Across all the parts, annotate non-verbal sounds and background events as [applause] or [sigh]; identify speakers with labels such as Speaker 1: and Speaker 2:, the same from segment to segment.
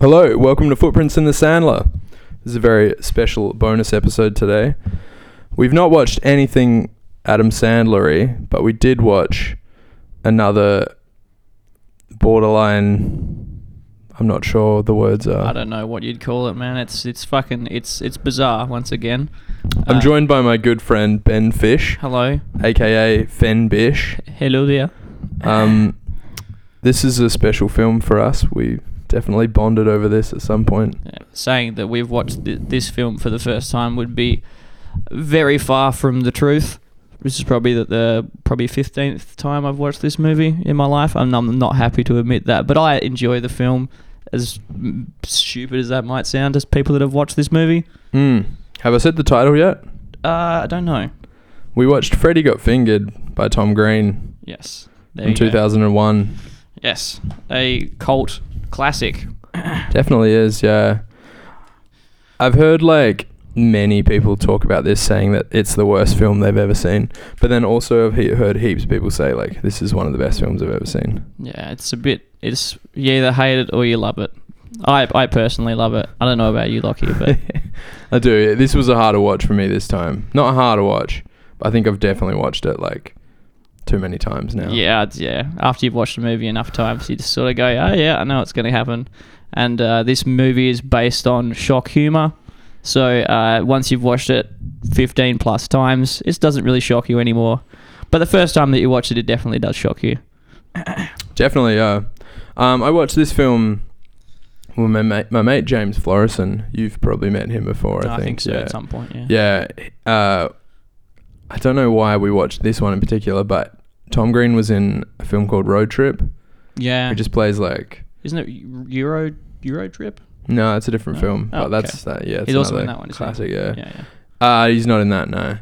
Speaker 1: Hello, welcome to Footprints in the Sandler. This is a very special bonus episode today. We've not watched anything Adam Sandlery, but we did watch another borderline. I'm not sure the words are.
Speaker 2: I don't know what you'd call it, man. It's it's fucking it's it's bizarre once again.
Speaker 1: I'm
Speaker 2: Uh,
Speaker 1: joined by my good friend Ben Fish,
Speaker 2: Hello,
Speaker 1: aka Fen Bish.
Speaker 2: hello there.
Speaker 1: Um, this is a special film for us. We definitely bonded over this at some point.
Speaker 2: Yeah, [laughs] Saying that we've watched th- this film for the first time would be very far from the truth. This is probably the, the probably fifteenth time I've watched this movie in my life, and I'm not happy to admit that. But I enjoy the film, as mm, stupid as that might sound, as people that have watched this movie.
Speaker 1: Mm. Have I said the title yet?
Speaker 2: Uh, I don't know.
Speaker 1: We watched Freddy Got Fingered by Tom Green
Speaker 2: Yes, there
Speaker 1: in
Speaker 2: you go.
Speaker 1: 2001.
Speaker 2: Yes, a cult classic.
Speaker 1: Definitely is, yeah. I've heard like many people talk about this saying that it's the worst film they've ever seen, but then also I've he- heard heaps of people say like this is one of the best films I've ever seen.
Speaker 2: Yeah, it's a bit. It's you either hate it or you love it. I I personally love it. I don't know about you, Lockie, but [laughs]
Speaker 1: I do. This was a harder watch for me this time. Not a harder watch, but I think I've definitely watched it like too many times now.
Speaker 2: yeah, it's- yeah. After you've watched a movie enough times, you just sort of go, oh yeah, I know it's going to happen. And uh, this movie is based on shock humor, so uh, once you've watched it 15 plus times, it doesn't really shock you anymore. But the first time that you watch it, it definitely does shock you.
Speaker 1: Definitely, yeah. Um, I watched this film with my mate, my mate James Florison. You've probably met him before, I,
Speaker 2: I think so
Speaker 1: Yeah.
Speaker 2: at some point. Yeah.
Speaker 1: yeah. Uh, I don't know why we watched this one in particular, but Tom Green was in a film called Road Trip,
Speaker 2: Yeah.
Speaker 1: He just plays like.
Speaker 2: Isn't it Euro Euro Trip?
Speaker 1: No, it's a different
Speaker 2: No?
Speaker 1: film,
Speaker 2: Oh,
Speaker 1: but that's that. Yeah, it's
Speaker 2: He's also
Speaker 1: another
Speaker 2: in that one, isn't
Speaker 1: Classic,
Speaker 2: he?
Speaker 1: yeah.
Speaker 2: yeah, yeah.
Speaker 1: Uh, he's not in that. No,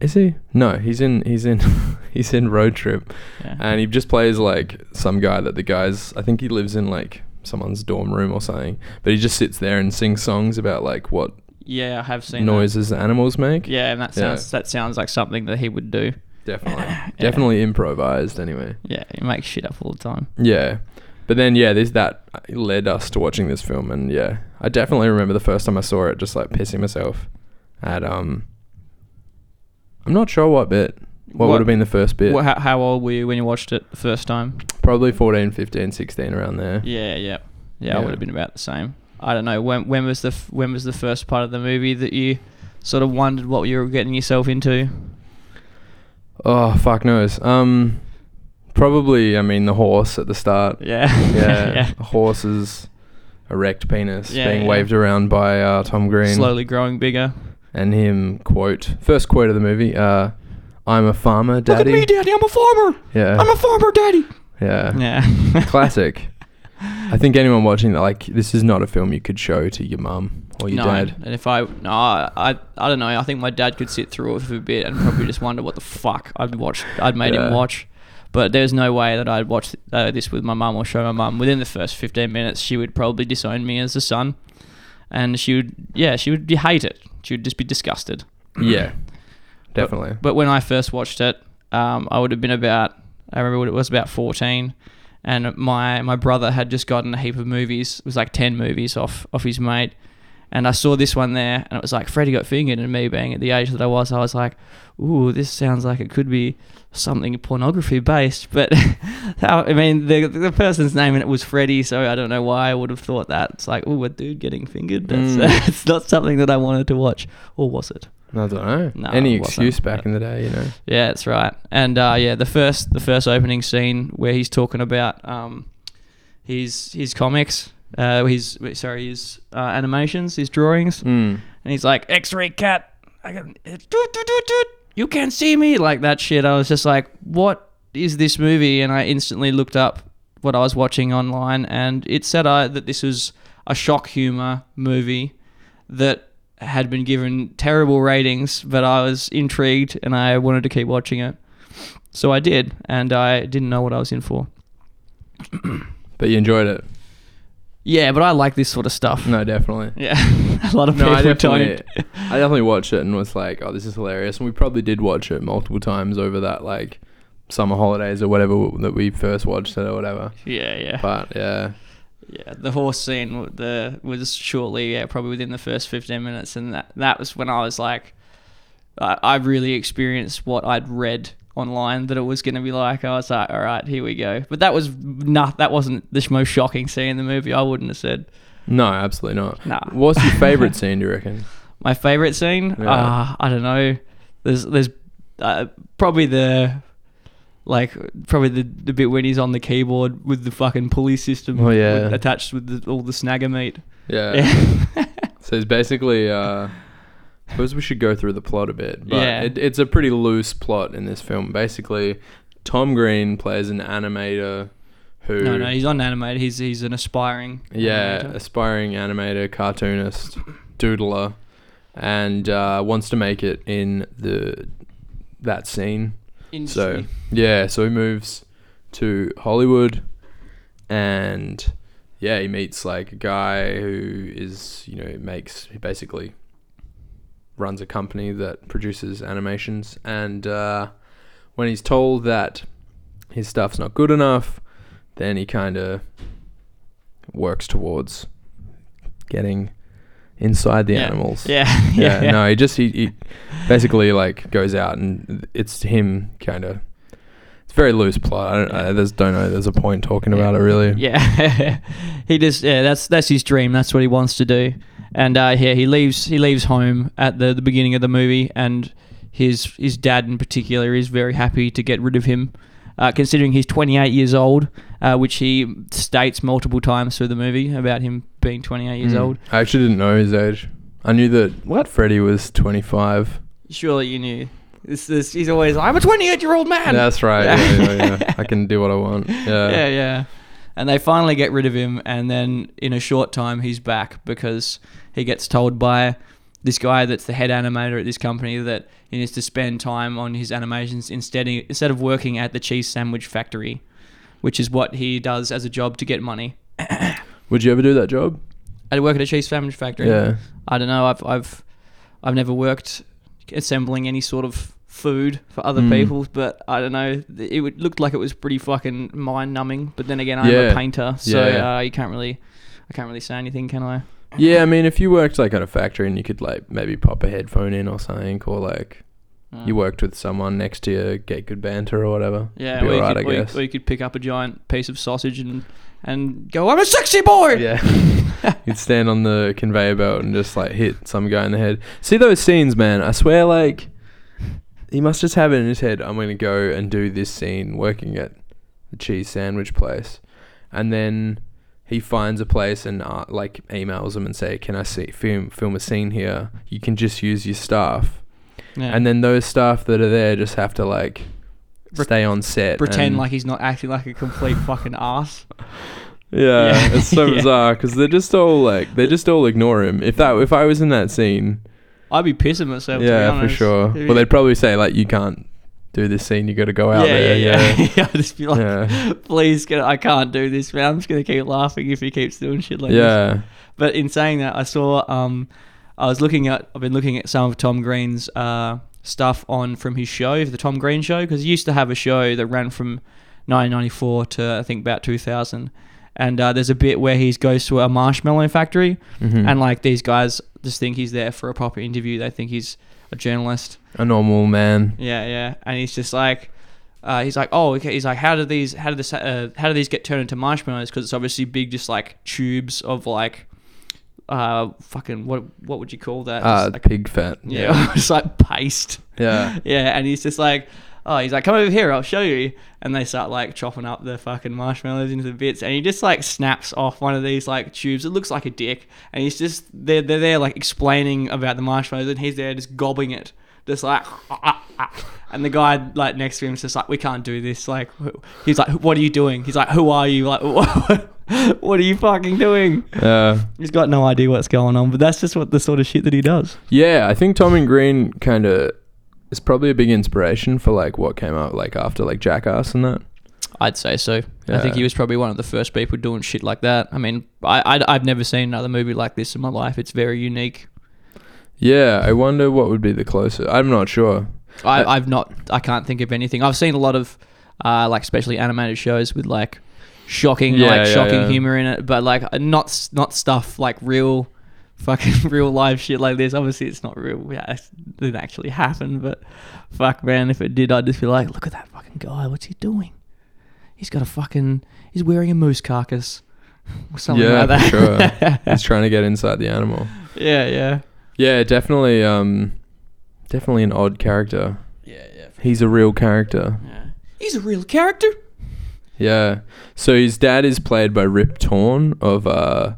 Speaker 1: is he? No, he's in. He's in. [laughs] he's in Road Trip.
Speaker 2: yeah.
Speaker 1: and he just plays like some guy that the guys I think he lives in like someone's dorm room or something, but he just sits there and sings songs about like what
Speaker 2: Yeah, I have seen that.
Speaker 1: noises animals make.
Speaker 2: Yeah, and that
Speaker 1: Yeah.
Speaker 2: sounds that sounds like something that he would do. [laughs]
Speaker 1: Definitely, definitely improvised anyway.
Speaker 2: Yeah, he makes shit up all the time.
Speaker 1: Yeah, but then yeah, this that led us to watching this film, and yeah, I definitely remember the first time I saw it, just like pissing myself at um. I'm not sure what bit. What,
Speaker 2: What-
Speaker 1: would have been the first bit?
Speaker 2: Wha how, how old were you when you watched it the first time?
Speaker 1: Probably 14, 15, 16 around there.
Speaker 2: Yeah, yeah, yeah.
Speaker 1: Yeah.
Speaker 2: I would have been about the same. I don't know when when was the f- when was the first part of the movie that you sort of wondered what you were getting yourself into.
Speaker 1: Oh fuck knows. Um, probably. I mean, the horse at the start.
Speaker 2: [laughs] Yeah,
Speaker 1: Yeah, the horse's erect penis
Speaker 2: Yeah,
Speaker 1: being
Speaker 2: yeah.
Speaker 1: waved around by uh, Tom Green
Speaker 2: Slowly growing bigger.
Speaker 1: and him quote first quote of the movie. Uh, I'm a farmer, daddy.
Speaker 2: Look at me, daddy. I'm a farmer.
Speaker 1: Yeah,
Speaker 2: I'm a farmer, daddy.
Speaker 1: yeah,
Speaker 2: Yeah. [laughs]
Speaker 1: classic. I think anyone watching that, like, this is not a film you could show to your mum or your
Speaker 2: no,
Speaker 1: dad.
Speaker 2: and if I no, I I don't know. I think my dad could sit through it for a bit and probably just wonder what the fuck I'd watched. I'd made
Speaker 1: Yeah.
Speaker 2: him watch. But there's no way that I'd watch uh, this with my mum or show my mum. Within the first 15 minutes, she would probably disown me as a son, and she would yeah, she would hate it. She would just be disgusted.
Speaker 1: Yeah, definitely.
Speaker 2: But when I first watched it, um, I would have been about I remember what it was about 14, and my my brother had just gotten a heap of movies. It was like 10 movies off off his mate, and I saw this one there, and it was like Freddy got fingered, and me being at the age that I was, I was like, ooh, this sounds like it could be something pornography based. [laughs] But how, I mean, the the person's name in it was Freddy, so I don't know why I would have thought that. It's like, ooh, a dude getting fingered. [laughs] That's
Speaker 1: Mm.
Speaker 2: it's not something that I wanted to watch, or was it?
Speaker 1: I don't know.
Speaker 2: No,
Speaker 1: Any
Speaker 2: it wasn't,
Speaker 1: excuse back
Speaker 2: but-
Speaker 1: in the day, you know.
Speaker 2: Yeah, that's right. And uh, yeah, the first the first opening scene where he's talking about um, his his comics, uh, his wait, sorry, his uh, animations, his drawings,
Speaker 1: Mm.
Speaker 2: and he's like X-ray cat, I can, doot, doot, doot, doot, you can't see me like that shit. I was just like, what is this movie? And I instantly looked up what I was watching online, and it said uh, that this was a shock humor movie that had been given terrible ratings, but I was intrigued and I wanted to keep watching it. So I did, and I didn't know what I was in for.
Speaker 1: But you enjoyed it.
Speaker 2: Yeah, but I like this sort of stuff.
Speaker 1: No, definitely.
Speaker 2: Yeah, [laughs] a lot of
Speaker 1: No, I
Speaker 2: people
Speaker 1: definitely,
Speaker 2: don't. [laughs]
Speaker 1: I definitely watched it and was like, "Oh, this is hilarious." And we probably did watch it multiple times over that like summer holidays or whatever that we first watched it or whatever.
Speaker 2: Yeah, yeah.
Speaker 1: But yeah,
Speaker 2: Yeah, the horse scene w- the was shortly, yeah, probably within the first 15 minutes, and that that was when I was like, I, I really experienced what I'd read online that it was going to be like. I was like, all right, here we go. But that was not that wasn't the sh- most shocking scene in the movie. I wouldn't have said,
Speaker 1: No, absolutely not.
Speaker 2: nah.
Speaker 1: What's your
Speaker 2: [laughs]
Speaker 1: favorite scene? Do you reckon?
Speaker 2: My favorite scene,
Speaker 1: Yeah.
Speaker 2: uh, I don't know. There's there's uh, probably the like probably the, the bit when he's on the keyboard with the fucking pulley system
Speaker 1: Oh, yeah.
Speaker 2: with- attached with the, all the snagger meat.
Speaker 1: Yeah.
Speaker 2: Yeah.
Speaker 1: [laughs] So it's basically. Uh, I suppose we should go through the plot a bit, but
Speaker 2: Yeah.
Speaker 1: it, it's a pretty loose plot in this film. Basically, Tom Green plays an animator who
Speaker 2: no, no, he's not an animator. He's he's an aspiring.
Speaker 1: Yeah,
Speaker 2: animator.
Speaker 1: aspiring animator, cartoonist, doodler, and uh, wants to make it in the that scene.
Speaker 2: Industry.
Speaker 1: Yeah, so he moves to Hollywood, and yeah, he meets like a guy who is you know makes he basically runs a company that produces animations, and uh, when he's told that his stuff's not good enough, then he kind of works towards getting inside the
Speaker 2: Yeah.
Speaker 1: animals
Speaker 2: yeah, [laughs] yeah,
Speaker 1: yeah, no, he just he, he basically like goes out and it's him kind of. It's very loose plot. I don't, I just don't know. There's a point talking about it really.
Speaker 2: Yeah, [laughs] he just yeah. That's that's his dream. That's what he wants to do. And uh, yeah, he leaves he leaves home at the the beginning of the movie, and his his dad in particular is very happy to get rid of him, uh, considering he's 28 years old, uh, which he states multiple times through the movie about him being 28 years
Speaker 1: Mm.
Speaker 2: old.
Speaker 1: I actually didn't know his age. I knew that what Freddie was 25.
Speaker 2: Surely you knew. This, this, he's always like, I'm a 28 year old man.
Speaker 1: That's right. Yeah, yeah,
Speaker 2: [laughs]
Speaker 1: yeah. I can do what I want. Yeah.
Speaker 2: yeah, yeah. And they finally get rid of him, and then in a short time, he's back because he gets told by this guy that's the head animator at this company that he needs to spend time on his animations instead instead of working at the cheese sandwich factory, which is what he does as a job to get money.
Speaker 1: Would you ever do that job?
Speaker 2: I work at a cheese sandwich factory.
Speaker 1: Yeah.
Speaker 2: I don't know. I've I've I've never worked assembling any sort of food for other
Speaker 1: Mm.
Speaker 2: people, but I don't know. It would, looked like it was pretty fucking mind numbing. But then again, I'm
Speaker 1: Yeah.
Speaker 2: a painter, so
Speaker 1: Yeah.
Speaker 2: uh, you can't really, I can't really say anything, can I?
Speaker 1: Yeah. I mean, if you worked like at a factory and you could like maybe pop a headphone in or something, or like
Speaker 2: Mm.
Speaker 1: you worked with someone next to you, get good banter or whatever.
Speaker 2: Yeah,
Speaker 1: Be
Speaker 2: or you,
Speaker 1: alright,
Speaker 2: could,
Speaker 1: I
Speaker 2: or you-
Speaker 1: guess.
Speaker 2: or you could pick up a giant piece of sausage and and go, I'm a sexy boy.
Speaker 1: Yeah. [laughs] You'd stand on the conveyor belt and just like hit some guy in the head. See those scenes, man. I swear, like, he must just have it in his head. I'm gonna go and do this scene working at the cheese sandwich place, and then he finds a place and uh, like emails them and say, "Can I see film film a scene here? You can just use your staff."
Speaker 2: Yeah.
Speaker 1: And then those staff that are there just have to like
Speaker 2: Pre-
Speaker 1: stay on set,
Speaker 2: pretend
Speaker 1: and-
Speaker 2: like he's not acting like a complete fucking ass.
Speaker 1: Yeah,
Speaker 2: Yeah.
Speaker 1: it's so
Speaker 2: [laughs] Yeah.
Speaker 1: bizarre because they're just all like they just all ignore him. If that if I was in that scene,
Speaker 2: I'd be pissing myself. to be
Speaker 1: yeah, for
Speaker 2: honest.
Speaker 1: sure.
Speaker 2: If
Speaker 1: Well, they'd probably say like you can't do this scene. You got to go out
Speaker 2: yeah,
Speaker 1: there.
Speaker 2: Yeah,
Speaker 1: Yeah,
Speaker 2: yeah, [laughs] yeah. I'd just be like,
Speaker 1: Yeah.
Speaker 2: please, can, I can't do this, man. I'm just gonna keep laughing if he keeps doing shit like this.
Speaker 1: yeah.
Speaker 2: But in saying that, I saw, um, I was looking at, I've been looking at some of Tom Green's uh, stuff on from his show, the Tom Green Show, because he used to have a show that ran from 1994 to I think about 2000. And uh, there's a bit where he goes to a marshmallow factory,
Speaker 1: Mhm.
Speaker 2: and like these guys just think he's there for a proper interview. They think he's a journalist,
Speaker 1: a normal man.
Speaker 2: yeah, yeah. And he's just like, uh, he's like, oh, okay. He's like, how do these, how do this, uh, how do these get turned into marshmallows? Because it's obviously big, just like tubes of like, uh, fucking what, what would you call that?
Speaker 1: Uh,
Speaker 2: Just like,
Speaker 1: pig fat.
Speaker 2: [laughs] yeah, it's like paste.
Speaker 1: yeah.
Speaker 2: Yeah, and he's just like, oh, he's like, come over here, I'll show you. And they start like chopping up the fucking marshmallows into the bits, and he just like snaps off one of these like tubes. It looks like a dick, and he's just they're they're there like explaining about the marshmallows, and he's there just gobbing it, just like. [laughs] And the guy like next to him's just like, we can't do this. Like, wh- he's like, what are you doing? He's like, who are you? Like, [laughs] what are you fucking doing?
Speaker 1: Yeah.
Speaker 2: He's got no idea what's going on, but that's just what the sort of shit that he does.
Speaker 1: Yeah, I think Tom and Green kind of is probably a big inspiration for like what came out like after like Jackass and that.
Speaker 2: I'd say so. I
Speaker 1: Yeah.
Speaker 2: think he was probably one of the first people doing shit like that. I mean, I, I have never seen another movie like this in my life. It's very unique.
Speaker 1: Yeah, I wonder what would be the closest. I'm not sure.
Speaker 2: I,
Speaker 1: Uh,
Speaker 2: I've not. I can't think of anything. I've seen a lot of, uh, like especially animated shows with like shocking,
Speaker 1: Yeah,
Speaker 2: like
Speaker 1: yeah,
Speaker 2: shocking
Speaker 1: yeah.
Speaker 2: humor in it, but like uh, not s- not stuff like real, [laughs] fucking real life shit like this. Obviously, it's not real. Yeah, it didn't actually happen, but fuck, man, if it did, I'd just be like, look at that fucking guy. What's he doing? He's got a fucking. He's wearing a moose carcass. [laughs] Or something
Speaker 1: Yeah,
Speaker 2: like that.
Speaker 1: for
Speaker 2: [laughs]
Speaker 1: sure. He's trying to get inside the animal.
Speaker 2: yeah, yeah.
Speaker 1: Yeah, definitely. Um, definitely an odd character.
Speaker 2: Yeah, yeah.
Speaker 1: He's a real character.
Speaker 2: Yeah. He's a real character.
Speaker 1: Yeah. So his dad is played by Rip Torn of uh,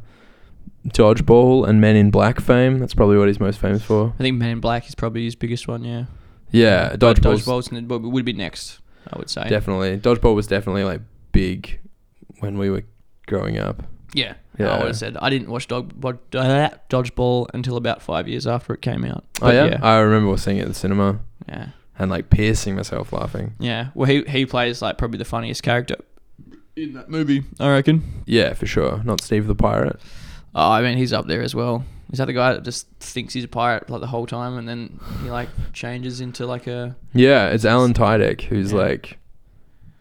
Speaker 1: Dodgeball and Men in Black fame. That's probably what he's most famous for.
Speaker 2: I think Men in Black is probably his biggest one. Yeah.
Speaker 1: Yeah, Dodgeball's
Speaker 2: Dodgeballs and it would be next. I would say.
Speaker 1: definitely. Dodgeball was definitely like big when we were growing up.
Speaker 2: Yeah.
Speaker 1: Yeah.
Speaker 2: I would have said I didn't watch Dog, bod- uh, Dodgeball until about five years after it came out.
Speaker 1: Oh
Speaker 2: But
Speaker 1: yeah?
Speaker 2: yeah.
Speaker 1: I remember seeing it at the cinema
Speaker 2: Yeah.
Speaker 1: and like piercing myself laughing.
Speaker 2: Yeah. Well, he he plays like probably the funniest character in that movie. I reckon.
Speaker 1: Yeah, for sure. Not Steve the Pirate.
Speaker 2: Oh, I mean, he's up there as well. Is that the guy that just thinks he's a pirate like the whole time, and then he like changes into like a
Speaker 1: Yeah, it's Alan Tudyk who's
Speaker 2: Yeah.
Speaker 1: like,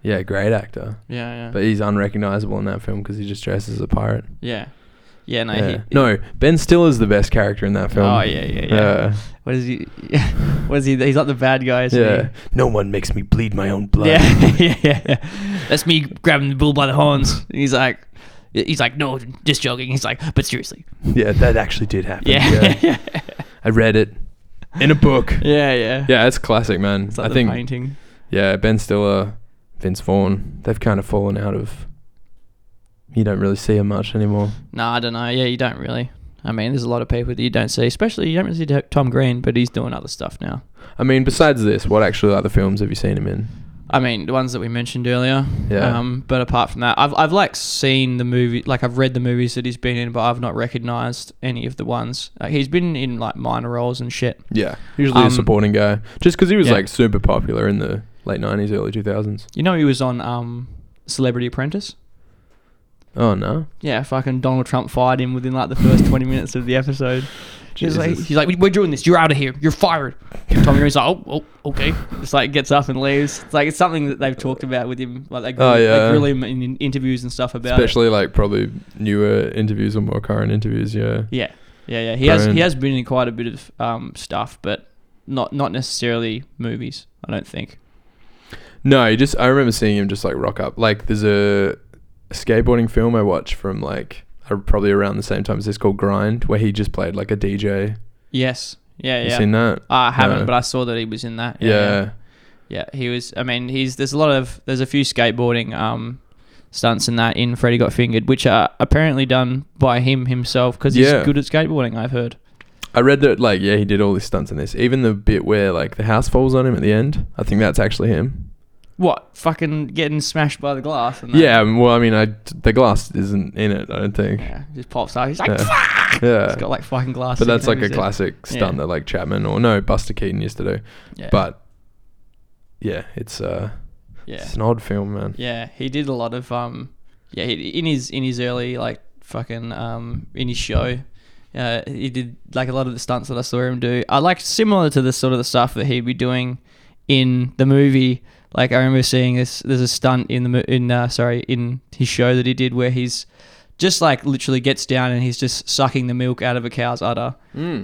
Speaker 1: yeah, great actor,
Speaker 2: yeah yeah
Speaker 1: but he's unrecognizable in that film because he just dresses as a pirate.
Speaker 2: yeah yeah no
Speaker 1: Yeah.
Speaker 2: he,
Speaker 1: no, Ben Stiller's the best character in that film. Uh,
Speaker 2: Oh, yeah, yeah, yeah. what is he [laughs] what is he he's like the bad guy isn't he?
Speaker 1: yeah. No one makes me bleed my own blood.
Speaker 2: Yeah, yeah, [laughs] yeah, yeah. That's me grabbing the bull by the horns. And he's like, he's like, no, just joking. He's like, but seriously.
Speaker 1: [laughs] Yeah, that actually did happen.
Speaker 2: Yeah,
Speaker 1: Yeah.
Speaker 2: yeah,
Speaker 1: I read it in a
Speaker 2: [laughs]
Speaker 1: book.
Speaker 2: yeah, yeah.
Speaker 1: Yeah, it's classic, man.
Speaker 2: It's like
Speaker 1: I
Speaker 2: the
Speaker 1: think
Speaker 2: painting.
Speaker 1: yeah, Ben Stiller, Vince Vaughn, they've kind of fallen out of. You don't really see him much anymore.
Speaker 2: No, I don't know. Yeah, you don't really. I mean, there's a lot of people that you don't see, especially you don't really see T- Tom Green, but he's doing other stuff now.
Speaker 1: I mean, besides this, what actual other films have you seen him in?
Speaker 2: I mean, the ones that we mentioned earlier.
Speaker 1: Yeah.
Speaker 2: Um, but apart from that, I've, I've like seen the movie, like I've read the movies that he's been in, but I've not recognized any of the ones. Like, he's been in like minor roles and shit.
Speaker 1: Yeah, usually
Speaker 2: Um,
Speaker 1: a supporting guy, just because he was
Speaker 2: yeah.
Speaker 1: like super popular in the late '90s, early 2000s.
Speaker 2: You know, he was on um, Celebrity Apprentice.
Speaker 1: Oh no,
Speaker 2: Yeah, fucking Donald Trump fired him within like the first 20 minutes of the episode. He's like,
Speaker 1: Jesus.
Speaker 2: he's like, we're doing this. You're out of here. You're fired. Tom Green's like, oh, oh, okay. Just like gets up and leaves. It's like it's something that they've talked about with him. Like they grill,
Speaker 1: Oh,
Speaker 2: they
Speaker 1: yeah.
Speaker 2: grill him in, in interviews and stuff about it.
Speaker 1: especially like probably newer interviews or more current interviews. Yeah,
Speaker 2: Yeah, yeah, yeah. He has
Speaker 1: Brilliant.
Speaker 2: he has been in quite a bit of um, stuff, but not not necessarily movies. I don't think.
Speaker 1: no, he just I remember seeing him just like rock up. Like there's a skateboarding film I watched from like ar- probably around the same time as this called Grind, where he just played like a DJ.
Speaker 2: Yes. Yeah,
Speaker 1: You
Speaker 2: yeah.
Speaker 1: seen that?
Speaker 2: I haven't,
Speaker 1: No.
Speaker 2: but I saw that he was in that.
Speaker 1: Yeah.
Speaker 2: Yeah, he was. I mean, he's there's a lot of there's a few skateboarding um stunts in that in Freddy Got Fingered, which are apparently done by him himself because he's
Speaker 1: Yeah.
Speaker 2: good at skateboarding. I've heard.
Speaker 1: I read that like yeah he did all these stunts in this. Even the bit where like the house falls on him at the end, I think that's actually him.
Speaker 2: What fucking getting smashed by the glass? And that.
Speaker 1: Yeah, um, well I mean I the glass isn't in it. I don't think.
Speaker 2: yeah, just pops out. He's like,
Speaker 1: Yeah.
Speaker 2: "Fuck!"
Speaker 1: Yeah.
Speaker 2: he's got like fucking glass.
Speaker 1: But that's
Speaker 2: sticking
Speaker 1: like
Speaker 2: over
Speaker 1: a
Speaker 2: his head.
Speaker 1: classic
Speaker 2: Yeah.
Speaker 1: stunt that like Chapman or no Buster Keaton used to do.
Speaker 2: Yeah.
Speaker 1: But yeah, it's uh,
Speaker 2: yeah,
Speaker 1: it's an odd film, man.
Speaker 2: yeah, he did a lot of um, yeah, he, in his in his early like fucking um in his show. Uh, he did like a lot of the stunts that I saw him do. I like similar to the sort of the stuff that he'd be doing in the movie. Like I remember seeing this. There's a stunt in the mo- in uh, sorry in his show that he did where he's just like literally gets down and he's just sucking the milk out of a cow's udder.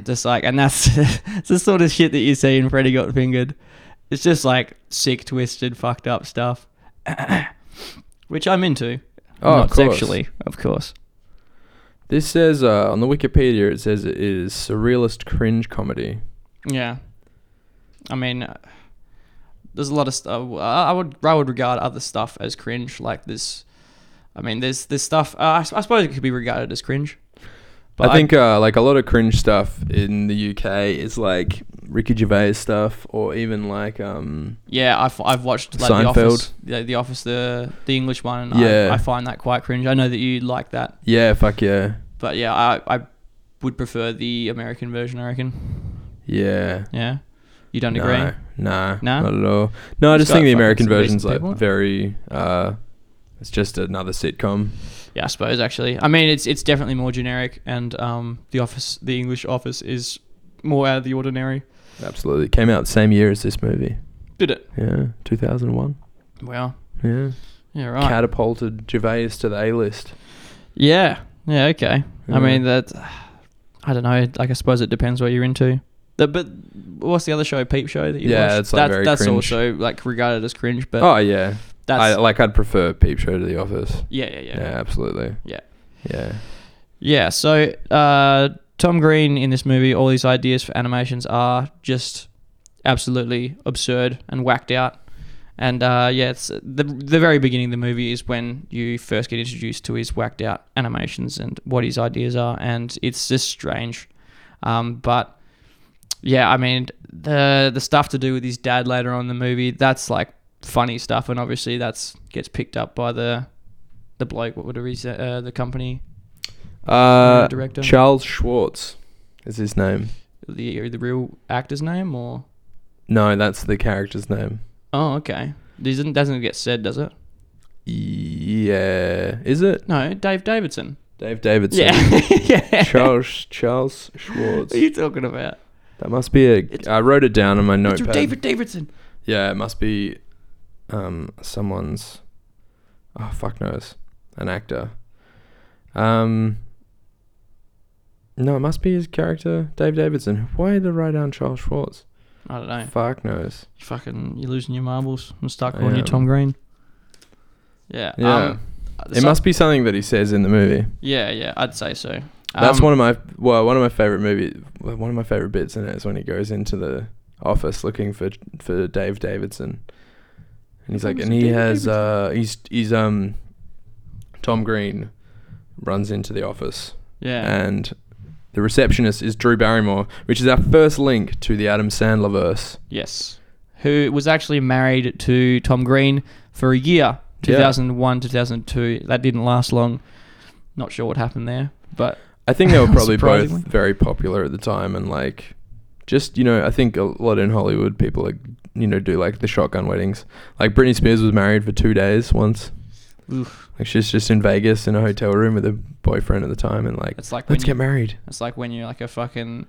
Speaker 2: Just like, and that's [laughs] it's the sort of shit that you see in Freddy Got Fingered. It's just like sick, twisted, fucked up stuff, [coughs] which I'm into.
Speaker 1: Oh,
Speaker 2: not
Speaker 1: of course.
Speaker 2: sexually, of course.
Speaker 1: This says uh, on the Wikipedia it says it is surrealist cringe comedy.
Speaker 2: Yeah, I mean, uh, there's a lot of stuff. uh, I I would I would regard other stuff as cringe, like this. I mean, there's this stuff. Uh, I, s- I suppose it could be regarded as cringe.
Speaker 1: I think uh, like a lot of cringe stuff in the UK is like Ricky Gervais stuff or even like um
Speaker 2: Yeah, I've, I've watched like
Speaker 1: Seinfeld.
Speaker 2: The Office, the, the Office, the the English one. And
Speaker 1: Yeah.
Speaker 2: I, I find that quite cringe. I know that you like that,
Speaker 1: yeah fuck yeah
Speaker 2: but yeah, I, I would prefer the American version. I reckon.
Speaker 1: yeah.
Speaker 2: Yeah, you don't
Speaker 1: no,
Speaker 2: agree?
Speaker 1: Nah,
Speaker 2: No?
Speaker 1: not at all. No, I
Speaker 2: It's
Speaker 1: just think
Speaker 2: got
Speaker 1: the
Speaker 2: fucking
Speaker 1: American
Speaker 2: some decent
Speaker 1: version's like
Speaker 2: people.
Speaker 1: very. uh It's just another sitcom.
Speaker 2: Yeah, I suppose actually. I mean, it's it's definitely more generic, and um, the Office, the English Office, is more out of the ordinary.
Speaker 1: Absolutely, came out the same year as this movie.
Speaker 2: Did it?
Speaker 1: Yeah, two thousand one.
Speaker 2: Well,
Speaker 1: Yeah,
Speaker 2: Yeah, right.
Speaker 1: catapulted Gervais to the A list.
Speaker 2: yeah. Yeah, okay.
Speaker 1: Yeah.
Speaker 2: I mean, that. I don't know. Like, I suppose it depends what you're into. The, but what's the other show? Peep Show that you
Speaker 1: Yeah,
Speaker 2: watched?
Speaker 1: it's, like, very
Speaker 2: that's
Speaker 1: cringe.
Speaker 2: also like regarded as cringe, but
Speaker 1: oh yeah,
Speaker 2: that's
Speaker 1: I, like I'd prefer Peep Show to The Office.
Speaker 2: yeah, yeah,
Speaker 1: Yeah,
Speaker 2: yeah, yeah.
Speaker 1: absolutely.
Speaker 2: Yeah.
Speaker 1: yeah.
Speaker 2: so uh, Tom Green in this movie, all these ideas for animations are just absolutely absurd and whacked out. And uh, yeah, it's the the very beginning of the movie is when you first get introduced to his whacked out animations and what his ideas are, and it's just strange. Um, but yeah, I mean the the stuff to do with his dad later on in the movie, that's like funny stuff, and obviously that's gets picked up by the the bloke, whatever he's uh, the company
Speaker 1: Uh,
Speaker 2: director,
Speaker 1: Charles Schwartz is his name.
Speaker 2: the the real actor's name, or
Speaker 1: No, that's the character's name.
Speaker 2: oh okay, doesn't doesn't get said, does it?
Speaker 1: Yeah, is it
Speaker 2: No, Dave Davidson.
Speaker 1: Dave Davidson?
Speaker 2: [laughs] Yeah, [laughs] yeah.
Speaker 1: Charles
Speaker 2: [laughs]
Speaker 1: Charles Schwartz.
Speaker 2: What are you talking about?
Speaker 1: That must be a. I
Speaker 2: It's-
Speaker 1: wrote it down in my
Speaker 2: It's
Speaker 1: notepad.
Speaker 2: David Davidson.
Speaker 1: Yeah, it must be, um, someone's. Oh fuck knows, an actor. Um. No, it must be his character, Dave Davidson. Why did I write down Charles Schwartz?
Speaker 2: I don't know.
Speaker 1: Fuck knows.
Speaker 2: You fucking, you're losing your marbles. I'm stuck calling you
Speaker 1: am.
Speaker 2: Tom Green. Yeah.
Speaker 1: Yeah,
Speaker 2: Um,
Speaker 1: it
Speaker 2: so-
Speaker 1: must be something that he says in the movie.
Speaker 2: Yeah, yeah. I'd say so.
Speaker 1: That's
Speaker 2: Um,
Speaker 1: one of my well, one of my favorite movie, well, one of my favorite bits in it is when he goes into the office looking for for Dave Davidson, and he's like,
Speaker 2: Who's
Speaker 1: and he
Speaker 2: Dave
Speaker 1: has
Speaker 2: Davidson?
Speaker 1: uh, he's he's um, Tom Green runs into the office,
Speaker 2: Yeah.
Speaker 1: and the receptionist is Drew Barrymore, which is our first link to the Adam Sandler verse.
Speaker 2: yes. Who was actually married to Tom Green for a year, 2001, 2002. That didn't last long. Not sure what happened there, but
Speaker 1: I think they were probably both
Speaker 2: Surprisingly.
Speaker 1: very popular at the time, and like, just you know, I think a lot in Hollywood people like you know do like the shotgun weddings. Like Britney Spears was married for two days once.
Speaker 2: oof,
Speaker 1: Like she's just in Vegas in a hotel room with her boyfriend at the time, and like,
Speaker 2: it's like when
Speaker 1: let's
Speaker 2: you,
Speaker 1: get
Speaker 2: [laughs]
Speaker 1: married.
Speaker 2: It's like when you're like a fucking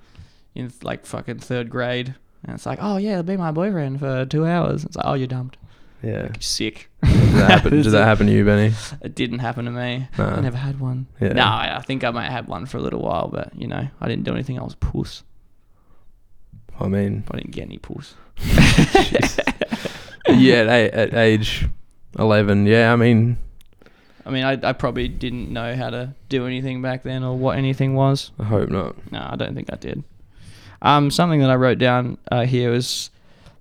Speaker 2: in like fucking third grade and it's like, Oh yeah, be my boyfriend for two hours. It's like, Oh you're dumped.
Speaker 1: Yeah.
Speaker 2: Sick.
Speaker 1: Did that happen? Did that happen to you, Benny?
Speaker 2: [laughs] It didn't happen to me.
Speaker 1: Nah.
Speaker 2: [laughs] I never had one.
Speaker 1: Uh. Yeah.
Speaker 2: No, I I think I might have had one for a little while, but you know, I didn't do anything. I was a puss.
Speaker 1: I
Speaker 2: [laughs]
Speaker 1: mean,
Speaker 2: I didn't get any puss. [laughs]
Speaker 1: yeah, at, a- at age eleven, yeah. I mean,
Speaker 2: I mean, I, I probably didn't know how to do anything back then or what anything was.
Speaker 1: I hope not.
Speaker 2: No, I don't think I did. Um, something that I wrote down uh, here was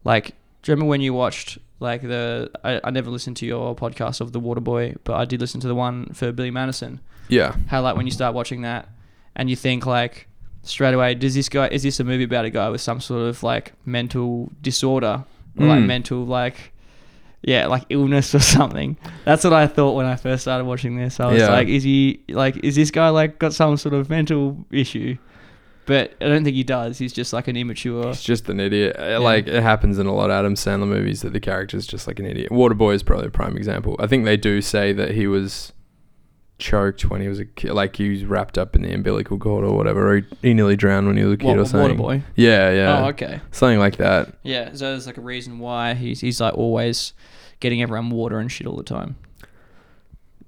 Speaker 2: like, do you remember when you watched like the? I, I never listened to your podcast of the Waterboy, but I did listen to the one for Billy Madison.
Speaker 1: Yeah,
Speaker 2: How like when you start watching that, and you think like straight away, does this guy? Is this a movie about a guy with some sort of like mental disorder or like
Speaker 1: Mm.
Speaker 2: mental like? Yeah, like illness or [laughs] something. That's what I thought when I first started watching this. I was
Speaker 1: Yeah.
Speaker 2: like, is he like is this guy like got some sort of mental issue? But I don't think he does. He's just like an immature.
Speaker 1: he's just an idiot. Uh, Like it happens in a lot of Adam Sandler movies that the character's just like an idiot. Waterboy is probably a prime example. I think they do say that he was choked when he was a kid, like he was wrapped up in the umbilical cord or whatever. Or he, he nearly drowned when he was a kid
Speaker 2: What,
Speaker 1: or something.
Speaker 2: Waterboy?
Speaker 1: Yeah, yeah.
Speaker 2: Oh, okay.
Speaker 1: Something like that.
Speaker 2: Yeah, so there's like a reason why he's he's like always getting everyone water and shit all the time.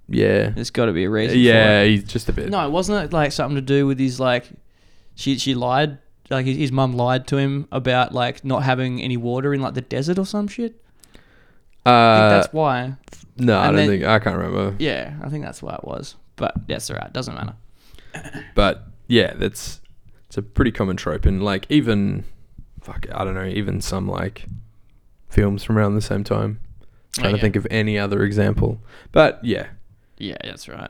Speaker 1: Yeah.
Speaker 2: There's got to be a reason.
Speaker 1: yeah,
Speaker 2: For it.
Speaker 1: he's just a bit.
Speaker 2: No, wasn't it like something to do with his like, she she lied, like his, his mum lied to him about like not having any water in like the desert or some shit. I think
Speaker 1: uh,
Speaker 2: that's why.
Speaker 1: no, I don't
Speaker 2: and then-
Speaker 1: think I can't remember.
Speaker 2: Yeah, I think that's why it was. But that's alright. Doesn't matter.
Speaker 1: But yeah, that's it's a pretty common trope, and like even fuck, I don't know, even some like films from around the same time. Trying
Speaker 2: Okay.
Speaker 1: to think of any other example, but yeah,
Speaker 2: Yeah, that's right.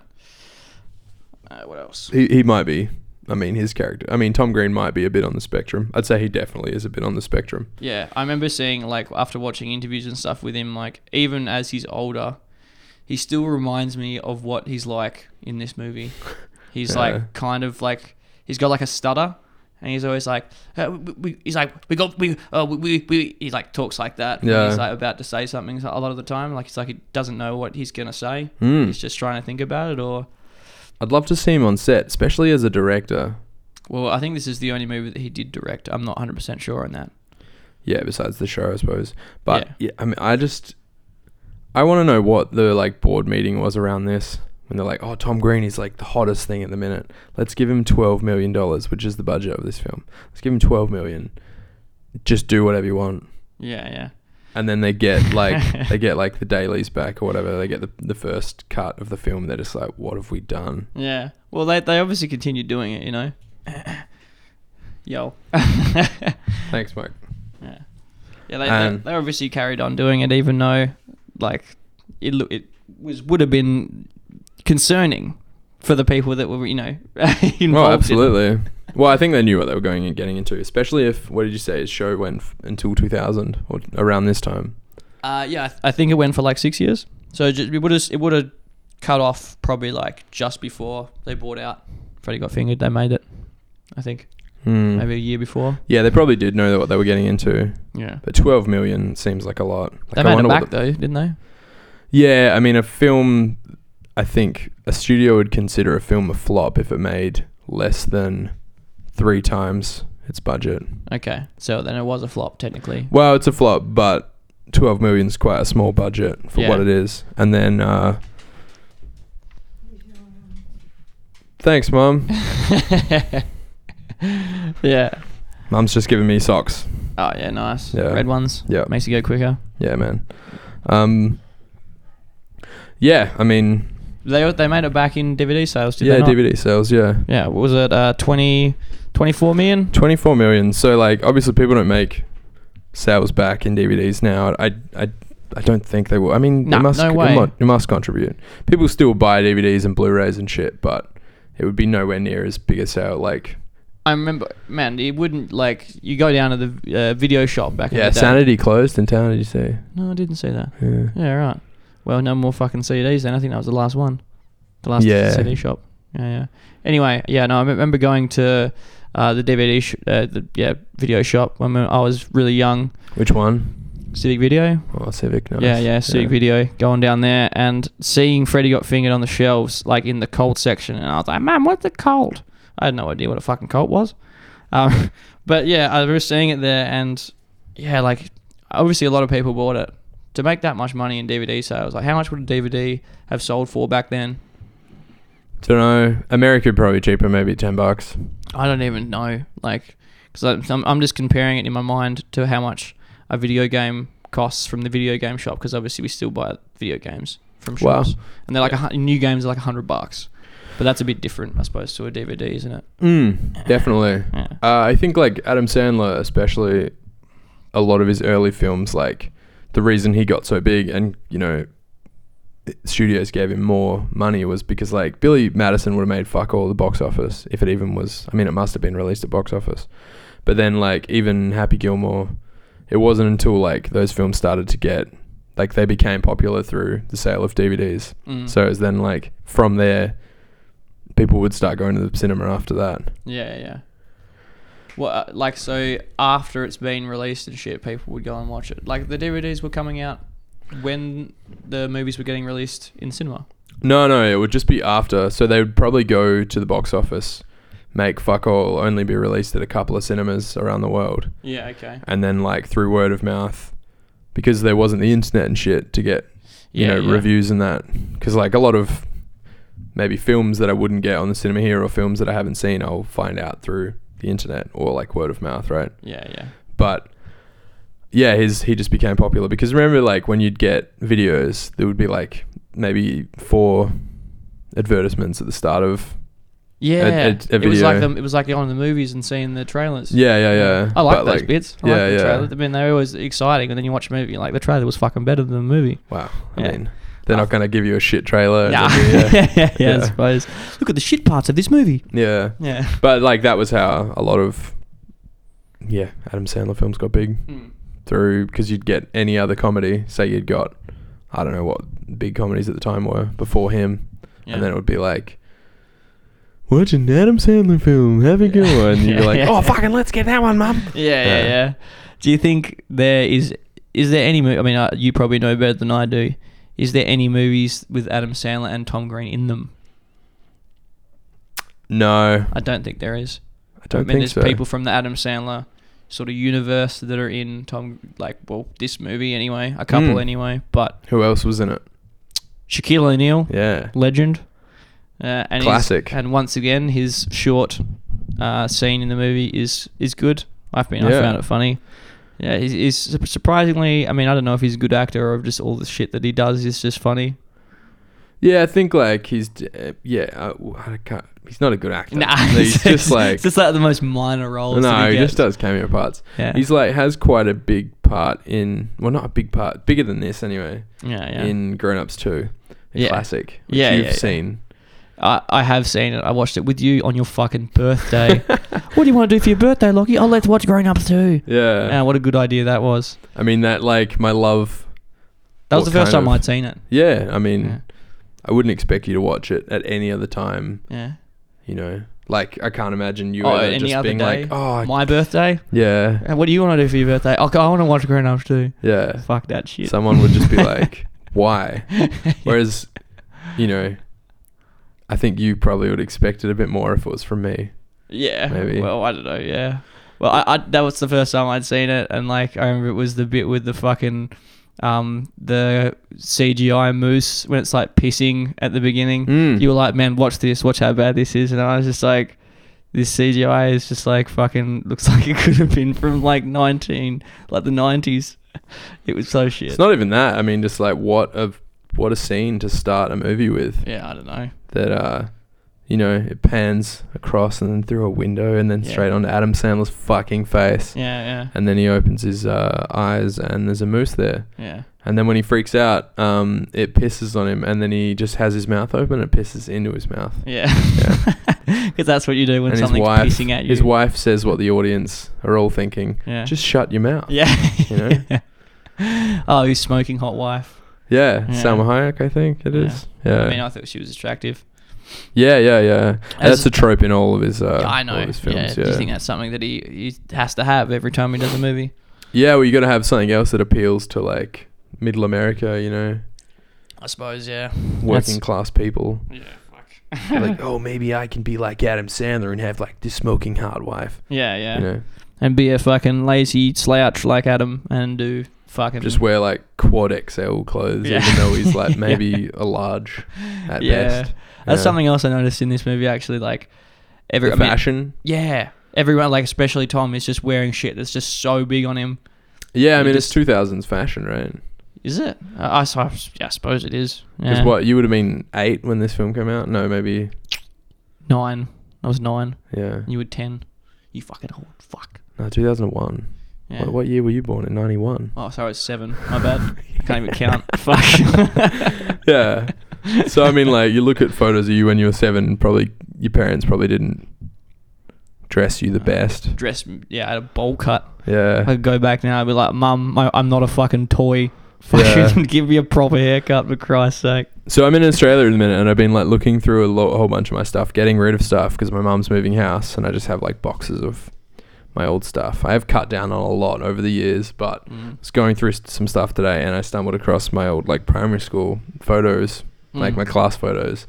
Speaker 2: Uh, what else?
Speaker 1: he he might be. I mean, his character. I mean, Tom Green might be a bit on the spectrum. I'd say he definitely is a bit on the spectrum.
Speaker 2: Yeah, I remember seeing like after watching interviews and stuff with him, like even as he's older, he still reminds me of what he's like in this
Speaker 1: [laughs]
Speaker 2: movie. He's
Speaker 1: Yeah.
Speaker 2: like kind of like he's got like a stutter, and he's always like uh, we, we, he's like we got we uh, we, we we he like talks like that. when
Speaker 1: Yeah.
Speaker 2: he's like about to say something so a lot of the time. Like he's like he doesn't know what he's gonna say.
Speaker 1: Hmm.
Speaker 2: He's just trying to think about it. Or
Speaker 1: I'd love to see him on set, especially as a director.
Speaker 2: well, I think this is the only movie that he did direct. I'm not 100 percent sure on that.
Speaker 1: Yeah, besides the show, I suppose. But yeah, I mean, I just I want to know what the like board meeting was around this when they're like, "Oh, Tom Green is like the hottest thing at the minute. Let's give him 12 million dollars, which is the budget of this film. Let's give him 12 million. Just do whatever you want."
Speaker 2: Yeah, yeah.
Speaker 1: And then they get
Speaker 2: [laughs]
Speaker 1: like they get like the dailies back or whatever. They get the, the first cut of the film. They're just like, "What have we done?"
Speaker 2: Yeah. Well, they they obviously continued doing it, you know. [laughs] Yo.
Speaker 1: Thanks, Mike.
Speaker 2: Yeah. Yeah, they,
Speaker 1: Um,
Speaker 2: they, they obviously carried on doing it, even though, like, it loo- it was would have been concerning for the people that were you know [laughs] involved. in-
Speaker 1: Well, Oh, absolutely. well, I think they knew what they were going and getting into, especially if what did you say? His show went f- until 2000 or around this time.
Speaker 2: Uh, yeah, I, th- I think it went for like six years. So ju- it would have it would have cut off probably like just before they bought out. Freddie got fingered. They made it. I think
Speaker 1: Hmm.
Speaker 2: maybe a year before.
Speaker 1: Yeah, they probably did know what they were getting into,
Speaker 2: Yeah.
Speaker 1: but 12 million seems like a lot. Like,
Speaker 2: They
Speaker 1: I
Speaker 2: made it
Speaker 1: wonder what
Speaker 2: back though, didn't they?
Speaker 1: Yeah, I mean, a film, I think a studio would consider a film a flop if it made less than three times its budget.
Speaker 2: Okay, so then it was a flop technically.
Speaker 1: Well, it's a flop, but 12 million is quite a small budget for
Speaker 2: Yeah.
Speaker 1: what it is. And then, uh, thanks,
Speaker 2: [laughs]
Speaker 1: Mum.
Speaker 2: [laughs] yeah.
Speaker 1: Mum's just giving me socks.
Speaker 2: Oh yeah, nice.
Speaker 1: Yeah.
Speaker 2: Red ones.
Speaker 1: Yeah.
Speaker 2: Makes you go quicker.
Speaker 1: Yeah, man. Um, yeah, I mean,
Speaker 2: They they made it back in DVD sales, did
Speaker 1: yeah,
Speaker 2: they not?
Speaker 1: DVD sales, yeah.
Speaker 2: Yeah, what was it uh 20 24 million?
Speaker 1: 24 million. So like obviously people don't make sales back in DVDs now. I I, I don't think they will. I mean,
Speaker 2: Nah,
Speaker 1: it must
Speaker 2: no
Speaker 1: it
Speaker 2: way.
Speaker 1: mu- it must contribute. People still buy DVDs and Blu-rays and shit, but it would be nowhere near as big a sale like
Speaker 2: I remember man, it wouldn't like you go down to the uh, video shop back
Speaker 1: Yeah,
Speaker 2: in the day.
Speaker 1: Sanity closed in town, did you say?
Speaker 2: No, I didn't say that.
Speaker 1: Yeah.
Speaker 2: Yeah, right. Well, no more fucking CDs then. I think that was the last one. The last
Speaker 1: Yeah.
Speaker 2: CD shop. Yeah, yeah. Anyway, yeah, no, I remember going to uh, the DVD, sh- uh, the yeah, video shop when I was really young.
Speaker 1: Which one?
Speaker 2: Civic Video.
Speaker 1: Oh, Civic. Nice.
Speaker 2: Yeah, yeah, Civic Video. Going down there and seeing Freddie got fingered on the shelves, like in the cold section, and I was like, "Man, what's the cold?" I had no idea what a fucking cold was. Um, [laughs] but yeah, I was seeing it there, and yeah, like obviously a lot of people bought it to make that much money in DVD sales. Like, how much would a DVD have sold for back then?
Speaker 1: Don't know. America probably cheaper, maybe ten bucks.
Speaker 2: I don't even know, like, because I'm, I'm just comparing it in my mind to how much a video game costs from the video game shop, because obviously we still buy video games from
Speaker 1: Wow.
Speaker 2: shops, and they're like a, hun- new games are like a hundred bucks, but that's a bit different, I suppose, to a DVD, isn't it?
Speaker 1: Mm, definitely.
Speaker 2: Yeah.
Speaker 1: Uh, I think like Adam Sandler, especially a lot of his early films, like the reason he got so big and you know studios gave him more money was because like Billy Madison would have made fuck all the box office if it even was. I mean, it must have been released at box office, but then like even Happy Gilmore, it wasn't until like those films started to get like they became popular through the sale of DVDs.
Speaker 2: Mm.
Speaker 1: So it was then like from there, people would start going to the cinema after that.
Speaker 2: yeah, yeah. Well, uh, like so after it's been released and shit, people would go and watch it. Like the DVDs were coming out when the movies were getting released in cinema.
Speaker 1: No, no, it would just be after. So they would probably go to the box office, make fuck all, only be released at a couple of cinemas around the world,
Speaker 2: Yeah. Okay.
Speaker 1: and then like through word of mouth, because there wasn't the internet and shit to get you know reviews and that. Because like a lot of maybe films that I wouldn't get on the cinema here or films that I haven't seen, I'll find out through the internet or like word of mouth, right?
Speaker 2: Yeah. Yeah.
Speaker 1: but yeah, his he just became popular because remember, like when you'd get videos, there would be like maybe four advertisements at the start of.
Speaker 2: Yeah,
Speaker 1: a- a
Speaker 2: it was like
Speaker 1: video.
Speaker 2: the, it was like going to the movies and seeing the trailers.
Speaker 1: Yeah, yeah, yeah.
Speaker 2: I like
Speaker 1: But,
Speaker 2: those bits. I
Speaker 1: yeah,
Speaker 2: like the
Speaker 1: yeah.
Speaker 2: trailer. I mean, they're always exciting, and then you watch a movie, you're like the trailer was fucking better than the movie.
Speaker 1: Wow, I
Speaker 2: Yeah. Ah.
Speaker 1: mean, they're not gonna give you a shit trailer. and
Speaker 2: yeah. [laughs]
Speaker 1: then you-
Speaker 2: yeah, yeah, I
Speaker 1: Uh, Yeah.
Speaker 2: suppose. Look at the shit parts of this movie.
Speaker 1: yeah,
Speaker 2: Yeah.
Speaker 1: but like that was how a lot of yeah Adam Sandler films got big
Speaker 2: Mm.
Speaker 1: through because you'd get any other comedy. Say you'd got I don't know what big comedies at the time were before him. And then it would be like, watch an Adam Sandler film, have a
Speaker 2: Yeah.
Speaker 1: good one. You'd be like,
Speaker 2: [laughs] Yeah.
Speaker 1: oh,
Speaker 2: [laughs]
Speaker 1: fucking, let's get that one, mum.
Speaker 2: yeah, yeah,
Speaker 1: Yeah.
Speaker 2: yeah. Do you think there is is there any movie? I mean, uh, you probably know better than I do. Is there any movies with Adam Sandler and Tom Green in them?
Speaker 1: No,
Speaker 2: I don't think there is.
Speaker 1: I don't
Speaker 2: I mean,
Speaker 1: think
Speaker 2: there's
Speaker 1: so.
Speaker 2: people from the Adam Sandler sort of universe that are in Tom, like, well, this movie anyway, a couple
Speaker 1: Mm.
Speaker 2: anyway. But
Speaker 1: Who else was in it?
Speaker 2: Shaquille O'Neal,
Speaker 1: Yeah.
Speaker 2: legend, uh, and his-
Speaker 1: Classic.
Speaker 2: and once again, his short uh, scene in the movie is is good. I've been, I
Speaker 1: Yeah.
Speaker 2: found it funny. Yeah, he's, he's su- surprisingly. I mean, I don't know if he's a good actor or if just all the shit that he does is just funny.
Speaker 1: Yeah, I think like he's d- uh, yeah, I, w- I can't, he's not a good actor. [laughs]
Speaker 2: Nah, [laughs]
Speaker 1: he's just like
Speaker 2: it's just like the most minor roles. that
Speaker 1: no,
Speaker 2: he,
Speaker 1: he
Speaker 2: gets.
Speaker 1: just does cameo parts.
Speaker 2: Yeah.
Speaker 1: He's like has quite a big part in well, not a big part, bigger than this anyway.
Speaker 2: yeah, yeah.
Speaker 1: In Grown Ups Two, a
Speaker 2: Yeah.
Speaker 1: classic, which
Speaker 2: Yeah,
Speaker 1: you've
Speaker 2: yeah, yeah.
Speaker 1: seen.
Speaker 2: I, I have seen it. I watched it with you on your fucking birthday. [laughs] what do you want to do for your birthday, Lockie? Oh, let's watch Grown Up too.
Speaker 1: Yeah,
Speaker 2: Yeah, Ah, what a good idea that was.
Speaker 1: I mean that like my love.
Speaker 2: That was
Speaker 1: What
Speaker 2: the first
Speaker 1: kind
Speaker 2: time
Speaker 1: of-
Speaker 2: I'd seen it.
Speaker 1: Yeah, I mean
Speaker 2: Yeah.
Speaker 1: I wouldn't expect you to watch it at any other time.
Speaker 2: yeah.
Speaker 1: You know, like I can't imagine you
Speaker 2: Oh,
Speaker 1: ever
Speaker 2: any
Speaker 1: just
Speaker 2: other
Speaker 1: being
Speaker 2: day?
Speaker 1: like, oh,
Speaker 2: My birthday?
Speaker 1: yeah,
Speaker 2: Uh, What do you want to do for your birthday? Okay, I want to watch Grown Ups too.
Speaker 1: yeah.
Speaker 2: Fuck that shit.
Speaker 1: Someone would
Speaker 2: [laughs]
Speaker 1: just be like, why? Whereas, you know, I think you probably would expect it a bit more if it was from me.
Speaker 2: yeah.
Speaker 1: Maybe.
Speaker 2: Well, I don't know. Yeah. Well, I, I that was the first time I'd seen it, and like I remember it was the bit with the fucking um the CGI moose when it's like pissing at the beginning.
Speaker 1: Mm.
Speaker 2: You were like, man, watch this, watch how bad this is, and I was just like. This CGI is just like fucking [laughs] looks like it could have been from like 19, like the 90s. It was so shit.
Speaker 1: It's not even that. I mean, just like what a what a scene to start a movie with
Speaker 2: yeah, I don't know.
Speaker 1: that uh you know, it pans across and then through a window and then
Speaker 2: Yeah.
Speaker 1: straight onto Adam Sandler's fucking face.
Speaker 2: Yeah,
Speaker 1: And then he opens his uh, eyes and there's a moose there.
Speaker 2: yeah, yeah.
Speaker 1: And then when he freaks out, um, it pisses on him and then he just has his mouth open and it pisses into his mouth.
Speaker 2: Yeah. [laughs] Because that's what you do when
Speaker 1: and
Speaker 2: something's pissing at you.
Speaker 1: his wife says what the audience are all thinking.
Speaker 2: Yeah.
Speaker 1: Just shut your mouth.
Speaker 2: [laughs] yeah.
Speaker 1: You know?
Speaker 2: [laughs] oh, he's smoking hot wife.
Speaker 1: Yeah,
Speaker 2: Yeah.
Speaker 1: Salma Hayek, I think it
Speaker 2: Yeah.
Speaker 1: is. Yeah,
Speaker 2: I mean, I thought she was attractive.
Speaker 1: yeah, yeah, yeah.
Speaker 2: As-
Speaker 1: that's a trope in all of his. Uh,
Speaker 2: Yeah, I
Speaker 1: all
Speaker 2: know.
Speaker 1: of his films,
Speaker 2: yeah.
Speaker 1: yeah,
Speaker 2: Do you
Speaker 1: yeah.
Speaker 2: think that's something that he, he has to have every time he does a movie?
Speaker 1: well, you got to have something else that appeals to like middle America, you know,
Speaker 2: I suppose, yeah.
Speaker 1: working class people.
Speaker 2: Yeah, fuck.
Speaker 1: They're like, oh, maybe I can be like Adam Sandler and have like this smoking hot wife,
Speaker 2: Yeah, yeah.
Speaker 1: you know,
Speaker 2: And be a fucking lazy slouch like Adam and do fucking.
Speaker 1: just wear like quad XL clothes,
Speaker 2: Yeah.
Speaker 1: even though he's like
Speaker 2: [laughs] Yeah.
Speaker 1: maybe a large at
Speaker 2: Yeah.
Speaker 1: best.
Speaker 2: That's
Speaker 1: Yeah.
Speaker 2: something else I noticed in this movie, actually. Like, every.
Speaker 1: The
Speaker 2: I mean,
Speaker 1: fashion.
Speaker 2: yeah. Everyone, like, especially Tom, is just wearing shit that's just so big on him.
Speaker 1: Yeah, I
Speaker 2: you
Speaker 1: mean
Speaker 2: just-
Speaker 1: it's 2000s fashion, right?
Speaker 2: Is it? I, I, s- I s- yeah, I suppose it is.
Speaker 1: Because
Speaker 2: Yeah.
Speaker 1: what you would have been eight when this film came out? No, maybe
Speaker 2: Nine. I was nine.
Speaker 1: yeah.
Speaker 2: You were ten. You fucking old fuck.
Speaker 1: No, 2001.
Speaker 2: Yeah.
Speaker 1: What, what year were you born? In
Speaker 2: [laughs]
Speaker 1: 91.
Speaker 2: Oh, sorry, it's seven. My bad. I can't even count. [laughs]
Speaker 1: [laughs]
Speaker 2: fuck.
Speaker 1: Yeah. So I mean, like you look at photos of you when you were seven. Probably your parents probably didn't dress you the best.
Speaker 2: Dress. Yeah, I had a bowl cut. Uh, I
Speaker 1: Yeah.
Speaker 2: could go back now. I'd be like, Mum, I, I'm not a fucking toy. Fucking [laughs] give me a proper haircut for Christ's sake.
Speaker 1: So I'm in Australia at the minute, and I've been like looking through a, lo- a whole bunch of my stuff, getting rid of stuff because my mum's moving house, and I just have like boxes of my old stuff. I have cut down on a lot over the years, but
Speaker 2: Mm.
Speaker 1: was going through s- some stuff today and I stumbled across my old like primary school photos, like
Speaker 2: Mm.
Speaker 1: my class photos.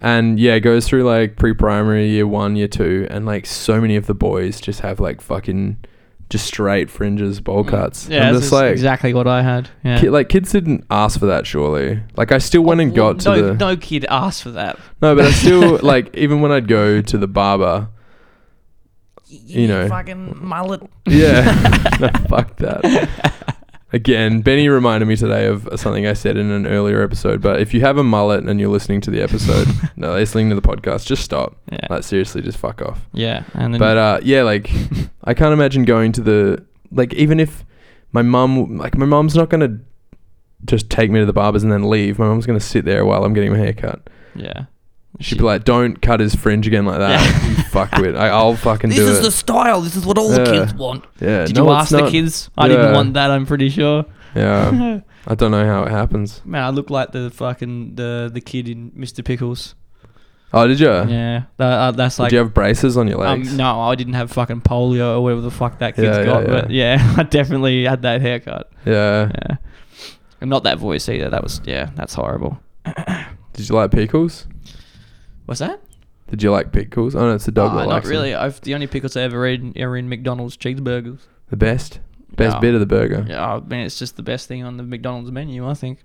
Speaker 1: And yeah, it goes through like pre-primary, year 1, year 2 and like so many of the boys just have like fucking just straight fringes, bowl
Speaker 2: Mm.
Speaker 1: cuts.
Speaker 2: Yeah,
Speaker 1: I'm
Speaker 2: that's
Speaker 1: just like
Speaker 2: exactly what I had. Yeah.
Speaker 1: ki- like kids didn't ask for that surely. Like I still went and
Speaker 2: Well,
Speaker 1: got
Speaker 2: no,
Speaker 1: to the
Speaker 2: no kid asked for that.
Speaker 1: No,
Speaker 2: [laughs]
Speaker 1: but I still like even when I'd go to the barber, You know.
Speaker 2: fucking mullet. [laughs]
Speaker 1: Yeah. [laughs] No, fuck that. Again, Benny reminded me today of something I said in an earlier episode. But if you have a mullet and you're listening to the episode,
Speaker 2: [laughs]
Speaker 1: no, listening to the podcast, just stop.
Speaker 2: Yeah.
Speaker 1: Like seriously, just fuck off.
Speaker 2: Yeah, and then
Speaker 1: But uh, yeah,
Speaker 2: [laughs]
Speaker 1: like I can't imagine going to the like even if my mum like my mum's not gonna just take me to the barbers and then leave. My mum's gonna sit there while I'm getting my hair cut.
Speaker 2: yeah,
Speaker 1: She'd be like, "Don't cut his fringe again like that.
Speaker 2: Yeah.
Speaker 1: You fuckwit. I, I'll fucking
Speaker 2: "This
Speaker 1: do
Speaker 2: is
Speaker 1: it."
Speaker 2: the style. This is what all the
Speaker 1: Yeah.
Speaker 2: kids want."
Speaker 1: yeah.
Speaker 2: Did
Speaker 1: no,
Speaker 2: you
Speaker 1: it's
Speaker 2: ask the
Speaker 1: not-
Speaker 2: kids? I didn't
Speaker 1: Yeah. Uh.
Speaker 2: want that. I'm pretty sure.
Speaker 1: Yeah.
Speaker 2: [laughs] Man,
Speaker 1: I don't know how it happens.
Speaker 2: I look like the fucking the the kid in Mr. Pickles.
Speaker 1: Oh, did you?
Speaker 2: yeah, Tha- uh, that's like.
Speaker 1: Did you have braces on your
Speaker 2: um,
Speaker 1: legs?
Speaker 2: no, I didn't have fucking polio or whatever the fuck that kid's
Speaker 1: Yeah, yeah,
Speaker 2: got. But yeah, [laughs] I definitely had that haircut.
Speaker 1: [laughs] Yeah.
Speaker 2: Yeah, and not that voice either. That was yeah, that's horrible.
Speaker 1: Did you like pickles?
Speaker 2: What's that?
Speaker 1: Did you like pickles? Oh no, it's a dog
Speaker 2: Oh,
Speaker 1: that
Speaker 2: not
Speaker 1: likes them.
Speaker 2: really. I've, the only pickles I ever eat are in McDonald's cheeseburgers.
Speaker 1: The best, best
Speaker 2: Yeah.
Speaker 1: bit of the burger,
Speaker 2: Yeah, I mean it's just the best thing on the McDonald's menu, I think.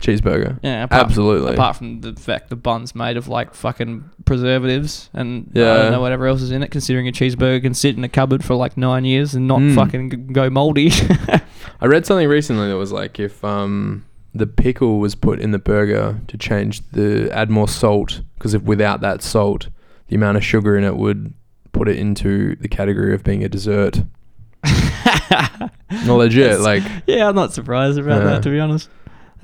Speaker 1: cheeseburger.
Speaker 2: Yeah, apart,
Speaker 1: Absolutely.
Speaker 2: apart from the fact the bun's made of like fucking preservatives and I
Speaker 1: Yeah.
Speaker 2: don't know whatever else is in it. Considering a cheeseburger can sit in a cupboard for like nine years and not
Speaker 1: Mm.
Speaker 2: fucking g- go moldy. [laughs]
Speaker 1: [laughs] I read something recently that was like if um the pickle was put in the burger to change the add more salt because if without that salt, the amount of sugar in it would put it into the category of being a dessert.
Speaker 2: [laughs]
Speaker 1: No, legit,
Speaker 2: That's-
Speaker 1: like
Speaker 2: Yeah, I'm not surprised about
Speaker 1: Yeah.
Speaker 2: that to be honest.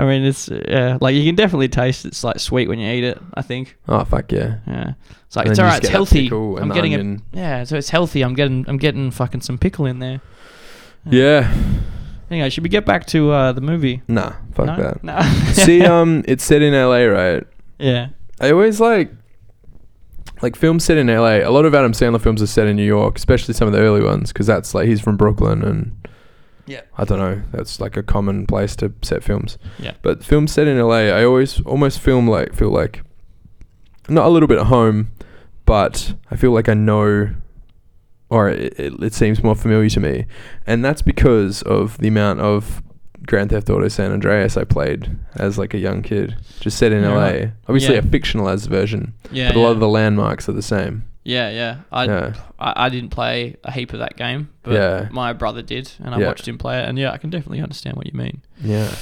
Speaker 2: I mean, it's yeah, like you can definitely taste it's like sweet when you eat it. I think.
Speaker 1: oh fuck yeah.
Speaker 2: Yeah, it's like
Speaker 1: And then you
Speaker 2: it's all
Speaker 1: just
Speaker 2: right.
Speaker 1: get
Speaker 2: It's
Speaker 1: that
Speaker 2: healthy.
Speaker 1: pickle and
Speaker 2: I'm
Speaker 1: the
Speaker 2: getting it.
Speaker 1: onion.
Speaker 2: Yeah, so it's healthy. I'm getting I'm getting fucking some pickle in there.
Speaker 1: Yeah,
Speaker 2: Anyway, should we get back to uh, the movie?
Speaker 1: nah, fuck
Speaker 2: no?
Speaker 1: that.
Speaker 2: No.
Speaker 1: [laughs]
Speaker 2: [laughs]
Speaker 1: See, um, it's set in LA, right?
Speaker 2: yeah.
Speaker 1: I always like like films set in LA. A lot of Adam Sandler films are set in New York, especially some of the early ones, because that's like he's from Brooklyn, and
Speaker 2: Yeah.
Speaker 1: I don't know, that's like a common place to set films.
Speaker 2: Yeah.
Speaker 1: But films set in LA, I always almost film like feel like not a little bit at home, but I feel like I know, or it, it, it seems more familiar to me, and that's because of the amount of. Grand Theft Auto San Andreas I played as like a young kid, just set in
Speaker 2: Yeah,
Speaker 1: LA.
Speaker 2: right.
Speaker 1: Obviously
Speaker 2: Yeah.
Speaker 1: a fictionalized version,
Speaker 2: Yeah.
Speaker 1: but a lot of the landmarks are the same.
Speaker 2: yeah, yeah. I,
Speaker 1: yeah.
Speaker 2: I I didn't play a heap of that game, but
Speaker 1: Yeah.
Speaker 2: my brother did, and I
Speaker 1: Yeah.
Speaker 2: watched him play it, and yeah, I can definitely understand what you mean.
Speaker 1: Yeah.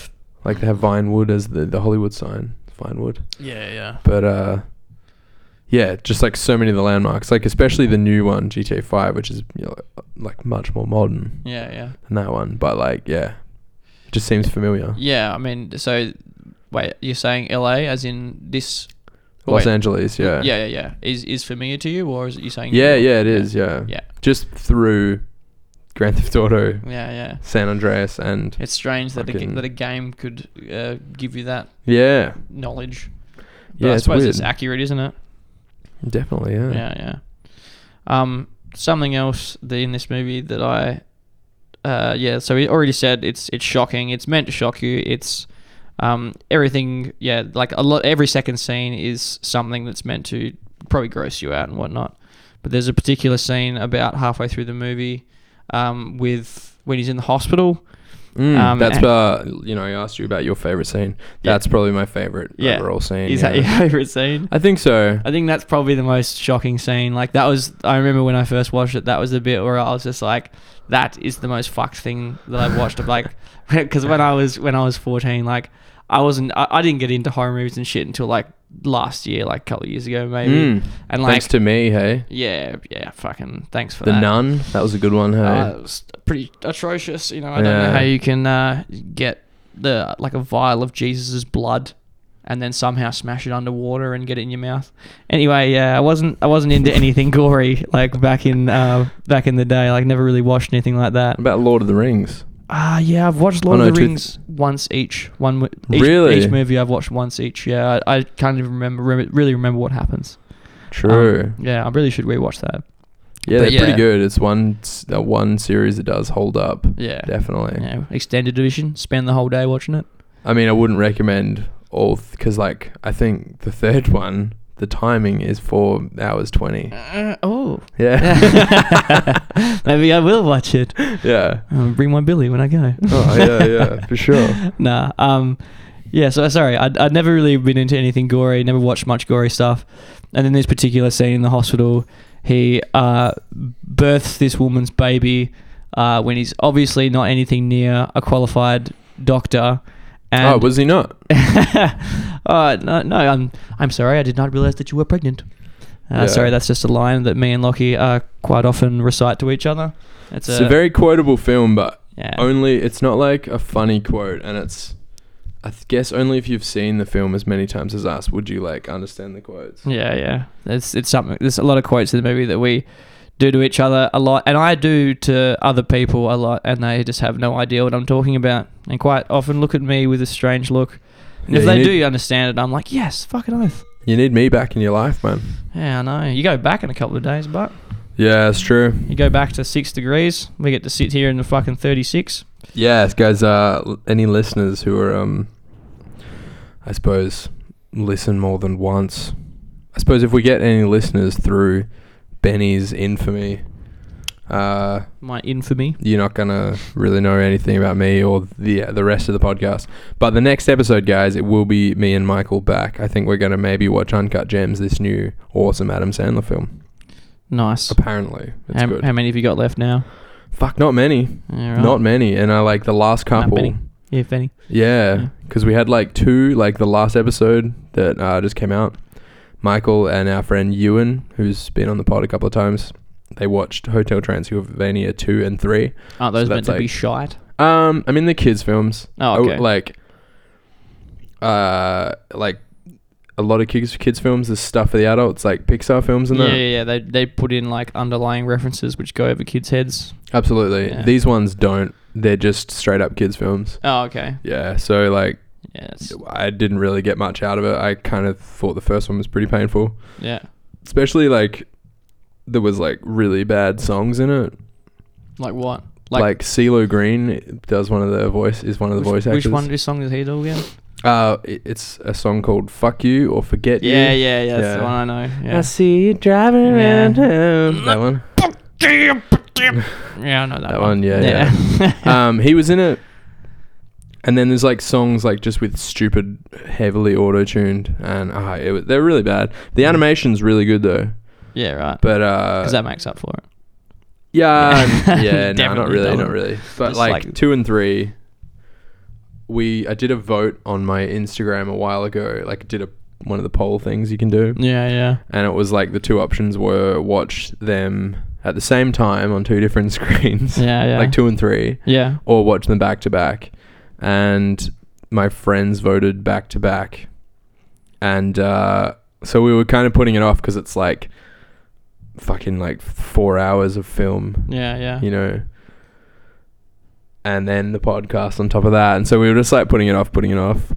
Speaker 1: Like they have Vinewood as the, the Hollywood sign, Vinewood.
Speaker 2: Yeah, yeah.
Speaker 1: But uh yeah, just like so many of the landmarks, like especially the new one GTA 5, which is you know, like much more modern
Speaker 2: Yeah, yeah.
Speaker 1: than that one, but like yeah. It just seems familiar.
Speaker 2: Yeah, I mean, so wait, you're saying LA as in this?
Speaker 1: Los
Speaker 2: wait.
Speaker 1: Angeles, yeah.
Speaker 2: yeah, yeah, yeah. Is is familiar to you, or is it you saying?
Speaker 1: Yeah, yeah, it is, yeah.
Speaker 2: Yeah.
Speaker 1: Just through Grand Theft Auto,
Speaker 2: yeah, yeah.
Speaker 1: San Andreas and
Speaker 2: It's strange that a, ga-
Speaker 1: Fucking-
Speaker 2: that a game could uh, give you that
Speaker 1: yeah,
Speaker 2: knowledge. But
Speaker 1: Yeah,
Speaker 2: I
Speaker 1: it's
Speaker 2: suppose
Speaker 1: weird.
Speaker 2: it's accurate, isn't it?
Speaker 1: definitely, yeah.
Speaker 2: Yeah, yeah. Um, something else that in this movie that I, uh, yeah. So we already said it's it's shocking. It's meant to shock you. It's um, everything. Yeah, like a lot. Every second scene is something that's meant to probably gross you out and whatnot. But there's a particular scene about halfway through the movie, um, with when he's in the hospital.
Speaker 1: Mm,
Speaker 2: Um,
Speaker 1: that's
Speaker 2: and-
Speaker 1: uh, you know, I asked you about your favorite scene.
Speaker 2: Yeah.
Speaker 1: That's probably my favorite
Speaker 2: Yeah.
Speaker 1: overall scene.
Speaker 2: Is
Speaker 1: yeah.
Speaker 2: that your [laughs] favorite scene?
Speaker 1: I think so.
Speaker 2: I think that's probably the most shocking scene. Like that was, I remember when I first watched it. That was the bit where I was just like, "That is the most fucked thing that I've watched." Of
Speaker 1: [laughs]
Speaker 2: like, [laughs] because when I was when I was fourteen, like I wasn't, I, I didn't get into horror movies and shit until like last year, like a couple of years ago maybe.
Speaker 1: Mm.
Speaker 2: And like,
Speaker 1: Thanks to me, hey.
Speaker 2: yeah, yeah, fucking thanks for
Speaker 1: The
Speaker 2: that.
Speaker 1: Nun, that was a good one, hey.
Speaker 2: Uh, it was pretty atrocious. You know, I don't know
Speaker 1: Oh, Yeah.
Speaker 2: how you can uh, get the like a vial of Jesus's blood and then somehow smash it underwater and get it in your mouth. Anyway, yeah, I wasn't I wasn't into anything [laughs] gory like back in uh, back in the day. Like never really watched anything like that.
Speaker 1: What about Lord of the Rings.
Speaker 2: Ah, yeah, I've watched Lord
Speaker 1: Oh,
Speaker 2: of
Speaker 1: no,
Speaker 2: the
Speaker 1: two-
Speaker 2: Rings once each. One wi- each,
Speaker 1: Really?
Speaker 2: each movie I've watched once each. Yeah, I, I can't even remember re- really remember what happens. Um,
Speaker 1: True.
Speaker 2: yeah, I really should rewatch that.
Speaker 1: yeah,
Speaker 2: but
Speaker 1: they're
Speaker 2: yeah.
Speaker 1: pretty good. It's one s- uh, one series that does hold up.
Speaker 2: Yeah.
Speaker 1: Definitely.
Speaker 2: Yeah, extended edition. Spend the whole day watching it.
Speaker 1: I mean, I wouldn't recommend all because, like, I think the third [laughs] one, the timing is four hours twenty.
Speaker 2: Uh, oh. [laughs]
Speaker 1: Yeah. [laughs]
Speaker 2: Maybe I will watch it.
Speaker 1: yeah.
Speaker 2: Um, bring my Billy when I go.
Speaker 1: Oh yeah, yeah, for sure.
Speaker 2: [laughs] nah. Um, yeah. So sorry, I'd, I'd never really been into anything gory. Never watched much gory stuff. And then this particular scene in the hospital, he uh, births this woman's baby uh, when he's obviously not anything near a qualified doctor. And
Speaker 1: oh, was he not?
Speaker 2: [laughs] uh, no, no, I'm I'm sorry. I did not realize that you were pregnant. Uh,
Speaker 1: Yeah.
Speaker 2: Sorry, that's just a line that me and Lockie uh, quite often recite to each other. It's,
Speaker 1: It's, a very quotable film, but
Speaker 2: yeah,
Speaker 1: only it's not like a funny quote and it's i th- guess only if you've seen the film as many times as us would you like understand the quotes
Speaker 2: yeah, yeah. It's it's something. There's a lot of quotes in the movie that we do to each other a lot, and I do to other people a lot, and they just have no idea what I'm talking about, and quite often look at me with a strange look. And
Speaker 1: Yeah,
Speaker 2: if
Speaker 1: you
Speaker 2: they
Speaker 1: need-
Speaker 2: do understand it, I'm like, yes, fucking oath.
Speaker 1: you need me back in your life man
Speaker 2: Yeah, I know. You go back in a couple of days, but.
Speaker 1: yeah it's true
Speaker 2: You go back to six degrees. We get to sit here in the fucking thirty-six.
Speaker 1: yes guys uh l- any listeners who are um i suppose listen more than once i suppose if we get any listeners through benny's infamy Uh,
Speaker 2: My infamy.
Speaker 1: you're not gonna really know anything about me or the uh, the rest of the podcast. But the next episode, guys, it will be me and Michael back. I think we're gonna maybe watch Uncut Gems, this new awesome Adam Sandler film.
Speaker 2: Nice.
Speaker 1: Apparently, it's
Speaker 2: How,
Speaker 1: good.
Speaker 2: how many have you got left now?
Speaker 1: Fuck, not many,
Speaker 2: Yeah,
Speaker 1: not many. And I like the last
Speaker 2: Not
Speaker 1: couple.
Speaker 2: many. If any. Yeah.
Speaker 1: Yeah, because we had like two, like the last episode that uh, just came out. Michael and our friend Ewan, who's been on the pod a couple of times, they watched Hotel Transylvania two and three.
Speaker 2: Aren't those
Speaker 1: So
Speaker 2: meant
Speaker 1: that's
Speaker 2: to be
Speaker 1: like-
Speaker 2: shite?
Speaker 1: Um, I mean the kids' films.
Speaker 2: Oh,
Speaker 1: w-
Speaker 2: okay.
Speaker 1: like, uh, like a lot of kids kids films. There's stuff for the adults, like Pixar films and
Speaker 2: yeah,
Speaker 1: that.
Speaker 2: yeah, yeah. They, they put in like underlying references which go over kids' heads.
Speaker 1: Absolutely,
Speaker 2: Yeah.
Speaker 1: these ones don't. They're just straight up kids' films.
Speaker 2: Oh, okay.
Speaker 1: Yeah, so like
Speaker 2: Yes.
Speaker 1: I didn't really get much out of it. I kind of thought the first one was pretty painful.
Speaker 2: Yeah.
Speaker 1: especially like there was like really bad songs in it.
Speaker 2: Like what? Like-
Speaker 1: Like, CeeLo Green does one of the voice is one of the
Speaker 2: which,
Speaker 1: voice actors.
Speaker 2: which one? Which song does he do again?
Speaker 1: Uh, it- it's a song called "Fuck You" or "Forget
Speaker 2: Yeah,
Speaker 1: You."
Speaker 2: yeah, yeah. That's the
Speaker 1: Yeah.
Speaker 2: one I know. Yeah.
Speaker 1: I see you driving
Speaker 2: Yeah.
Speaker 1: around town. That one.
Speaker 2: yeah, I know that,
Speaker 1: That one, yeah, um, he was in it. And then there's like songs like just with stupid, heavily auto-tuned, and uh, it, wa- they're really bad. The animation's really good though,
Speaker 2: [laughs] yeah, right.
Speaker 1: but uh,
Speaker 2: Because Mm. that makes up for it.
Speaker 1: Yeah,
Speaker 2: [laughs] Yeah.
Speaker 1: um, yeah, no, not
Speaker 2: Definitely
Speaker 1: really,
Speaker 2: doesn't.
Speaker 1: not really. But
Speaker 2: Just
Speaker 1: like,
Speaker 2: like-
Speaker 1: two and three, we I did a vote on my Instagram a while ago. Like, did a one of the poll things you can do, [laughs]
Speaker 2: Yeah, yeah.
Speaker 1: and it was like the two options were watch them at the same time on two different [laughs] screens,
Speaker 2: Yeah, yeah.
Speaker 1: like two and three,
Speaker 2: yeah.
Speaker 1: or watch them back to back. And my friends voted back to back, and uh, so we were kind of putting it off because it's like fucking like four hours of film
Speaker 2: Yeah, yeah.
Speaker 1: you know, and then the podcast on top of that. And so we were just like putting it off, putting it off,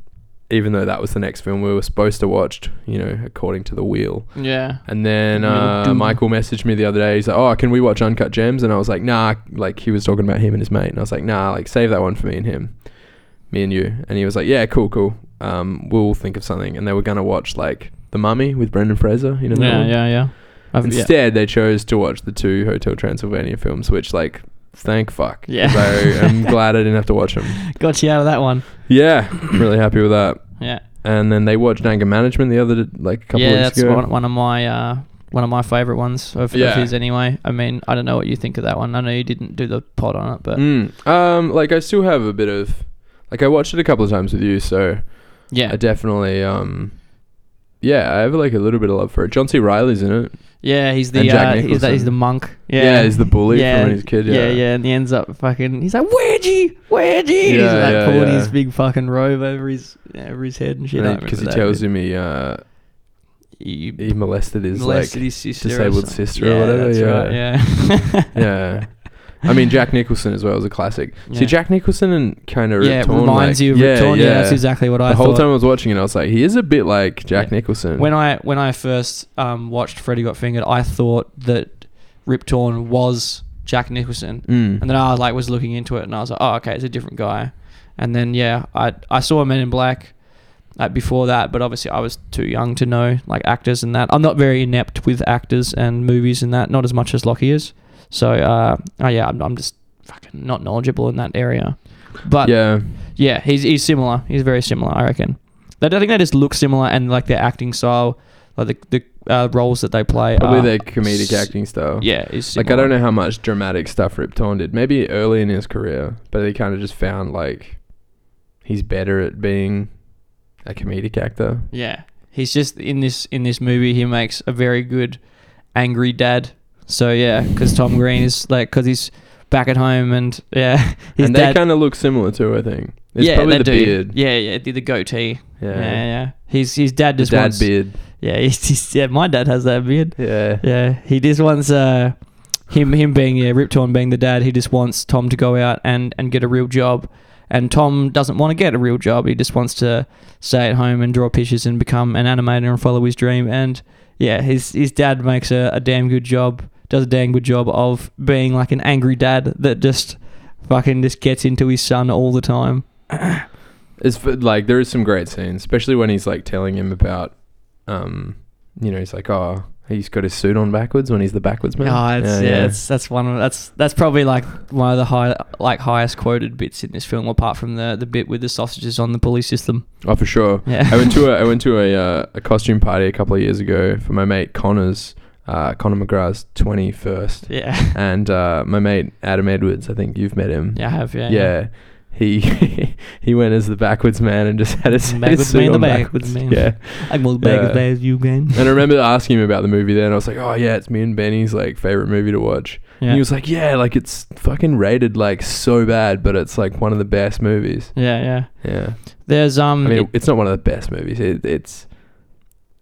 Speaker 1: even though that was the next film we were supposed to watch, you know, according to the wheel.
Speaker 2: Yeah.
Speaker 1: And then
Speaker 2: Wheel of
Speaker 1: uh,
Speaker 2: Doom.
Speaker 1: Michael messaged me the other day. He's like, "Oh, can we watch Uncut Gems?" And I was like, "Nah." Like he was talking about him and his mate, and I was like, "Nah." Like save that one for me and him, me and you. And he was like, "Yeah, cool, cool. Um, we'll think of something." And they were gonna watch like The Mummy with Brendan Fraser. You know, that
Speaker 2: Yeah,
Speaker 1: one?
Speaker 2: yeah, yeah. I've, yeah.
Speaker 1: Instead, they chose to watch the two Hotel Transylvania films, which, like, thank fuck.
Speaker 2: Yeah.
Speaker 1: So
Speaker 2: [laughs]
Speaker 1: I'm glad I didn't have to watch them.
Speaker 2: Got you out of that one.
Speaker 1: Yeah, really happy with that.
Speaker 2: Yeah.
Speaker 1: And then they watched Anger Management the other, d- like, a couple
Speaker 2: yeah,
Speaker 1: of weeks
Speaker 2: that's
Speaker 1: ago.
Speaker 2: one, one of my uh, one of my favorite ones of, of
Speaker 1: Yeah.
Speaker 2: his anyway. I mean, I don't know what you think of that one. I know you didn't do the pod on it, but
Speaker 1: Mm. Um, like, I still have a bit of, like, I watched it a couple of times with you, so
Speaker 2: yeah,
Speaker 1: I definitely, um, yeah, I have like a little bit of love for it. John C. Riley's in it.
Speaker 2: yeah, he's the
Speaker 1: And Jack
Speaker 2: uh, he's, the, he's
Speaker 1: Nicholson.
Speaker 2: the monk. Yeah,
Speaker 1: he's the bully
Speaker 2: yeah,
Speaker 1: from when he's a kid. Yeah,
Speaker 2: yeah, yeah, and he ends up fucking. He's like, "Where'd you? Where'd you?" he's
Speaker 1: Yeah,
Speaker 2: like
Speaker 1: yeah,
Speaker 2: pulling
Speaker 1: yeah.
Speaker 2: his big fucking robe over his over his head and shit. I
Speaker 1: because he
Speaker 2: remember that
Speaker 1: tells
Speaker 2: bit.
Speaker 1: him he uh,
Speaker 2: You
Speaker 1: he molested his
Speaker 2: molested
Speaker 1: like
Speaker 2: his sister or
Speaker 1: disabled
Speaker 2: something.
Speaker 1: sister or whatever,
Speaker 2: That's Right, yeah, [laughs]
Speaker 1: yeah. I mean, Jack Nicholson as well was a classic.
Speaker 2: Yeah.
Speaker 1: See, Jack Nicholson and kind of
Speaker 2: yeah,
Speaker 1: Rip
Speaker 2: it
Speaker 1: Torn,
Speaker 2: reminds
Speaker 1: like-
Speaker 2: you of Rip Torn. Yeah, that's exactly what
Speaker 1: the
Speaker 2: I
Speaker 1: whole
Speaker 2: thought.
Speaker 1: time I was watching it, I was like, he is a bit like Jack
Speaker 2: Yeah.
Speaker 1: Nicholson.
Speaker 2: When I when I first um, watched Freddy Got Fingered, I thought that Rip Torn was Jack Nicholson,
Speaker 1: Mm.
Speaker 2: and then I like was looking into it, and I was like, oh, okay, it's a different guy. And then yeah, I I saw Men in Black like before that, but obviously I was too young to know like actors and that. I'm not very inept with actors and movies and that, not as much as Lockie is. So uh, oh yeah, I'm, I'm just fucking not knowledgeable in that area. But
Speaker 1: yeah,
Speaker 2: yeah, he's he's similar. He's very similar, I reckon. They, I think they just look similar, and like their acting style, like the the uh, roles that they play.
Speaker 1: probably
Speaker 2: are,
Speaker 1: their comedic
Speaker 2: Uh, s-
Speaker 1: acting style.
Speaker 2: Yeah, is
Speaker 1: like I don't know how much dramatic stuff Rip Torn did. Maybe early in his career, but he kind of just found like he's better at being a comedic actor.
Speaker 2: Yeah, he's just in this in this movie. He makes a very good angry dad. So yeah, because Tom Green is like because he's back at home and yeah, [laughs] his
Speaker 1: and
Speaker 2: dad.
Speaker 1: they kind of look similar too. I think it's
Speaker 2: yeah,
Speaker 1: probably
Speaker 2: they
Speaker 1: the
Speaker 2: do.
Speaker 1: beard.
Speaker 2: Yeah, yeah, the, the goatee. Yeah, yeah,
Speaker 1: yeah.
Speaker 2: His his dad
Speaker 1: The
Speaker 2: just
Speaker 1: dad
Speaker 2: wants.
Speaker 1: beard.
Speaker 2: Yeah, [laughs] he's, he's, yeah, my dad has that beard.
Speaker 1: Yeah.
Speaker 2: Yeah, he just wants uh, him him being yeah Riptorn being the dad. He just wants Tom to go out and and get a real job, and Tom doesn't want to get a real job. He just wants to stay at home and draw pictures and become an animator and follow his dream. And yeah, his his dad makes a, a damn good job. Does a damn good job of being like an angry dad that just fucking just gets into his son all the time.
Speaker 1: It's f- like there is some great scenes, especially when he's like telling him about, um, you know, he's like, "Oh, He's got his suit on backwards when he's the backwards man.
Speaker 2: Oh, it's, yeah, It's, that's one of that's that's probably like one of the high like highest quoted bits in this film, apart from the the bit with the sausages on the pulley system.
Speaker 1: oh, for sure.
Speaker 2: [laughs] Yeah,
Speaker 1: I went to a I went to a uh, a costume party a couple of years ago for my mate Connor's uh, Connor McGrath's twenty first,
Speaker 2: [laughs] yeah,
Speaker 1: and uh, my mate Adam Edwards. I think you've met him.
Speaker 2: yeah. I have yeah.
Speaker 1: yeah. He [laughs] he went as the backwards man and just had his, his
Speaker 2: Backwards
Speaker 1: suit
Speaker 2: man, the
Speaker 1: on backwards.
Speaker 2: backwards man.
Speaker 1: Yeah,
Speaker 2: I'm all
Speaker 1: Yeah.
Speaker 2: back as you game.
Speaker 1: and I remember asking him about the movie then. I was like, oh yeah, it's me and Benny's like favorite movie to watch. And
Speaker 2: Yeah.
Speaker 1: he was like, yeah, like it's fucking rated like so bad, but it's like one of the best movies.
Speaker 2: yeah, yeah.
Speaker 1: Yeah,
Speaker 2: There's
Speaker 1: I
Speaker 2: um.
Speaker 1: mean,
Speaker 2: it-
Speaker 1: it's not one of the best movies. It, it's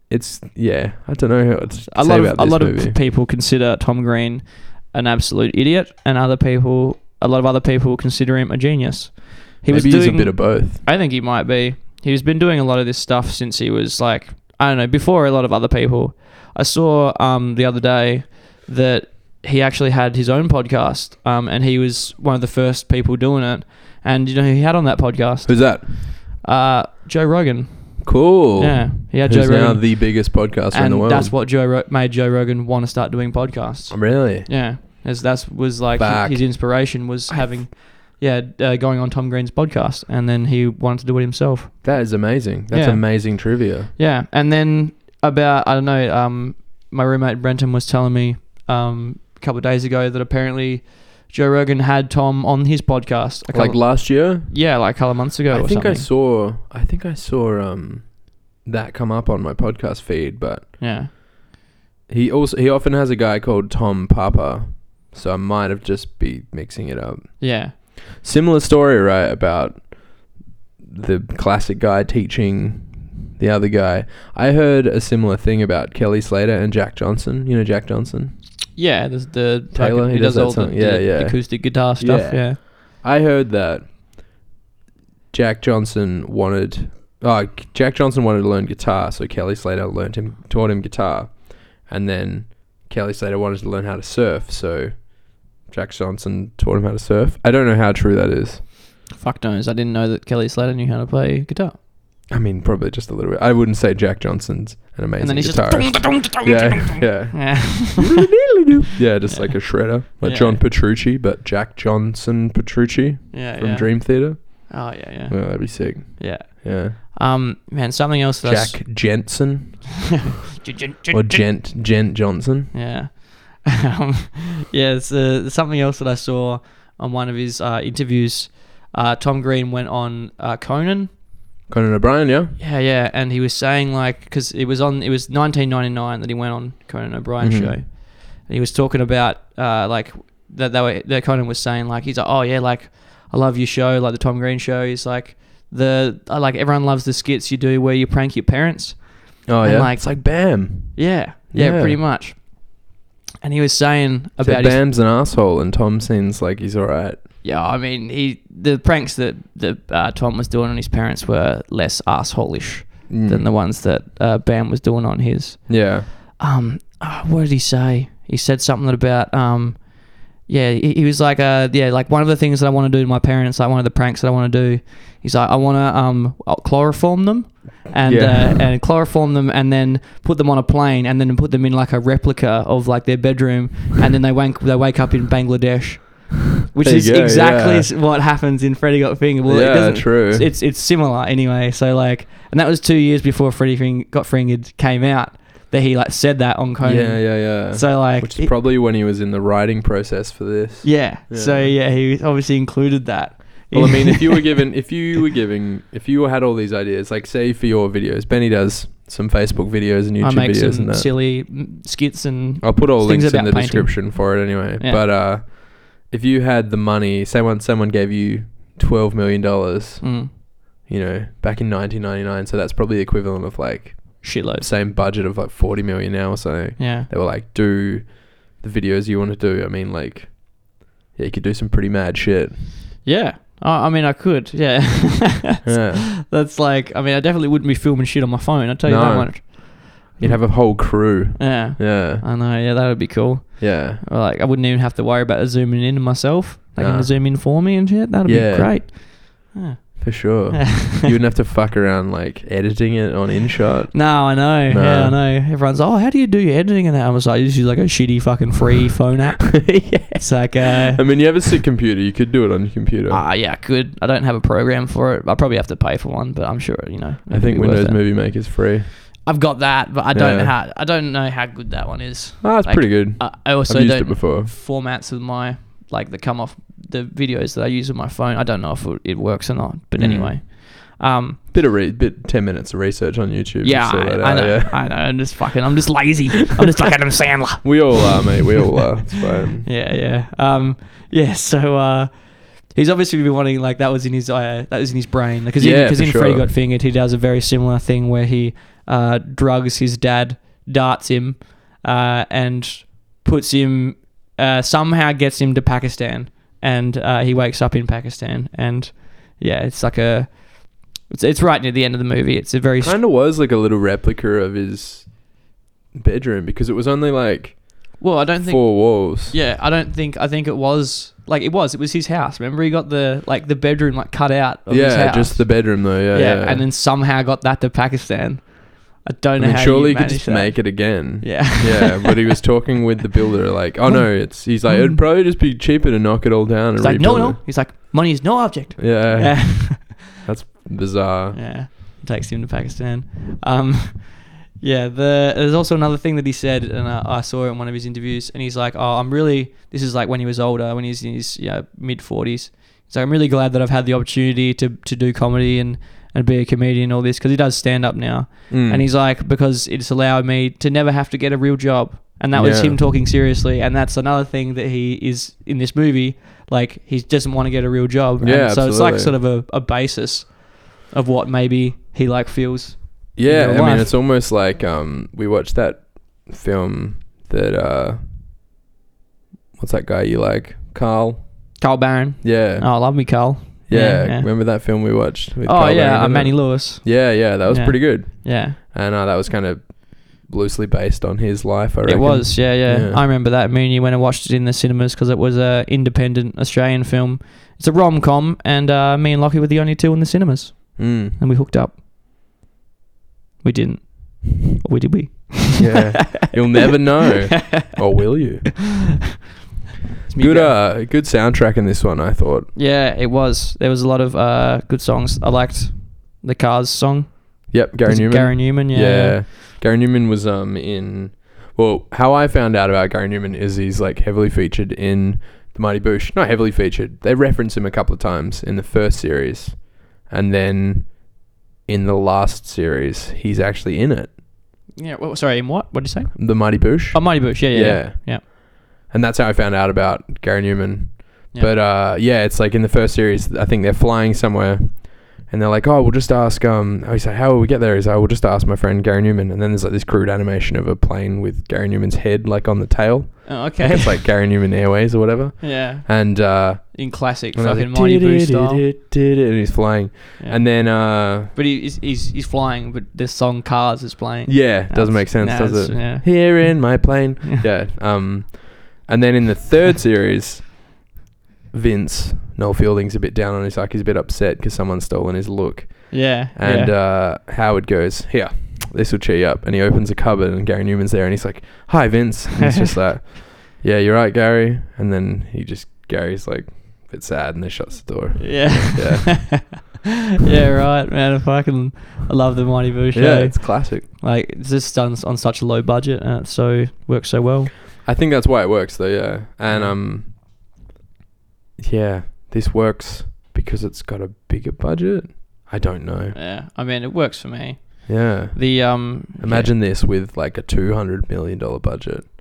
Speaker 1: it's yeah, I don't know how to
Speaker 2: a
Speaker 1: say
Speaker 2: lot of
Speaker 1: about
Speaker 2: a
Speaker 1: this
Speaker 2: lot
Speaker 1: movie.
Speaker 2: of people consider Tom Green an absolute idiot, and other people, a lot of other people consider him a genius. He
Speaker 1: Maybe
Speaker 2: was
Speaker 1: he's
Speaker 2: doing
Speaker 1: a bit of both.
Speaker 2: I think he might be. He's been doing a lot of this stuff since he was like I don't know before a lot of other people. I saw um, the other day that he actually had his own podcast, um, and he was one of the first people doing it. And you know who he had on that podcast?
Speaker 1: Who's that?
Speaker 2: Uh, Joe Rogan.
Speaker 1: Cool.
Speaker 2: Yeah, he had
Speaker 1: Who's
Speaker 2: Joe
Speaker 1: now
Speaker 2: Rogan,
Speaker 1: the biggest podcaster in
Speaker 2: and
Speaker 1: the world?
Speaker 2: that's what Joe Ro- made Joe Rogan want to start doing podcasts.
Speaker 1: really.
Speaker 2: Yeah, as that was like
Speaker 1: Fuck.
Speaker 2: his inspiration was having, yeah, uh, going on Tom Green's podcast, and then he wanted to do it himself.
Speaker 1: That is amazing. That's
Speaker 2: Yeah.
Speaker 1: amazing trivia.
Speaker 2: Yeah, and then about I don't know. Um, my roommate Brenton was telling me um a couple of days ago that apparently Joe Rogan had Tom on his podcast. A
Speaker 1: Like
Speaker 2: couple,
Speaker 1: last year,
Speaker 2: yeah, like a couple of months ago.
Speaker 1: I
Speaker 2: or
Speaker 1: think I
Speaker 2: something.
Speaker 1: saw. I think I saw um, that come up on my podcast feed. But
Speaker 2: Yeah,
Speaker 1: he also he often has a guy called Tom Papa, so I might have just be mixing it up.
Speaker 2: yeah,
Speaker 1: Similar story, right? About the classic guy teaching the other guy. I heard a similar thing about Kelly Slater and Jack Johnson. You know Jack Johnson.
Speaker 2: yeah. There's the
Speaker 1: Taylor,
Speaker 2: like,
Speaker 1: he does that
Speaker 2: all the,
Speaker 1: song. Yeah,
Speaker 2: the
Speaker 1: yeah.
Speaker 2: acoustic guitar stuff. Yeah,
Speaker 1: Yeah. I heard that Jack Johnson wanted. Oh, Jack Johnson wanted to learn guitar, so Kelly Slater learned him, taught him guitar, and then Kelly Slater wanted to learn how to surf, so Jack Johnson taught him how to surf. I don't know how true that is.
Speaker 2: Fuck knows. I didn't know that Kelly Slater knew how to play guitar.
Speaker 1: [laughs] I mean, probably just a little bit. I wouldn't say Jack Johnson's an amazing
Speaker 2: and then he's just
Speaker 1: guitarist. yeah, yeah,
Speaker 2: yeah.
Speaker 1: [laughs] yeah, just like a shredder, like
Speaker 2: Yeah.
Speaker 1: John Petrucci, but Jack Johnson Petrucci
Speaker 2: yeah,
Speaker 1: from
Speaker 2: yeah.
Speaker 1: Dream Theater.
Speaker 2: Oh yeah, yeah,
Speaker 1: Well, that'd be sick.
Speaker 2: yeah.
Speaker 1: Yeah,
Speaker 2: Um, man, something else that I s-
Speaker 1: Jack Jensen.
Speaker 2: [laughs]
Speaker 1: or Gent Gent Johnson.
Speaker 2: Yeah. [laughs] Um, yeah, it's uh, something else that I saw on one of his uh, interviews. Uh, Tom Green went on uh, Conan.
Speaker 1: Conan O'Brien, yeah.
Speaker 2: Yeah, yeah, and he was saying like because it was on it was 1999 that he went on Conan O'Brien
Speaker 1: Mhm.
Speaker 2: show, and he was talking about uh, like that they were that Conan was saying like he's like oh yeah like I love your show like the Tom Green show he's like the I like everyone loves the skits you do where you prank your parents
Speaker 1: Oh
Speaker 2: And
Speaker 1: yeah.
Speaker 2: like-
Speaker 1: it's like Bam.
Speaker 2: yeah yeah,
Speaker 1: Yeah.
Speaker 2: pretty much, and he was saying
Speaker 1: About
Speaker 2: about his
Speaker 1: Bam's an asshole, and Tom seems like he's all right.
Speaker 2: Yeah, I mean, he the pranks that that uh, Tom was doing on his parents were less assholish
Speaker 1: Mm.
Speaker 2: than the ones that uh, Bam was doing on his.
Speaker 1: Yeah.
Speaker 2: Um, ah, what did he say? He said something about um, yeah, he, he was like uh, yeah, like one of the things that I want to do to my parents, like one of the pranks that I want to do, he's like I want to um I'll chloroform them, and
Speaker 1: Yeah.
Speaker 2: uh, and chloroform them, and then put them on a plane, and then put them in like a replica of like their bedroom, and then they wake they wake up in Bangladesh which
Speaker 1: There you
Speaker 2: is
Speaker 1: go,
Speaker 2: exactly
Speaker 1: yeah.
Speaker 2: s- what happens in Freddy Got Fingered. Well,
Speaker 1: Yeah,
Speaker 2: it doesn't.
Speaker 1: true.
Speaker 2: It's, it's it's similar anyway. So like, and that was two years before Freddy Fing- Got Fingered came out that he like said that on Conan.
Speaker 1: Yeah, yeah, yeah.
Speaker 2: So like,
Speaker 1: Which
Speaker 2: it-
Speaker 1: is probably when he was in the writing process for this.
Speaker 2: yeah. So yeah, he obviously included that.
Speaker 1: Well, I mean, if
Speaker 2: [laughs]
Speaker 1: you were given, if you were giving, if you had all these ideas, like say for your videos, Benny does some Facebook videos and
Speaker 2: I
Speaker 1: YouTube
Speaker 2: make
Speaker 1: videos
Speaker 2: some
Speaker 1: and that.
Speaker 2: silly mm, skits and
Speaker 1: I'll put all
Speaker 2: Things
Speaker 1: links in
Speaker 2: about
Speaker 1: the
Speaker 2: painting.
Speaker 1: description for it anyway.
Speaker 2: Yeah.
Speaker 1: But uh, if you had the money, say when someone gave you twelve million dollars,
Speaker 2: mm,
Speaker 1: you know, back in 1999. So that's probably the equivalent of like
Speaker 2: shitloads.
Speaker 1: same budget of like 40 million now or something.
Speaker 2: Yeah.
Speaker 1: They were like, do the videos you want to do. I mean, like, yeah, you could do some pretty mad shit.
Speaker 2: Yeah. I I mean, I could. [laughs] Yeah. [laughs]
Speaker 1: Yeah.
Speaker 2: That's like, I mean, I definitely wouldn't be filming shit on my phone. I tell you that
Speaker 1: No.
Speaker 2: much.
Speaker 1: You'd have a whole crew.
Speaker 2: Yeah.
Speaker 1: Yeah.
Speaker 2: I know. Yeah, that would be cool.
Speaker 1: Yeah.
Speaker 2: Or, Like I wouldn't even have to worry about zooming in myself. They
Speaker 1: Nah.
Speaker 2: can zoom in for me and shit. That'd
Speaker 1: Yeah.
Speaker 2: be great. Yeah.
Speaker 1: for sure.
Speaker 2: [laughs]
Speaker 1: you wouldn't have to fuck around like editing it on InShot.
Speaker 2: No, I know.
Speaker 1: No.
Speaker 2: Yeah, I know. Everyone's, oh, how do you do your editing and that? I'm just like, I just use like a shitty fucking
Speaker 1: [laughs]
Speaker 2: free phone app. It's like, uh,
Speaker 1: I mean, you have a sick computer. You could do it on your computer.
Speaker 2: ah, yeah, good. I don't have a program for it. I probably have to pay for one, but I'm sure you know.
Speaker 1: I
Speaker 2: it'd
Speaker 1: think
Speaker 2: be worth
Speaker 1: Windows
Speaker 2: it.
Speaker 1: Movie Maker's free.
Speaker 2: I've got that, but I don't know
Speaker 1: Yeah.
Speaker 2: how. I don't know how good that one is.
Speaker 1: Ah, it's
Speaker 2: Like,
Speaker 1: pretty good.
Speaker 2: I, I also
Speaker 1: I've used it
Speaker 2: don't
Speaker 1: before.
Speaker 2: formats of my like that come off the videos that I use with my phone. I don't know if it, it works or not, but
Speaker 1: Mm.
Speaker 2: anyway. Um,
Speaker 1: Bit of re- bit ten minutes of research on YouTube. to
Speaker 2: yeah, I,
Speaker 1: sort that
Speaker 2: I
Speaker 1: out,
Speaker 2: know,
Speaker 1: yeah.
Speaker 2: I know. I'm just fucking. I'm just lazy. I'm just like
Speaker 1: [laughs]
Speaker 2: Adam Sandler.
Speaker 1: We all are, mate. We all are. It's fine.
Speaker 2: [laughs] Yeah, yeah, um, yeah. So uh, he's obviously been wanting like that was in his uh, that was in his brain because
Speaker 1: Yeah,
Speaker 2: because
Speaker 1: for
Speaker 2: in Freddy
Speaker 1: sure.
Speaker 2: Got Fingered he does a very similar thing where he uh, drugs his dad, darts him, uh, and puts him uh, somehow gets him to Pakistan and uh, he wakes up in Pakistan and yeah it's like a it's, it's right near the end of the movie it's a very
Speaker 1: Kind of was like a little replica of his bedroom because it was only like
Speaker 2: well I don't think
Speaker 1: four walls.
Speaker 2: Yeah, I don't think I think it was like it was. It was his house. Remember, he got the like the bedroom like cut out. Of his
Speaker 1: Yeah,
Speaker 2: house.
Speaker 1: just the bedroom though. Yeah, yeah.
Speaker 2: and then somehow got that to Pakistan. I
Speaker 1: I
Speaker 2: don't know
Speaker 1: mean,
Speaker 2: how
Speaker 1: surely
Speaker 2: you
Speaker 1: you could
Speaker 2: managed
Speaker 1: just
Speaker 2: that.
Speaker 1: make it again.
Speaker 2: Yeah,
Speaker 1: yeah, but he
Speaker 2: [laughs]
Speaker 1: was talking with the builder like, oh no, it's he's like it'd probably just be cheaper to knock it all down and
Speaker 2: He's like, no,
Speaker 1: rebuild
Speaker 2: no. He's like, money is no object.
Speaker 1: it." Yeah,
Speaker 2: Yeah, [laughs]
Speaker 1: bizarre.
Speaker 2: yeah. Takes him to Pakistan. Um, [laughs] yeah. The there's also another thing that he said, and I, I saw in one of his interviews, and he's like, oh, I'm really. This is like when he was older, when he's in his you know, mid 40s. So I'm really glad that I've had the opportunity to to do comedy and and be a comedian and all this because he does stand up now.
Speaker 1: Mm.
Speaker 2: And he's like, because it's allowed me to never have to get a real job. And that was
Speaker 1: Yeah.
Speaker 2: him talking seriously. And that's another thing that he is in this movie. Like, he doesn't want to get a real job. And
Speaker 1: Yeah,
Speaker 2: so it's like
Speaker 1: absolutely.
Speaker 2: sort of a, a basis of what maybe he like feels.
Speaker 1: yeah,
Speaker 2: real
Speaker 1: I mean,
Speaker 2: life.
Speaker 1: it's almost like um, we watched that film that uh, what's that guy you like, Carl?
Speaker 2: Carl Barron.
Speaker 1: Yeah,
Speaker 2: Oh, love me, Carl.
Speaker 1: yeah,
Speaker 2: yeah, yeah.
Speaker 1: Remember that film we watched? With
Speaker 2: oh,
Speaker 1: Carl
Speaker 2: yeah.
Speaker 1: Reiner
Speaker 2: Uh,
Speaker 1: in it?
Speaker 2: Manny Lewis.
Speaker 1: Yeah, yeah, that was
Speaker 2: Yeah.
Speaker 1: pretty good,
Speaker 2: Yeah.
Speaker 1: and uh, that was kind of loosely based on his life. I
Speaker 2: It
Speaker 1: reckon.
Speaker 2: was. Yeah, yeah,
Speaker 1: Yeah.
Speaker 2: I remember that. Me and you went and watched it in the cinemas because it was a independent Australian film. It's a rom com. And uh, me and Lockie were the only two in the cinemas.
Speaker 1: Mm.
Speaker 2: [laughs] and we hooked up. We didn't. Or we did we?
Speaker 1: [laughs]
Speaker 2: [laughs]
Speaker 1: Yeah, you'll never know, Oh, or will you?
Speaker 2: It's me
Speaker 1: Good,
Speaker 2: go.
Speaker 1: uh, good soundtrack in this one. I thought.
Speaker 2: yeah, it was. There was a lot of uh, good songs. I liked the Cars song.
Speaker 1: Yep, Gary
Speaker 2: Was it
Speaker 1: Newman.
Speaker 2: Gary Newman. Yeah.
Speaker 1: Gary Newman was um in well, how I found out about Gary Newman is he's like heavily featured in The Mighty Boosh. Not heavily featured. They reference him a couple of times in the first series. And then in the last series, he's actually in it.
Speaker 2: Yeah. Well, sorry. In what? What did you say?
Speaker 1: The Mighty Boosh.
Speaker 2: Oh, Mighty Bush. Yeah. Yeah. yeah. yeah.
Speaker 1: And that's how I found out about Gary Newman.
Speaker 2: Yeah.
Speaker 1: But uh, yeah, it's like in the first series, I think they're flying somewhere, and they're like, "Oh, we'll just ask." Um, oh, he's like, "How will we get there?" He's like, "We'll just ask my friend Gary Newman." And then there's like this crude animation of a plane with Gary Newman's head like on the
Speaker 2: [laughs]
Speaker 1: tail.
Speaker 2: Oh,
Speaker 1: I think
Speaker 2: okay.
Speaker 1: it's like Gary Newman Airways or whatever.
Speaker 2: yeah.
Speaker 1: And uh,
Speaker 2: In classic
Speaker 1: and they're
Speaker 2: fucking
Speaker 1: like,
Speaker 2: Mighty
Speaker 1: [laughs]
Speaker 2: Bush style.
Speaker 1: "Did-did-did-did-did," and he's flying.
Speaker 2: Yeah.
Speaker 1: And then uh,
Speaker 2: But he, he's, he's he's flying, but the song Cars is playing.
Speaker 1: yeah, doesn't
Speaker 2: That's-
Speaker 1: make sense,
Speaker 2: nah,
Speaker 1: does it?
Speaker 2: it's- Yeah.
Speaker 1: Here in my plane.
Speaker 2: [laughs] Yeah.
Speaker 1: yeah. Um, and then in the third series, Vince Noel Fielding's a bit down on his luck. He's a bit upset because someone's stolen his look.
Speaker 2: Yeah.
Speaker 1: And
Speaker 2: yeah.
Speaker 1: uh, Howard goes, "Here, this will cheer you up." And he opens a cupboard, and Gary Newman's there, and he's like, "Hi, Vince." And it's
Speaker 2: [laughs]
Speaker 1: just like, "Yeah, you're right, Gary." And then he just Gary's like, a bit sad, and then shuts the door.
Speaker 2: Yeah. Yeah. [laughs] yeah, right, man. If I can, I love the Mighty Boosh.
Speaker 1: Yeah,
Speaker 2: eh?
Speaker 1: it's classic.
Speaker 2: Like, it's just done s- on such a low budget and it so works so well.
Speaker 1: I think that's why it works though, yeah. And um yeah, this works because it's got a bigger budget. I don't know.
Speaker 2: Yeah. I mean, it works for me.
Speaker 1: Yeah.
Speaker 2: The, um.
Speaker 1: Imagine this with like a 200 million dollar budget.
Speaker 2: yeah.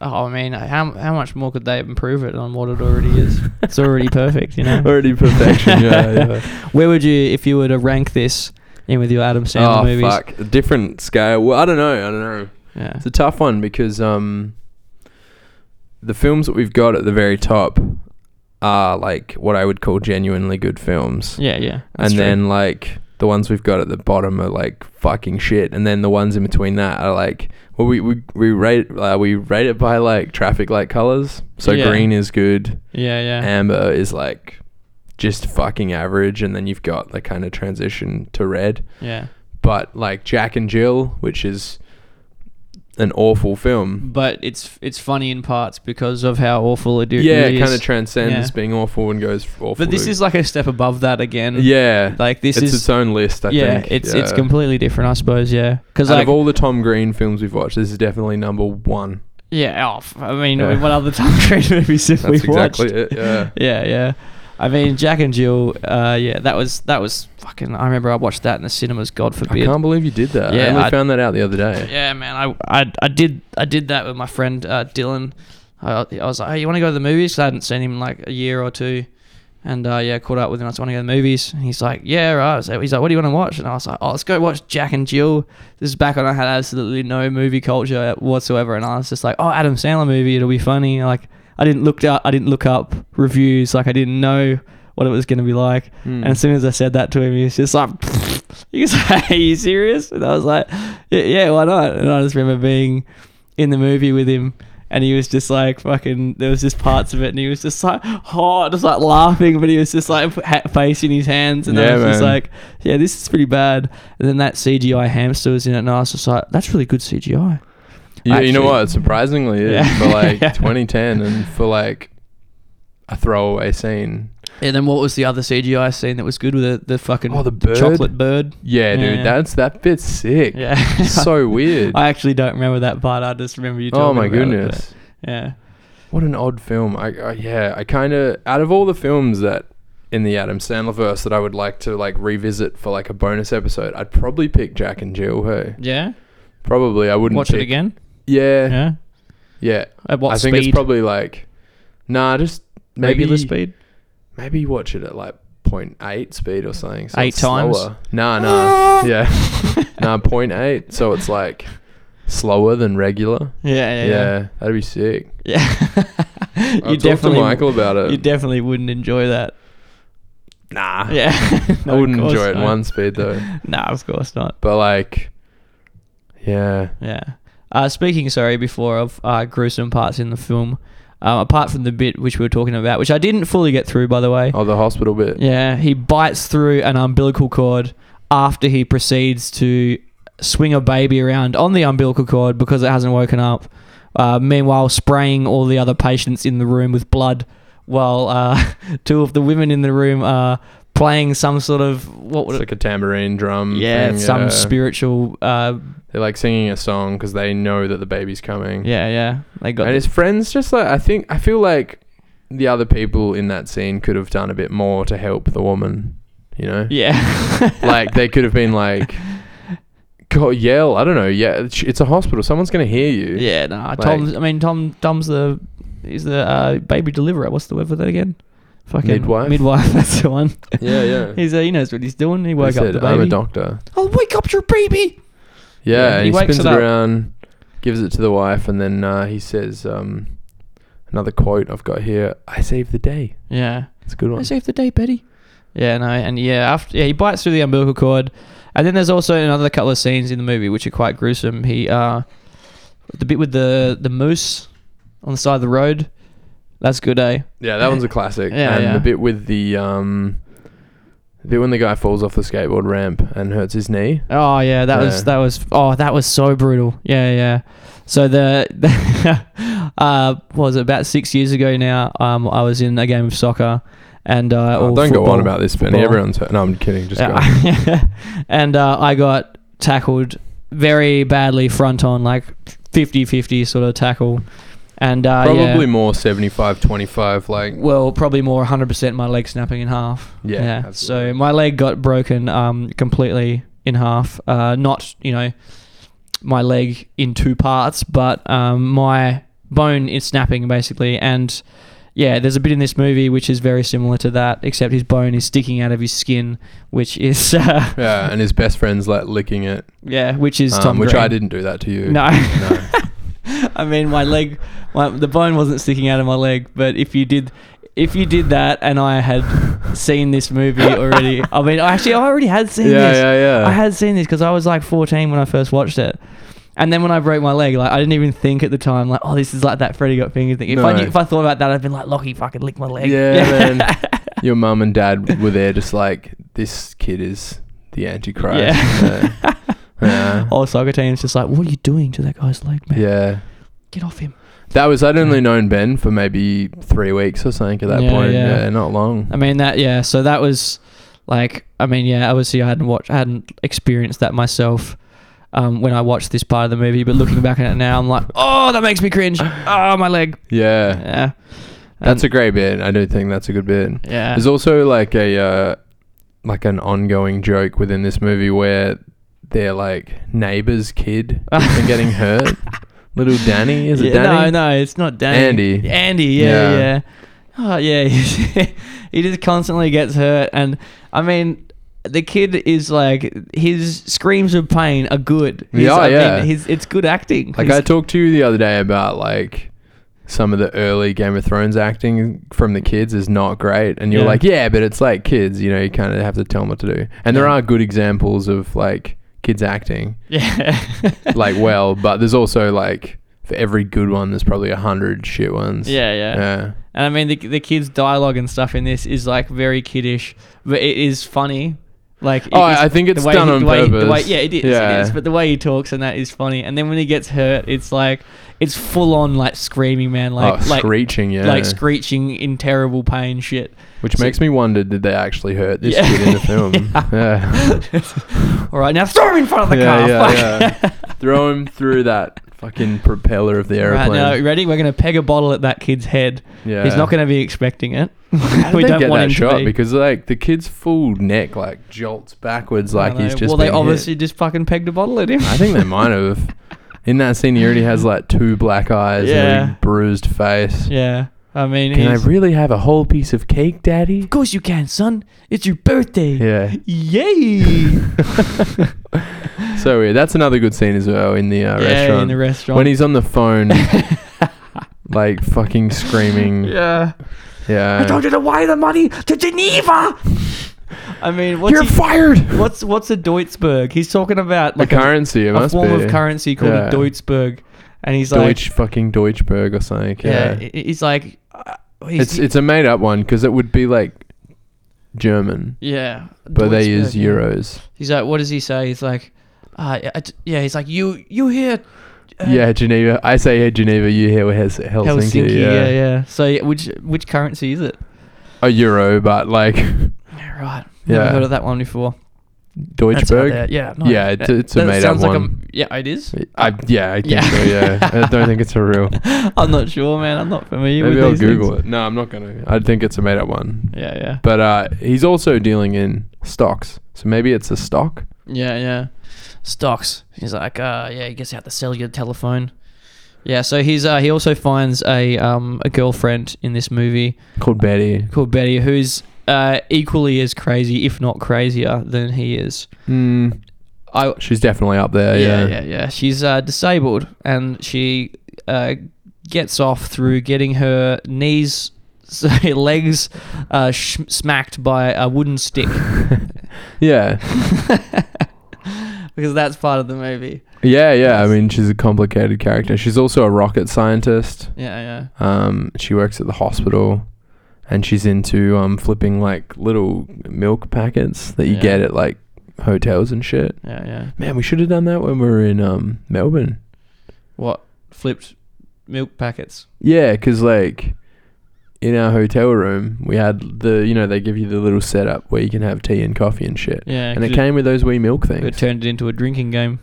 Speaker 2: Oh, I mean, how, how much more could they improve it on what it already is? it's already perfect, you know?
Speaker 1: [laughs] Already perfection. yeah, yeah.
Speaker 2: [laughs] Where would you, if you were to rank this in with your Adam Sandler
Speaker 1: oh
Speaker 2: movies?
Speaker 1: fuck, a different scale. Well, I don't know. I don't know.
Speaker 2: Yeah.
Speaker 1: It's a tough one because um the films that we've got at the very top are like what I would call genuinely good films.
Speaker 2: Yeah, yeah.
Speaker 1: and
Speaker 2: that's true.
Speaker 1: then like the ones we've got at the bottom are like fucking shit, and then the ones in between that are like well we we, we rate uh, we rate it by like traffic light colors. So
Speaker 2: Yeah.
Speaker 1: green is good,
Speaker 2: Yeah, yeah.
Speaker 1: amber is like just fucking average, and then you've got the kind of transition to red.
Speaker 2: Yeah.
Speaker 1: But like Jack and Jill, which is an awful film.
Speaker 2: But it's it's funny in parts because of how awful it, do,
Speaker 1: yeah,
Speaker 2: really
Speaker 1: it kind
Speaker 2: is.
Speaker 1: of transcends
Speaker 2: Yeah.
Speaker 1: being awful and goes awful.
Speaker 2: But this
Speaker 1: to-
Speaker 2: is like a step above that again.
Speaker 1: yeah,
Speaker 2: Like this
Speaker 1: it's
Speaker 2: is
Speaker 1: its own list. I
Speaker 2: yeah,
Speaker 1: think
Speaker 2: it's it's
Speaker 1: Yeah.
Speaker 2: completely different, I suppose. Yeah, because
Speaker 1: Out
Speaker 2: like
Speaker 1: of all the Tom Green films we've watched, this is definitely number one.
Speaker 2: yeah, oh, f- I mean,
Speaker 1: Yeah.
Speaker 2: what other [laughs] Tom Cruise movies have
Speaker 1: That's
Speaker 2: [laughs] we
Speaker 1: exactly it.
Speaker 2: watched? [laughs]
Speaker 1: Yeah.
Speaker 2: yeah, yeah. I mean, Jack and Jill. Uh, yeah, that was that was fucking. I remember I watched that in the cinemas. God
Speaker 1: I
Speaker 2: forbid.
Speaker 1: can't believe you did that.
Speaker 2: Yeah,
Speaker 1: I only
Speaker 2: I-
Speaker 1: found that out the other day.
Speaker 2: Yeah, man. I, I I did I did that with my friend uh, Dylan. I, I was like, hey, you want to go to the movies? 'Cause I hadn't seen him in like a year or two. And uh, yeah, caught up with him. I was want to go to the movies. And he's like, yeah, right. So he's like, what do you want to watch? And I was like, oh, let's go watch Jack and Jill. This is back when I had absolutely no movie culture whatsoever. And I was just like, oh, Adam Sandler movie. It'll be funny. Like I didn't look up. I didn't look up reviews. Like I didn't know what it was going to be like.
Speaker 1: Hmm.
Speaker 2: And as soon as I said that to him, he was just like, [laughs] he was like, are you serious? And I was like, "Yeah, yeah, why not? And I just remember being in the movie with him and he was just like fucking, there was just parts of it and he was just like, oh, just like laughing, but he was just like ha- face in his hands. And I
Speaker 1: Yeah,
Speaker 2: was just
Speaker 1: man.
Speaker 2: like, yeah, this is pretty bad. And then that CGI hamster was in it and I was just like, that's really good CGI.
Speaker 1: Yeah, you know
Speaker 2: Actually-
Speaker 1: what? Surprisingly, it is
Speaker 2: Yeah.
Speaker 1: for like
Speaker 2: [laughs] Yeah.
Speaker 1: 2010 and for like a throwaway scene.
Speaker 2: And then what was the other CGI scene that was good with it? The fucking
Speaker 1: Oh, the bird?
Speaker 2: chocolate bird.
Speaker 1: Yeah, dude,
Speaker 2: Yeah.
Speaker 1: that's that bit's sick.
Speaker 2: Yeah.
Speaker 1: [laughs] so weird.
Speaker 2: I actually don't remember that part. I just remember you.
Speaker 1: oh
Speaker 2: talking
Speaker 1: my
Speaker 2: about it, but-
Speaker 1: goodness,
Speaker 2: yeah.
Speaker 1: what an odd film. I, I yeah, I kind of out of all the films that in the Adam Sandler verse that I would like to like revisit for like a bonus episode, I'd probably pick Jack and Jill. Hey,
Speaker 2: Yeah.
Speaker 1: probably I wouldn't
Speaker 2: Watch
Speaker 1: pick,
Speaker 2: it again.
Speaker 1: Yeah, yeah.
Speaker 2: Yeah. At what
Speaker 1: I
Speaker 2: speed?
Speaker 1: think it's probably like, nah, just maybe
Speaker 2: regular speed.
Speaker 1: Maybe watch it at like 0.8 speed or something. So
Speaker 2: Eight
Speaker 1: it's
Speaker 2: times?
Speaker 1: Slower. Nah,
Speaker 2: [laughs]
Speaker 1: nah. yeah. nah, 0.8. So it's like slower than regular. Yeah.
Speaker 2: Yeah. Yeah.
Speaker 1: that'd be sick.
Speaker 2: [laughs] Yeah. you
Speaker 1: I'll talk to
Speaker 2: definitely.
Speaker 1: Michael about it.
Speaker 2: You definitely wouldn't
Speaker 1: [laughs]
Speaker 2: enjoy that.
Speaker 1: nah.
Speaker 2: Yeah. No,
Speaker 1: I
Speaker 2: of
Speaker 1: wouldn't
Speaker 2: course
Speaker 1: enjoy it in
Speaker 2: not.
Speaker 1: one speed though.
Speaker 2: Nah, of course not.
Speaker 1: But like, yeah.
Speaker 2: Yeah. Uh, speaking, sorry, before of uh, gruesome parts in the film, um, apart from the bit which we were talking about, which I didn't fully get through, by the way.
Speaker 1: Oh, the hospital bit.
Speaker 2: Yeah, he bites through an umbilical cord after he proceeds to swing a baby around on the umbilical cord because it hasn't woken up. Uh, meanwhile, spraying all the other patients in the room with blood, while uh, [laughs] two of the women in the room are playing some sort of what
Speaker 1: It's
Speaker 2: would it?
Speaker 1: like a tambourine drum.
Speaker 2: Yeah,
Speaker 1: thing,
Speaker 2: some
Speaker 1: yeah.
Speaker 2: spiritual. Uh,
Speaker 1: They're like singing a song because they know that the baby's coming.
Speaker 2: yeah, yeah, they got.
Speaker 1: and his friends just like I think I feel like the other people in that scene could have done a bit more to help the woman, you know?
Speaker 2: [laughs] yeah,
Speaker 1: [laughs] Like they could have been like go yell, I don't know. Yeah, it's it's a hospital. Someone's going to hear you.
Speaker 2: [laughs] yeah. No, Tom's. I mean, Tom. Tom's the. He's the uh, baby deliverer. What's the word for that again? Fucking
Speaker 1: Midwife?
Speaker 2: Midwife. [laughs] That's the one.
Speaker 1: Yeah, yeah.
Speaker 2: He's uh, he knows what he's doing. He
Speaker 1: He
Speaker 2: woke up
Speaker 1: said,
Speaker 2: the
Speaker 1: I'm a
Speaker 2: baby.
Speaker 1: doctor.
Speaker 2: I'll wake up your baby. Yeah,
Speaker 1: Yeah, and
Speaker 2: he
Speaker 1: he,
Speaker 2: wakes
Speaker 1: spins
Speaker 2: it
Speaker 1: it,
Speaker 2: up.
Speaker 1: around, gives it to the wife and then uh, he says um, another quote I've got here, I saved the day.
Speaker 2: Yeah.
Speaker 1: It's a good
Speaker 2: I
Speaker 1: one.
Speaker 2: saved the day, Betty. Yeah, no, and yeah, after yeah, he bites through the umbilical cord, and then there's also another couple of scenes in the movie which are quite gruesome. He uh, the bit with the the moose on the side of the road, that's good, eh?
Speaker 1: Yeah, that one's a classic.
Speaker 2: Yeah,
Speaker 1: and
Speaker 2: yeah.
Speaker 1: the bit with the um the bit when the guy falls off the skateboard ramp and hurts his knee.
Speaker 2: Oh yeah, that was
Speaker 1: Yeah.
Speaker 2: that was oh that was so brutal. Yeah, yeah. So the, [laughs] uh, what was it about six years ago now? Um, I was in a game of soccer, and uh,
Speaker 1: Oh,
Speaker 2: or
Speaker 1: don't go on
Speaker 2: football.
Speaker 1: about this, Benny.
Speaker 2: Football.
Speaker 1: Everyone's hurt. No, I'm kidding. Just go. on.
Speaker 2: Yeah. uh, [laughs] and uh, I got tackled very badly front on, like 50 50 sort of tackle. And uh, yeah.
Speaker 1: Probably more 75 25 like
Speaker 2: well, probably more 100% my leg snapping in half.
Speaker 1: Yeah,
Speaker 2: So
Speaker 1: absolutely.
Speaker 2: my leg got broken um, completely in half. Uh, not, you know, my leg in two parts, but um, my bone is snapping basically. And yeah, there's a bit in this movie which is very similar to that, except his bone is sticking out of his skin, which is. [laughs] Uh,
Speaker 1: yeah, and his best friend's like licking it,
Speaker 2: Yeah, which is
Speaker 1: um,
Speaker 2: Tom
Speaker 1: which
Speaker 2: Green.
Speaker 1: I didn't do that to you.
Speaker 2: No. [laughs]
Speaker 1: no.
Speaker 2: I mean, my leg, my, the bone wasn't sticking out of my leg. But if you did, if you did that, and I had seen this movie already, I mean, actually, I already had
Speaker 1: Yeah,
Speaker 2: seen this.
Speaker 1: yeah, yeah.
Speaker 2: I had seen this because I was like 14 when I first watched it. And then when I broke my leg, like I didn't even think at the time, like, oh, this is like that Freddy got fingered thing. If I
Speaker 1: No.
Speaker 2: [laughs] did, if I thought about that, I'd been like, Lockie fucking licked my leg.
Speaker 1: Yeah, man. Your mum and dad were there, just like this kid is the antichrist.
Speaker 2: Yeah. [laughs]
Speaker 1: Uh, yeah.
Speaker 2: All soccer team's just like, what are you doing to that guy's leg, man?
Speaker 1: yeah.
Speaker 2: Get off him.
Speaker 1: That was I'd only known Ben for maybe three weeks or something at that
Speaker 2: Yeah,
Speaker 1: point.
Speaker 2: yeah.
Speaker 1: Yeah. not long.
Speaker 2: I mean that yeah, so that was like I mean, yeah, obviously I hadn't watched I hadn't experienced that myself um, when I watched this part of the movie, but looking back at it now I'm like, Oh, that makes me cringe. Oh my leg.
Speaker 1: Yeah.
Speaker 2: Yeah.
Speaker 1: That's a great bit. I do think that's a good bit.
Speaker 2: a yeah.
Speaker 1: There's also like a uh, like an ongoing joke within this movie where their like neighbor's
Speaker 2: [laughs]
Speaker 1: kid has been getting hurt. Little Danny, is it
Speaker 2: Yeah,
Speaker 1: Danny?
Speaker 2: No, no, it's not Danny.
Speaker 1: Andy.
Speaker 2: Andy, yeah, yeah.
Speaker 1: Yeah.
Speaker 2: Oh, yeah. [laughs] he just constantly gets hurt. And I mean, the kid is like, his screams of pain are good. He's-
Speaker 1: Yeah,
Speaker 2: I
Speaker 1: yeah.
Speaker 2: Mean, his, it's good acting.
Speaker 1: Like I
Speaker 2: He's-
Speaker 1: talked to you the other day about like some of the early Game of Thrones acting from the kids is not great, and you're
Speaker 2: Yeah.
Speaker 1: like, yeah, but it's like kids, you know, you kind of have to tell them what to do. And there
Speaker 2: Yeah.
Speaker 1: are good examples of like kids acting
Speaker 2: [laughs] yeah.
Speaker 1: like well, but there's also like for every good one, there's probably a hundred shit ones.
Speaker 2: yeah, yeah.
Speaker 1: yeah,
Speaker 2: And I mean, the, the kids' dialogue and stuff in this is like very kiddish, but it is funny. Like, it
Speaker 1: Oh,
Speaker 2: is-
Speaker 1: I think it's
Speaker 2: the way
Speaker 1: done
Speaker 2: he-
Speaker 1: on
Speaker 2: the way, the
Speaker 1: purpose.
Speaker 2: way- yeah, it is. It
Speaker 1: Yeah.
Speaker 2: is. But the way he talks and that is funny. And then when he gets hurt, it's like it's full on like screaming, man. Like,
Speaker 1: oh,
Speaker 2: like,
Speaker 1: screeching, yeah,
Speaker 2: like screeching in terrible pain, shit.
Speaker 1: which
Speaker 2: so-
Speaker 1: makes me wonder, did they actually hurt this
Speaker 2: Yeah.
Speaker 1: kid
Speaker 2: [laughs]
Speaker 1: in the film? yeah,
Speaker 2: All right, now throw him in front of the
Speaker 1: [laughs] yeah,
Speaker 2: car.
Speaker 1: yeah,
Speaker 2: fuck. [laughs]
Speaker 1: yeah. throw him through that fucking propeller of the
Speaker 2: Right
Speaker 1: airplane.
Speaker 2: now, you ready? We're gonna peg a bottle at that kid's head.
Speaker 1: yeah,
Speaker 2: He's not gonna be expecting it. [laughs]
Speaker 1: How did
Speaker 2: we
Speaker 1: they
Speaker 2: don't
Speaker 1: get
Speaker 2: want
Speaker 1: that
Speaker 2: him
Speaker 1: shot
Speaker 2: to be.
Speaker 1: because like the kid's full neck like jolts backwards like
Speaker 2: I
Speaker 1: he's
Speaker 2: know.
Speaker 1: just.
Speaker 2: well, they
Speaker 1: been
Speaker 2: obviously
Speaker 1: hit.
Speaker 2: just [laughs] fucking pegged a bottle at him.
Speaker 1: I think they might have. In that scene, he already has like two black eyes
Speaker 2: Yeah.
Speaker 1: and a big bruised face.
Speaker 2: Yeah, I mean,
Speaker 1: Can I
Speaker 2: he's,
Speaker 1: really have a whole piece of cake, Daddy?
Speaker 2: [laughs] of course you can, son. It's your birthday.
Speaker 1: Yeah. [laughs]
Speaker 2: Yay!
Speaker 1: So weird. That's another good scene as well in the uh,
Speaker 2: yeah,
Speaker 1: restaurant.
Speaker 2: in the restaurant.
Speaker 1: when he's on the
Speaker 2: [laughs]
Speaker 1: phone, like fucking screaming. Yeah.
Speaker 2: yeah. I told you to wire the money to Geneva. I mean, what's
Speaker 1: You're
Speaker 2: he-
Speaker 1: fired.
Speaker 2: what's what's a Deutschmark? He's talking about
Speaker 1: A
Speaker 2: like a,
Speaker 1: currency, it
Speaker 2: a
Speaker 1: must
Speaker 2: form
Speaker 1: be.
Speaker 2: of currency called a
Speaker 1: Yeah.
Speaker 2: Deutschmark, and he's like,
Speaker 1: Deutsch fucking Deutschberg or something.
Speaker 2: yeah,
Speaker 1: Yeah.
Speaker 2: he- he's like, uh, he's,
Speaker 1: it's it's a made up one because it would be like German,
Speaker 2: yeah,
Speaker 1: but they use
Speaker 2: Deutschmark, yeah.
Speaker 1: euros.
Speaker 2: He's like, what does he say? He's like, uh, I d- yeah, he's like, you you here? uh,
Speaker 1: yeah, Geneva. I say hey, Geneva. You hear Hes- Helsinki?
Speaker 2: Helsinki,
Speaker 1: yeah.
Speaker 2: yeah, yeah. So yeah, which which currency is it?
Speaker 1: A euro, but like [laughs]
Speaker 2: Yeah, right. Never
Speaker 1: Yeah.
Speaker 2: heard of that one before. That's out there.
Speaker 1: Deutschberg.
Speaker 2: Yeah.
Speaker 1: Yeah, it's- it's a
Speaker 2: that
Speaker 1: made-up
Speaker 2: sounds like
Speaker 1: one.
Speaker 2: A, yeah, it is.
Speaker 1: I, yeah, I think
Speaker 2: Yeah.
Speaker 1: so. Yeah, I don't think it's a
Speaker 2: [laughs]
Speaker 1: real.
Speaker 2: I'm not sure, man. I'm not familiar
Speaker 1: Maybe
Speaker 2: with
Speaker 1: I'll
Speaker 2: these
Speaker 1: Google
Speaker 2: things.
Speaker 1: it. No, I'm not gonna. I think it's a made up one.
Speaker 2: Yeah, yeah,
Speaker 1: But uh, he's also dealing in stocks, so maybe it's a stock.
Speaker 2: yeah, yeah. Stocks. He's like, uh, yeah, he gets out the cellular telephone. Yeah, so he's uh, he also finds a um a girlfriend in this movie
Speaker 1: called Betty.
Speaker 2: called Betty, who's uh equally as crazy, if not crazier, than he is.
Speaker 1: Mm,
Speaker 2: I
Speaker 1: she's definitely up there.
Speaker 2: yeah,
Speaker 1: Uh, Yeah,
Speaker 2: yeah, yeah. She's uh, disabled, and she uh, gets off through getting her knees, [laughs] sorry, legs, uh, sh- smacked by a wooden
Speaker 1: [laughs]
Speaker 2: stick,
Speaker 1: yeah,
Speaker 2: because that's part of the movie.
Speaker 1: yeah, yeah. I mean, she's a complicated character. She's also a rocket scientist.
Speaker 2: Yeah, yeah.
Speaker 1: Um, she works at the hospital, and she's into um flipping like little milk packets that you
Speaker 2: Yeah.
Speaker 1: get at like hotels and shit.
Speaker 2: Yeah, yeah.
Speaker 1: Man, we should have done that when we were in um Melbourne.
Speaker 2: What flipped milk packets?
Speaker 1: Yeah, 'cause like in our hotel room, we had the you know they give you the little setup where you can have tea and coffee and shit,
Speaker 2: Yeah,
Speaker 1: and
Speaker 2: 'cause
Speaker 1: it came with those wee milk
Speaker 2: It,
Speaker 1: things.
Speaker 2: turned it into a drinking game.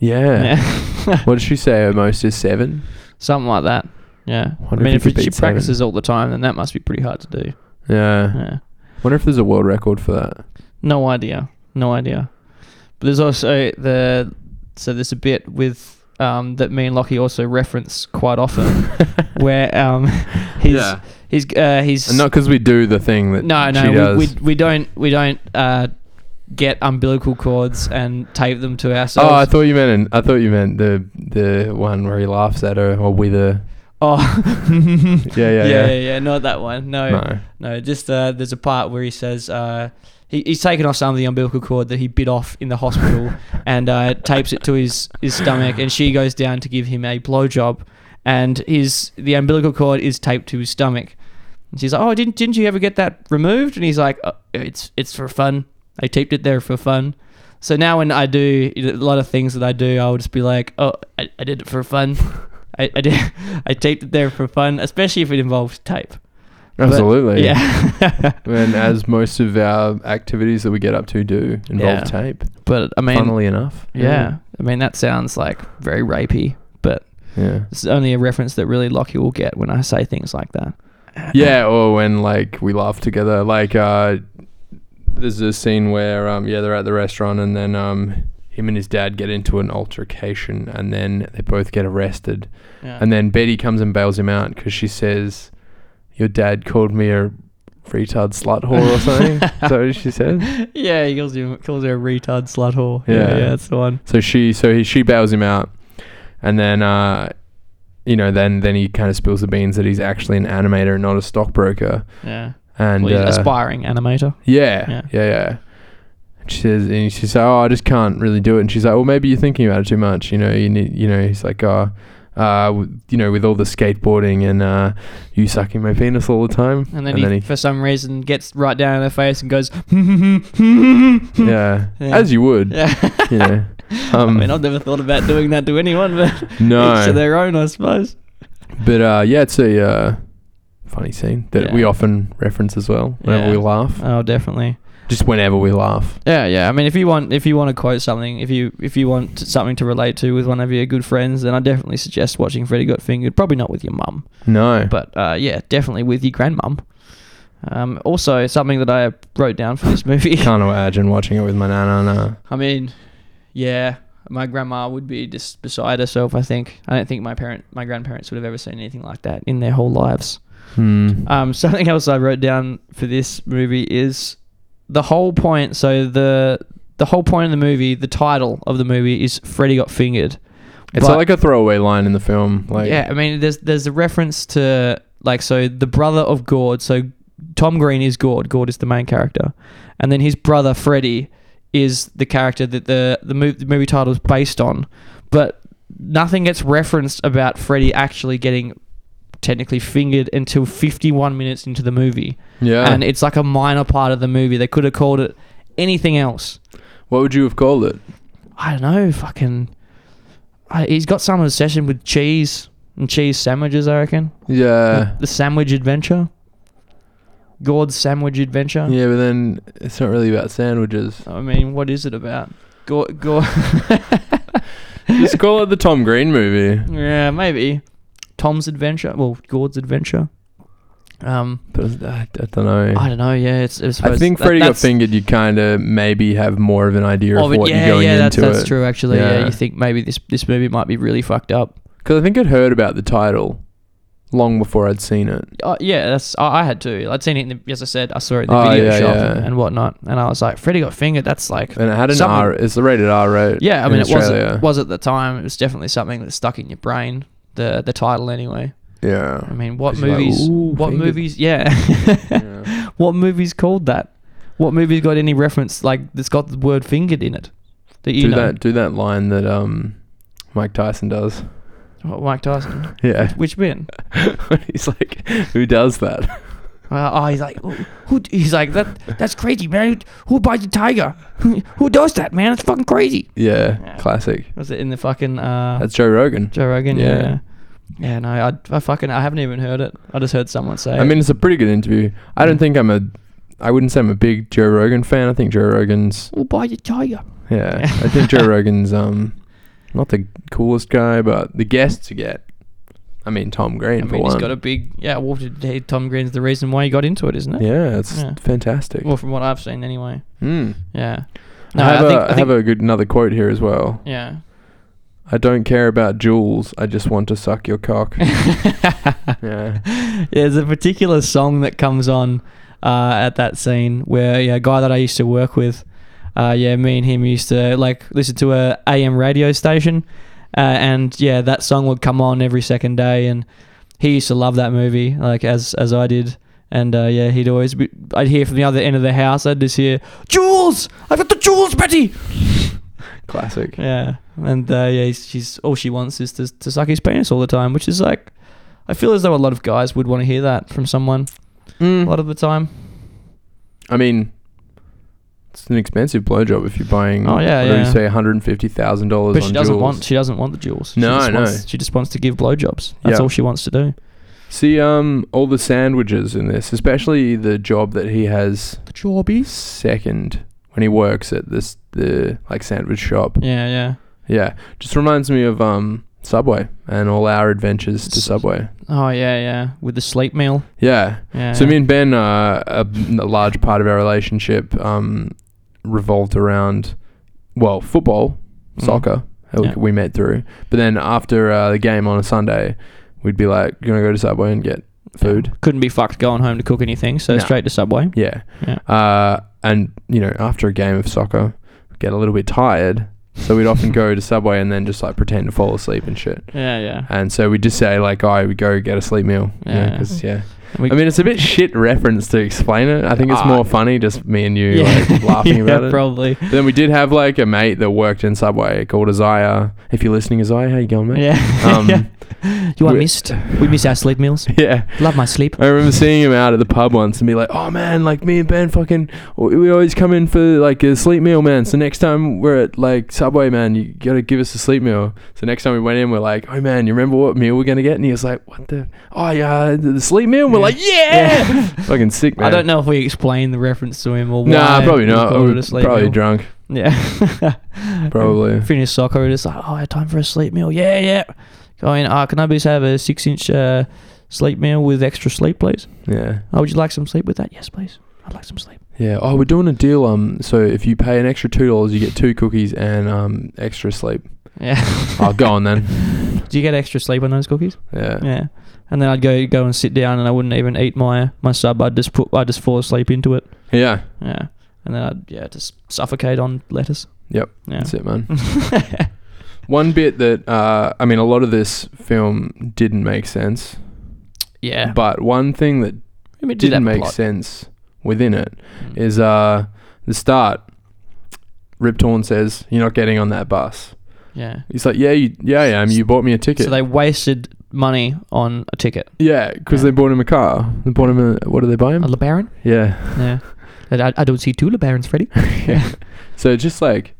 Speaker 1: yeah.
Speaker 2: [laughs] Yeah.
Speaker 1: What did she say? Her most is seven.
Speaker 2: Something like that. Yeah. I
Speaker 1: Wonder
Speaker 2: mean,
Speaker 1: if
Speaker 2: if,
Speaker 1: you
Speaker 2: it-
Speaker 1: could
Speaker 2: she
Speaker 1: beat seven.
Speaker 2: practices all the time, then that must be pretty hard to do.
Speaker 1: Yeah.
Speaker 2: Yeah.
Speaker 1: Wonder if there's a world record for that.
Speaker 2: No idea. No idea. But there's also the so there's a bit with um, that me and Lockie also reference
Speaker 1: [laughs]
Speaker 2: quite often where um, he's
Speaker 1: Yeah.
Speaker 2: he's uh, he's
Speaker 1: And not 'cause we do the thing that
Speaker 2: no
Speaker 1: she
Speaker 2: no
Speaker 1: does. Oh,
Speaker 2: we, we, we don't we don't uh, get umbilical cords and tape them to
Speaker 1: oh, I
Speaker 2: ourselves.
Speaker 1: thought you meant an, I thought you meant the the one where he laughs at her or with her.
Speaker 2: Oh, [laughs]
Speaker 1: [laughs] Yeah, yeah,
Speaker 2: yeah,
Speaker 1: yeah.
Speaker 2: yeah, Not that one. No, no,
Speaker 1: No.
Speaker 2: just uh, there's a part where he says. Uh, he, he's taken off some of the umbilical cord that he bit off in the hospital and uh, tapes it to his, his stomach. And she goes down to give him a blowjob, and his the umbilical cord is taped to his stomach. And she's like, "Oh, didn't didn't you ever get that removed?" And he's like, "Uh, "It's it's for fun. I taped it there for fun." So now when I do a lot of things that I do, I'll just be like, "Oh, I, I did it for fun. I, I did [laughs] I taped it there for fun, especially if it involves tape." But-
Speaker 1: Absolutely.
Speaker 2: yeah.
Speaker 1: And as most of our activities that we get up to do involve
Speaker 2: Yeah.
Speaker 1: tape,
Speaker 2: [laughs] but I mean,
Speaker 1: funnily enough.
Speaker 2: yeah, I mean that sounds like very rapey, but
Speaker 1: Yeah.
Speaker 2: it's only a reference that really Lockie will get when I say things like that.
Speaker 1: Yeah, or when like we laugh together. Like uh there's a scene where um yeah, they're at the restaurant and then um him and his dad get into an altercation and then they both get arrested.
Speaker 2: Yeah.
Speaker 1: And then Betty comes and bails him out because she says, "Your dad called me a retard
Speaker 2: [laughs]
Speaker 1: slut whore or something." so she said.
Speaker 2: yeah, he calls you calls her a retard slut whore.
Speaker 1: Yeah.
Speaker 2: Yeah, yeah, that's the one.
Speaker 1: So she so he, she bails him out, and then uh, you know then then he kind of spills the beans that he's actually an animator and not a stockbroker.
Speaker 2: Yeah,
Speaker 1: And
Speaker 2: well, he's an
Speaker 1: uh,
Speaker 2: aspiring animator.
Speaker 1: Yeah, yeah,
Speaker 2: Yeah.
Speaker 1: yeah. And She says, and she's like, "Oh, I just can't really do it." And she's like, "Well, maybe you're thinking about it too much. You know, you need, you know." He's like, "Oh, uh, w- you know, with all the skateboarding and uh, you sucking my penis all the time."
Speaker 2: And then, he, for some reason, gets right down in her face and goes, [laughs]
Speaker 1: he yeah,
Speaker 2: Hmm. Yeah.
Speaker 1: as you would,
Speaker 2: [laughs] yeah.
Speaker 1: you
Speaker 2: [laughs]
Speaker 1: know. Um,
Speaker 2: I mean, I've never thought about doing that to anyone, but each [laughs] to
Speaker 1: no,
Speaker 2: their own, I suppose.
Speaker 1: but uh, yeah, it's a uh, funny scene that
Speaker 2: Yeah.
Speaker 1: we often reference as well whenever we
Speaker 2: Yeah.
Speaker 1: laugh.
Speaker 2: Oh, definitely.
Speaker 1: Just whenever we laugh.
Speaker 2: Yeah, yeah. I mean, if you want, if you want to quote something, if you if you want something to relate to with one of your good friends, then I definitely suggest watching Freddy Got Fingered. Probably not with your mum,
Speaker 1: No,
Speaker 2: but [laughs] uh, yeah, definitely with your grandmum. Um, also, something that I wrote down for
Speaker 1: [laughs]
Speaker 2: this movie.
Speaker 1: can't imagine watching it with my nana. No.
Speaker 2: I mean, yeah, my grandma would be just beside herself. I think. I don't think my parent, my grandparents would have ever seen anything like that in their whole lives.
Speaker 1: Hmm.
Speaker 2: Um, [laughs] something else I wrote down for this movie is the whole point. So the the whole point of the movie, the title of the movie is Freddy Got Fingered.
Speaker 1: It's
Speaker 2: But-
Speaker 1: like a throwaway line in the film. Like,
Speaker 2: yeah, I mean, there's there's a reference to like so the brother of Gord. So Tom Green is Gord. Gord is the main character, and then his brother Freddy is the character that the the movie, the movie title is based on. But nothing gets referenced about Freddy actually getting technically fingered until 51 minutes into the movie,
Speaker 1: yeah.
Speaker 2: and it's like a minor part of the movie. They could have called it anything else.
Speaker 1: What would you have called it?
Speaker 2: I don't know, fucking. I, he's got some obsession with cheese and cheese sandwiches. I reckon.
Speaker 1: Yeah.
Speaker 2: The- the sandwich adventure. Gord's sandwich adventure.
Speaker 1: Yeah, but then it's not really about sandwiches.
Speaker 2: I mean, what is it about? Gord, Gord.
Speaker 1: Just call it the Tom Green movie.
Speaker 2: [laughs] yeah, maybe. Tom's adventure. Well, Gord's adventure. Um,
Speaker 1: But it's- I, I don't know.
Speaker 2: I
Speaker 1: I,
Speaker 2: don't know. Yeah, it's. it's
Speaker 1: think
Speaker 2: that-
Speaker 1: Freddy Got
Speaker 2: that's-
Speaker 1: Fingered, you kind of maybe have more of an idea of
Speaker 2: Oh, but
Speaker 1: what
Speaker 2: yeah,
Speaker 1: you're going
Speaker 2: yeah, that's,
Speaker 1: into
Speaker 2: that's
Speaker 1: it.
Speaker 2: true. Actually, yeah.
Speaker 1: Yeah.
Speaker 2: you think maybe this this movie might be really fucked up.
Speaker 1: Because I think I'd heard about the title long before I'd seen it.
Speaker 2: Uh, yeah, that's I, I had to. I'd seen it in the, as I said, I saw it in the
Speaker 1: Oh,
Speaker 2: video
Speaker 1: yeah,
Speaker 2: shop
Speaker 1: yeah.
Speaker 2: and whatnot, and I was like, Freddy got fingered. That's like
Speaker 1: And it had an
Speaker 2: Something-
Speaker 1: R. It's the rated R, right?
Speaker 2: Yeah, I
Speaker 1: in
Speaker 2: mean, it
Speaker 1: Australia.
Speaker 2: wasn't was at the time. It was definitely something that stuck in your brain. The the title, anyway.
Speaker 1: Yeah.
Speaker 2: [laughs] I mean, what
Speaker 1: 'Cause you're like,
Speaker 2: movies?
Speaker 1: "Ooh,
Speaker 2: what
Speaker 1: fingered."
Speaker 2: movies? Yeah. [laughs]
Speaker 1: yeah.
Speaker 2: what movies called that? What movie's got any reference like that's got the word fingered in it? That you
Speaker 1: do
Speaker 2: know,
Speaker 1: that. Do that line that um, Mike Tyson does. [laughs]
Speaker 2: Oh, Mike Tyson.
Speaker 1: Yeah. [laughs]
Speaker 2: Which bin?
Speaker 1: He's like, who does that? [laughs]
Speaker 2: Uh, oh, he's like, "Who- who? He's like that. That's crazy, man. Who bites a tiger? Who, who does that, man? It's fucking crazy.
Speaker 1: Yeah.
Speaker 2: Yeah.
Speaker 1: Classic.
Speaker 2: Was it in the fucking? Uh,
Speaker 1: That's Joe Rogan.
Speaker 2: Joe Rogan.
Speaker 1: Yeah.
Speaker 2: Yeah. yeah. no, I, I fucking I haven't even heard it. I just heard someone say.
Speaker 1: I
Speaker 2: it.
Speaker 1: mean, it's a pretty good interview. I don't
Speaker 2: Mm.
Speaker 1: think I'm a. I wouldn't say I'm a big Joe Rogan fan. I think Joe Rogan's.
Speaker 2: Who bites a tiger?
Speaker 1: Yeah, I think
Speaker 2: [laughs]
Speaker 1: Joe Rogan's um, not the coolest guy, but the guests you get. I mean, Tom Green
Speaker 2: I
Speaker 1: for
Speaker 2: mean,
Speaker 1: one.
Speaker 2: he's got a big yeah. Well, today Tom Green's the reason why he got into it, isn't it?
Speaker 1: yeah, it's
Speaker 2: Yeah.
Speaker 1: fantastic.
Speaker 2: Well, from what I've seen, anyway.
Speaker 1: mm.
Speaker 2: Yeah.
Speaker 1: I have, a I have a good another quote here as well.
Speaker 2: yeah.
Speaker 1: I don't care about jewels. I just want to suck your
Speaker 2: [laughs]
Speaker 1: cock. yeah.
Speaker 2: There's a particular song that comes on uh, at that scene where yeah, a guy that I used to work with, uh, yeah, me and him used to like listen to a AM radio station, uh, and yeah, that song would come on every second day, and he used to love that movie like as as I did. And uh, yeah, he'd always be. I'd hear from the other end of the house. I'd just hear Jules. I've got the Jules, Betty.
Speaker 1: Classic.
Speaker 2: Yeah, and uh, yeah, he's- she's all she wants is to, to suck his penis all the time, which is like, I feel as though a lot of guys would want to hear that from someone. a lot of the time.
Speaker 1: Hmm. I mean, it's an expensive blowjob if you're buying.
Speaker 2: Oh, yeah,
Speaker 1: what do we
Speaker 2: yeah.
Speaker 1: say one hundred and fifty thousand dollars.
Speaker 2: But she doesn't want she doesn't want the jewels.
Speaker 1: No,
Speaker 2: she just
Speaker 1: no.
Speaker 2: Wants, she just wants to give blowjobs. That's
Speaker 1: Yeah.
Speaker 2: all she wants to do.
Speaker 1: See, um, all the sandwiches in this, especially the job that he has
Speaker 2: The jobbies.
Speaker 1: second when he works at this the like sandwich shop.
Speaker 2: Yeah, yeah.
Speaker 1: Yeah, just reminds me of um Subway and all our adventures to
Speaker 2: S-
Speaker 1: Subway.
Speaker 2: Oh yeah, yeah. With the sleep meal.
Speaker 1: Yeah.
Speaker 2: Yeah.
Speaker 1: So
Speaker 2: yeah.
Speaker 1: me and Ben, uh, a, a large part of our relationship um, revolved around, well, football,
Speaker 2: Mm.
Speaker 1: soccer. that we-
Speaker 2: Yeah.
Speaker 1: We met through, but then after uh, the game on a Sunday, we'd be like, "Gonna go to Subway and get food."
Speaker 2: Couldn't be fucked going home to cook anything, so
Speaker 1: No.
Speaker 2: straight to Subway.
Speaker 1: Yeah.
Speaker 2: Yeah.
Speaker 1: Uh, and you know, after a game of soccer, we'd get a little bit tired, so we'd often go to Subway and then just like pretend to fall asleep and shit.
Speaker 2: [laughs] Yeah, yeah.
Speaker 1: And so we just say like, "I would go get a sleep meal." Yeah.
Speaker 2: Yeah.
Speaker 1: Because yeah,
Speaker 2: We-
Speaker 1: I mean, it's a bit shit reference to explain it. I think it's
Speaker 2: Ah.
Speaker 1: more funny just me and you
Speaker 2: [laughs]
Speaker 1: like, laughing
Speaker 2: Yeah,
Speaker 1: about it. [laughs]
Speaker 2: Probably.
Speaker 1: But then we did have like a mate that worked in Subway called Isaiah. If you're listening, Isaiah, how you going, mate?
Speaker 2: Yeah. [laughs]
Speaker 1: Um,
Speaker 2: You are
Speaker 1: we-
Speaker 2: missed. We miss our sleep meals.
Speaker 1: [laughs] yeah.
Speaker 2: Love my sleep.
Speaker 1: I remember seeing him out at the pub once and be like, "Oh man, like me and Ben, fucking, we we always come in for like a sleep meal, man. So next time we're at like Subway, man, you gotta give us a sleep meal." So next time we went in, we're like, "Oh man, you remember what meal we're gonna get?" And he was like, "What the? Oh yeah, the the sleep meal." [laughs] And we're
Speaker 2: Yeah.
Speaker 1: like, "Yeah, [laughs] fucking sick, man."
Speaker 2: I don't know if we explained the reference to him or why.
Speaker 1: Nah, probably
Speaker 2: we
Speaker 1: not.
Speaker 2: called it
Speaker 1: Probably,
Speaker 2: a sleep
Speaker 1: probably
Speaker 2: meal.
Speaker 1: drunk.
Speaker 2: Yeah. [laughs]
Speaker 1: Probably.
Speaker 2: Finish soccer, just like, oh, I had time for a sleep meal. Yeah, yeah. Going, uh, can I please have a six inch uh, sleep meal with extra sleep, please?
Speaker 1: Yeah.
Speaker 2: Oh, would you like some sleep with that? Yes, please. I'd like some sleep.
Speaker 1: Yeah. Oh, we're doing a deal. Um, so if you pay an extra two dollars, you get two cookies and um extra sleep.
Speaker 2: Yeah.
Speaker 1: Oh, go on then.
Speaker 2: [laughs] Do you get extra sleep on those cookies?
Speaker 1: Yeah.
Speaker 2: Yeah. And then I'd go go and sit down and I wouldn't even eat my my sub. I'd just put I'd just fall asleep into it.
Speaker 1: Yeah.
Speaker 2: Yeah. And then I'd yeah, just suffocate on lettuce.
Speaker 1: Yep.
Speaker 2: Yeah.
Speaker 1: That's it, man. One bit that uh, I mean, a lot of this film didn't make sense.
Speaker 2: [laughs] Yeah.
Speaker 1: But one thing that
Speaker 2: I mean, it did have
Speaker 1: didn't
Speaker 2: a
Speaker 1: make
Speaker 2: plot.
Speaker 1: sense within it
Speaker 2: Mm.
Speaker 1: is uh the start. Rip Torn says, "You're not getting on that bus."
Speaker 2: Yeah.
Speaker 1: He's like, "Yeah, you, yeah, I am. You bought me a ticket."
Speaker 2: So they wasted money on a ticket.
Speaker 1: yeah, because they
Speaker 2: Yeah.
Speaker 1: bought him a car. They bought him a what did they buy
Speaker 2: A
Speaker 1: him?
Speaker 2: LeBaron?
Speaker 1: yeah.
Speaker 2: Yeah. I, I don't see two LeBarons, Freddie.
Speaker 1: yeah. So just like,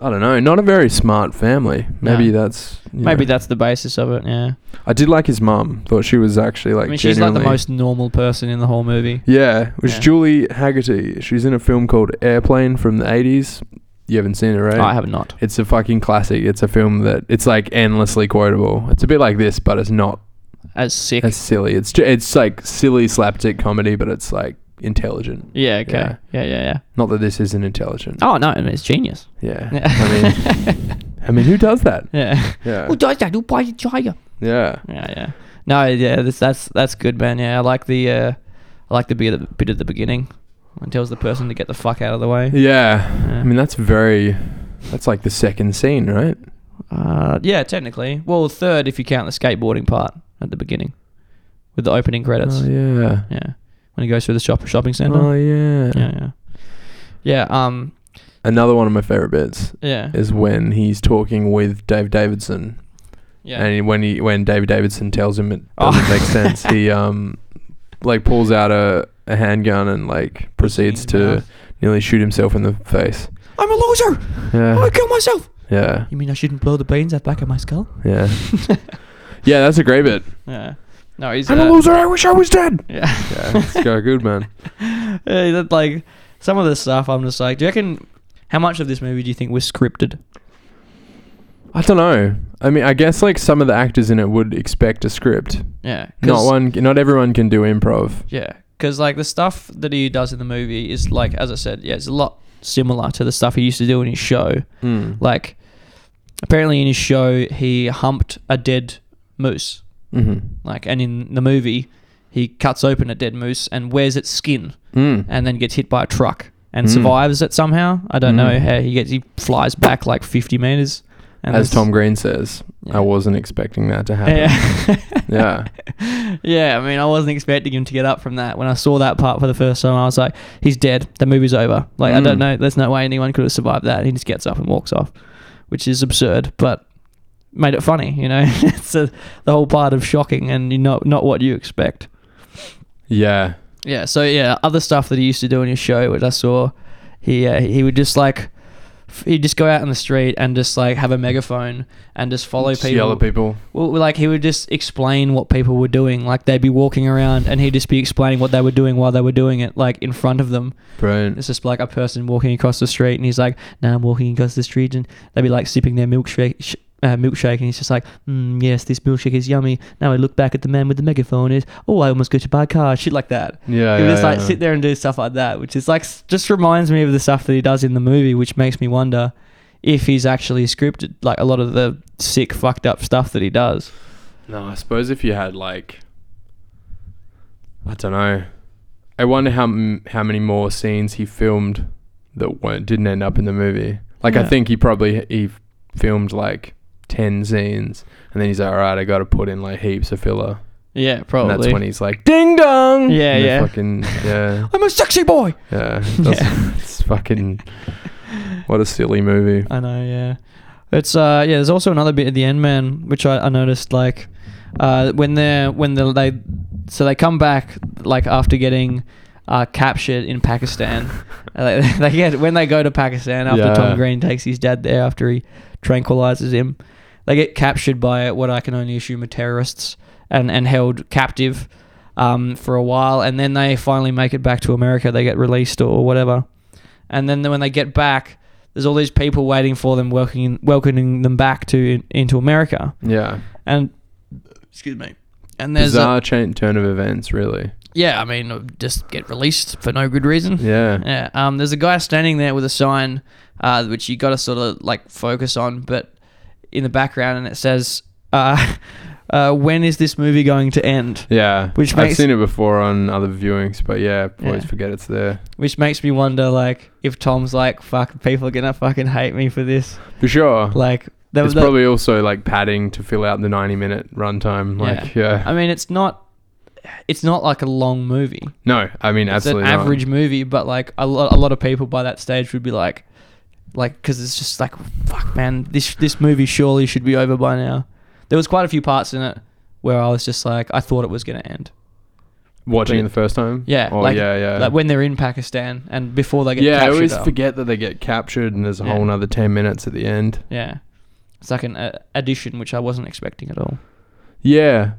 Speaker 1: I don't know, not a very smart family. Maybe that's you
Speaker 2: [laughs] Maybe
Speaker 1: know.
Speaker 2: that's the basis of it. Yeah.
Speaker 1: I did like his mum. Thought she was actually like.
Speaker 2: I mean, she's like the
Speaker 1: genuinely-
Speaker 2: most normal person in the whole movie.
Speaker 1: Yeah, it was
Speaker 2: Yeah.
Speaker 1: Julie Haggerty. She's in a film called Airplane from the eighties. You haven't seen it, right?
Speaker 2: I have not.
Speaker 1: It's a fucking classic. It's a film that it's like endlessly quotable. It's a bit like this, but it's not
Speaker 2: As sick.
Speaker 1: as silly. It's ju- it's like silly slapstick comedy, but it's like intelligent.
Speaker 2: yeah. Okay.
Speaker 1: Yeah.
Speaker 2: Yeah. yeah. Yeah.
Speaker 1: Not that this isn't intelligent.
Speaker 2: Oh no, I mean, it's genius.
Speaker 1: Yeah.
Speaker 2: [laughs] Yeah.
Speaker 1: I mean,
Speaker 2: [laughs]
Speaker 1: I mean, who does that?
Speaker 2: yeah.
Speaker 1: Yeah.
Speaker 2: Who does that? Who buys a tiger?
Speaker 1: Yeah.
Speaker 2: Yeah, yeah. No, yeah, that's that's that's good, man. Yeah, I like the uh, I like the bit at the, bit at the beginning when it tells the person to get the fuck out of the way.
Speaker 1: Yeah.
Speaker 2: Yeah.
Speaker 1: I mean, that's very. That's like the second scene, right?
Speaker 2: Uh, yeah, technically. Well, third if you count the skateboarding part at the beginning with the opening credits.
Speaker 1: Oh, yeah.
Speaker 2: Yeah, when he goes through the shop shopping center.
Speaker 1: Oh, yeah.
Speaker 2: yeah, yeah, yeah. Um,
Speaker 1: Another one of my favorite bits
Speaker 2: yeah,
Speaker 1: is when he's talking with Dave Davidson,
Speaker 2: yeah.
Speaker 1: and when he when David Davidson tells him it
Speaker 2: Oh.
Speaker 1: doesn't make sense,
Speaker 2: [laughs]
Speaker 1: he um, like pulls out a, a handgun and like proceeds
Speaker 2: in the
Speaker 1: to
Speaker 2: mouth.
Speaker 1: nearly shoot himself in the face.
Speaker 2: I'm a loser.
Speaker 1: Yeah.
Speaker 2: I kill myself.
Speaker 1: Yeah.
Speaker 2: You mean I shouldn't blow the brains out back of my skull? [laughs]
Speaker 1: Yeah. yeah, that's a great bit.
Speaker 2: Yeah. No, he's
Speaker 1: I'm
Speaker 2: uh,
Speaker 1: a loser. I wish I was dead.
Speaker 2: Yeah.
Speaker 1: Yeah, it's
Speaker 2: [laughs]
Speaker 1: got good man.
Speaker 2: Yeah, that, like some of the stuff, I'm just like, do you reckon how much of this movie do you think was scripted?
Speaker 1: I don't know. I mean, I guess like some of the actors in it would expect a script.
Speaker 2: Yeah, 'cause-
Speaker 1: Not one. Not everyone can do improv.
Speaker 2: Yeah, because like the stuff that he does in the movie is like, as I said, yeah, it's a lot similar to the stuff he used to do in his show.
Speaker 1: Mm.
Speaker 2: Like, apparently in his show, he humped a dead moose.
Speaker 1: Mm-hmm.
Speaker 2: Like, and in the movie, he cuts open a dead moose and wears its skin,
Speaker 1: Mm.
Speaker 2: and then gets hit by a truck and
Speaker 1: Mm.
Speaker 2: survives it somehow. I don't know
Speaker 1: Mm.
Speaker 2: how he gets. He flies back like 50 meters. And
Speaker 1: As
Speaker 2: that's- [laughs]
Speaker 1: Tom Green says,
Speaker 2: Yeah.
Speaker 1: I wasn't expecting that to happen. [laughs] Yeah.
Speaker 2: Yeah. [laughs] yeah, I mean, I wasn't expecting him to get up from that. When I saw that part for the first time, I was like, he's dead. The movie's over. Like, I
Speaker 1: Mm.
Speaker 2: don't know. There's no way anyone could have survived that. He just gets up and walks off, which is absurd, but made it [laughs] funny, you know? it's a, the whole part of shocking and you know, not what you expect.
Speaker 1: Yeah. Yeah.
Speaker 2: Yeah. So yeah, other stuff that he used to do in his show, which I saw, he uh, he would just like f- he'd just go out in the street and just like have a megaphone and just follow
Speaker 1: Just
Speaker 2: people.
Speaker 1: Yell at people.
Speaker 2: Well, like he would just explain what people were doing. Like they'd be walking around and he'd just be explaining what they were doing while they were doing it, like in front of them.
Speaker 1: Brilliant.
Speaker 2: It's just like a person walking across the street and he's like, "Now I'm walking across the street," and they'd be like sipping their milkshake. Sh- uh, milkshake and he's just like, mm, yes, this milkshake is yummy. Now I look back at the man with the megaphone. Is oh, I almost go to buy a car. Shit like that.
Speaker 1: Yeah.
Speaker 2: He would
Speaker 1: yeah,
Speaker 2: just like
Speaker 1: yeah.
Speaker 2: sit there and do stuff like that, which is like s- just reminds me of the stuff that he does in the movie, which makes me wonder if he's actually scripted like a lot of the sick, fucked up stuff that he does.
Speaker 1: No, I suppose if you had like, I don't know. I wonder how m- how many more scenes he filmed that weren't didn't end up in the movie. Like I
Speaker 2: Yeah.
Speaker 1: think he probably he filmed like ten scenes, and then he's like, all right, I got to put in like heaps of filler.
Speaker 2: Yeah,
Speaker 1: And
Speaker 2: probably.
Speaker 1: that's when he's like, ding dong.
Speaker 2: Yeah,
Speaker 1: And the
Speaker 2: yeah.
Speaker 1: Fucking
Speaker 2: [laughs]
Speaker 1: yeah,
Speaker 2: I'm a sexy boy.
Speaker 1: [laughs] yeah. That's, It's fucking what a silly movie.
Speaker 2: I know, yeah. It's uh yeah, there's also another bit at the end man, which I, I noticed like uh when they're when they they so they come back like after getting uh captured in Pakistan. [laughs] Uh, they, they get when they go to Pakistan after
Speaker 1: Yeah.
Speaker 2: Tom Green takes his dad there after he tranquilizes him, they get captured by what I can only assume are terrorists and, and held captive um, for a while and then they finally make it back to America, they get released or whatever. And then when they get back there's all these people waiting for them, welcoming welcoming them back to into America.
Speaker 1: Yeah,
Speaker 2: And excuse me. And there's a,
Speaker 1: bizarre chain turn of events,
Speaker 2: [laughs]
Speaker 1: really.
Speaker 2: yeah, I mean, just get released for no good reason.
Speaker 1: Yeah,
Speaker 2: Yeah. Um. There's a guy standing there with a sign, uh, which you got to sort of like focus on, but in the background, and it says, uh, [laughs] uh, "When is this movie going to end?"
Speaker 1: Yeah.
Speaker 2: Which
Speaker 1: I've
Speaker 2: makes-
Speaker 1: seen it before on other viewings, but yeah, I always
Speaker 2: Yeah.
Speaker 1: forget it's there.
Speaker 2: Which makes me wonder, like, if Tom's like, "Fuck, people are gonna fucking hate me for this."
Speaker 1: For sure.
Speaker 2: Like, that
Speaker 1: it's probably also like padding to fill out the 90 minute runtime. Like, yeah.
Speaker 2: I mean, it's not. It's not like a long movie.
Speaker 1: no, I mean, absolutely.
Speaker 2: it's an
Speaker 1: not.
Speaker 2: average movie, but like a lot, a lot of people by that stage would be like, like, because it's just like, fuck, man, this this movie surely should be over by now. There was quite a few parts in it where I was just like, I thought it was gonna end.
Speaker 1: Watching it the first time?
Speaker 2: Yeah,
Speaker 1: Oh,
Speaker 2: like-
Speaker 1: yeah, yeah.
Speaker 2: Like when they're in Pakistan and before they get
Speaker 1: yeah, I
Speaker 2: captured.
Speaker 1: always
Speaker 2: um,
Speaker 1: forget that they get captured and there's a
Speaker 2: Yeah.
Speaker 1: whole nother 10 minutes at the end.
Speaker 2: Yeah, it's like an uh, addition which I wasn't expecting at all.
Speaker 1: Yeah.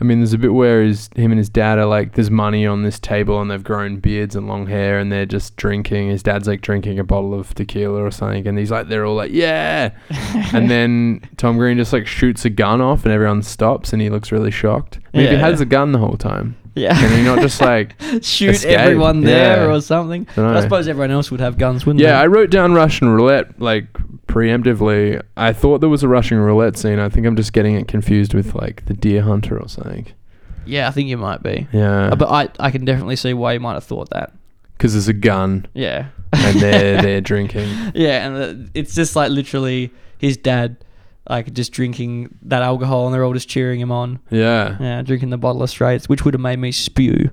Speaker 1: I mean, there's a bit where his, him and his dad are like, there's money on this table and they've grown beards and long hair and they're just drinking. His dad's like drinking a bottle of tequila or something. And he's like, they're all like,
Speaker 2: [laughs]
Speaker 1: yeah. and then Tom Green just like shoots a gun off and everyone stops and he looks really shocked. I mean, if he
Speaker 2: Yeah.
Speaker 1: has a gun the whole time,
Speaker 2: Yeah,
Speaker 1: can he not just
Speaker 2: [laughs]
Speaker 1: like,
Speaker 2: shoot
Speaker 1: escape?
Speaker 2: everyone there
Speaker 1: Yeah.
Speaker 2: or something?
Speaker 1: I don't
Speaker 2: I
Speaker 1: know.
Speaker 2: suppose everyone else would have guns, wouldn't
Speaker 1: Yeah, I
Speaker 2: they?
Speaker 1: wrote down Russian roulette like preemptively. I thought there was a Russian roulette scene. I think I'm just getting it confused with like the deer hunter or something.
Speaker 2: yeah, I think you might be.
Speaker 1: Yeah.
Speaker 2: Uh, But I, I can definitely see why you might have thought that.
Speaker 1: Because there's a gun
Speaker 2: Yeah.
Speaker 1: and they're,
Speaker 2: [laughs]
Speaker 1: they're drinking.
Speaker 2: Yeah, and the, it's just like literally his dad, like just drinking that alcohol, and they're all just cheering him on.
Speaker 1: Yeah.
Speaker 2: Yeah, drinking the bottle of straights, which would have made me spew.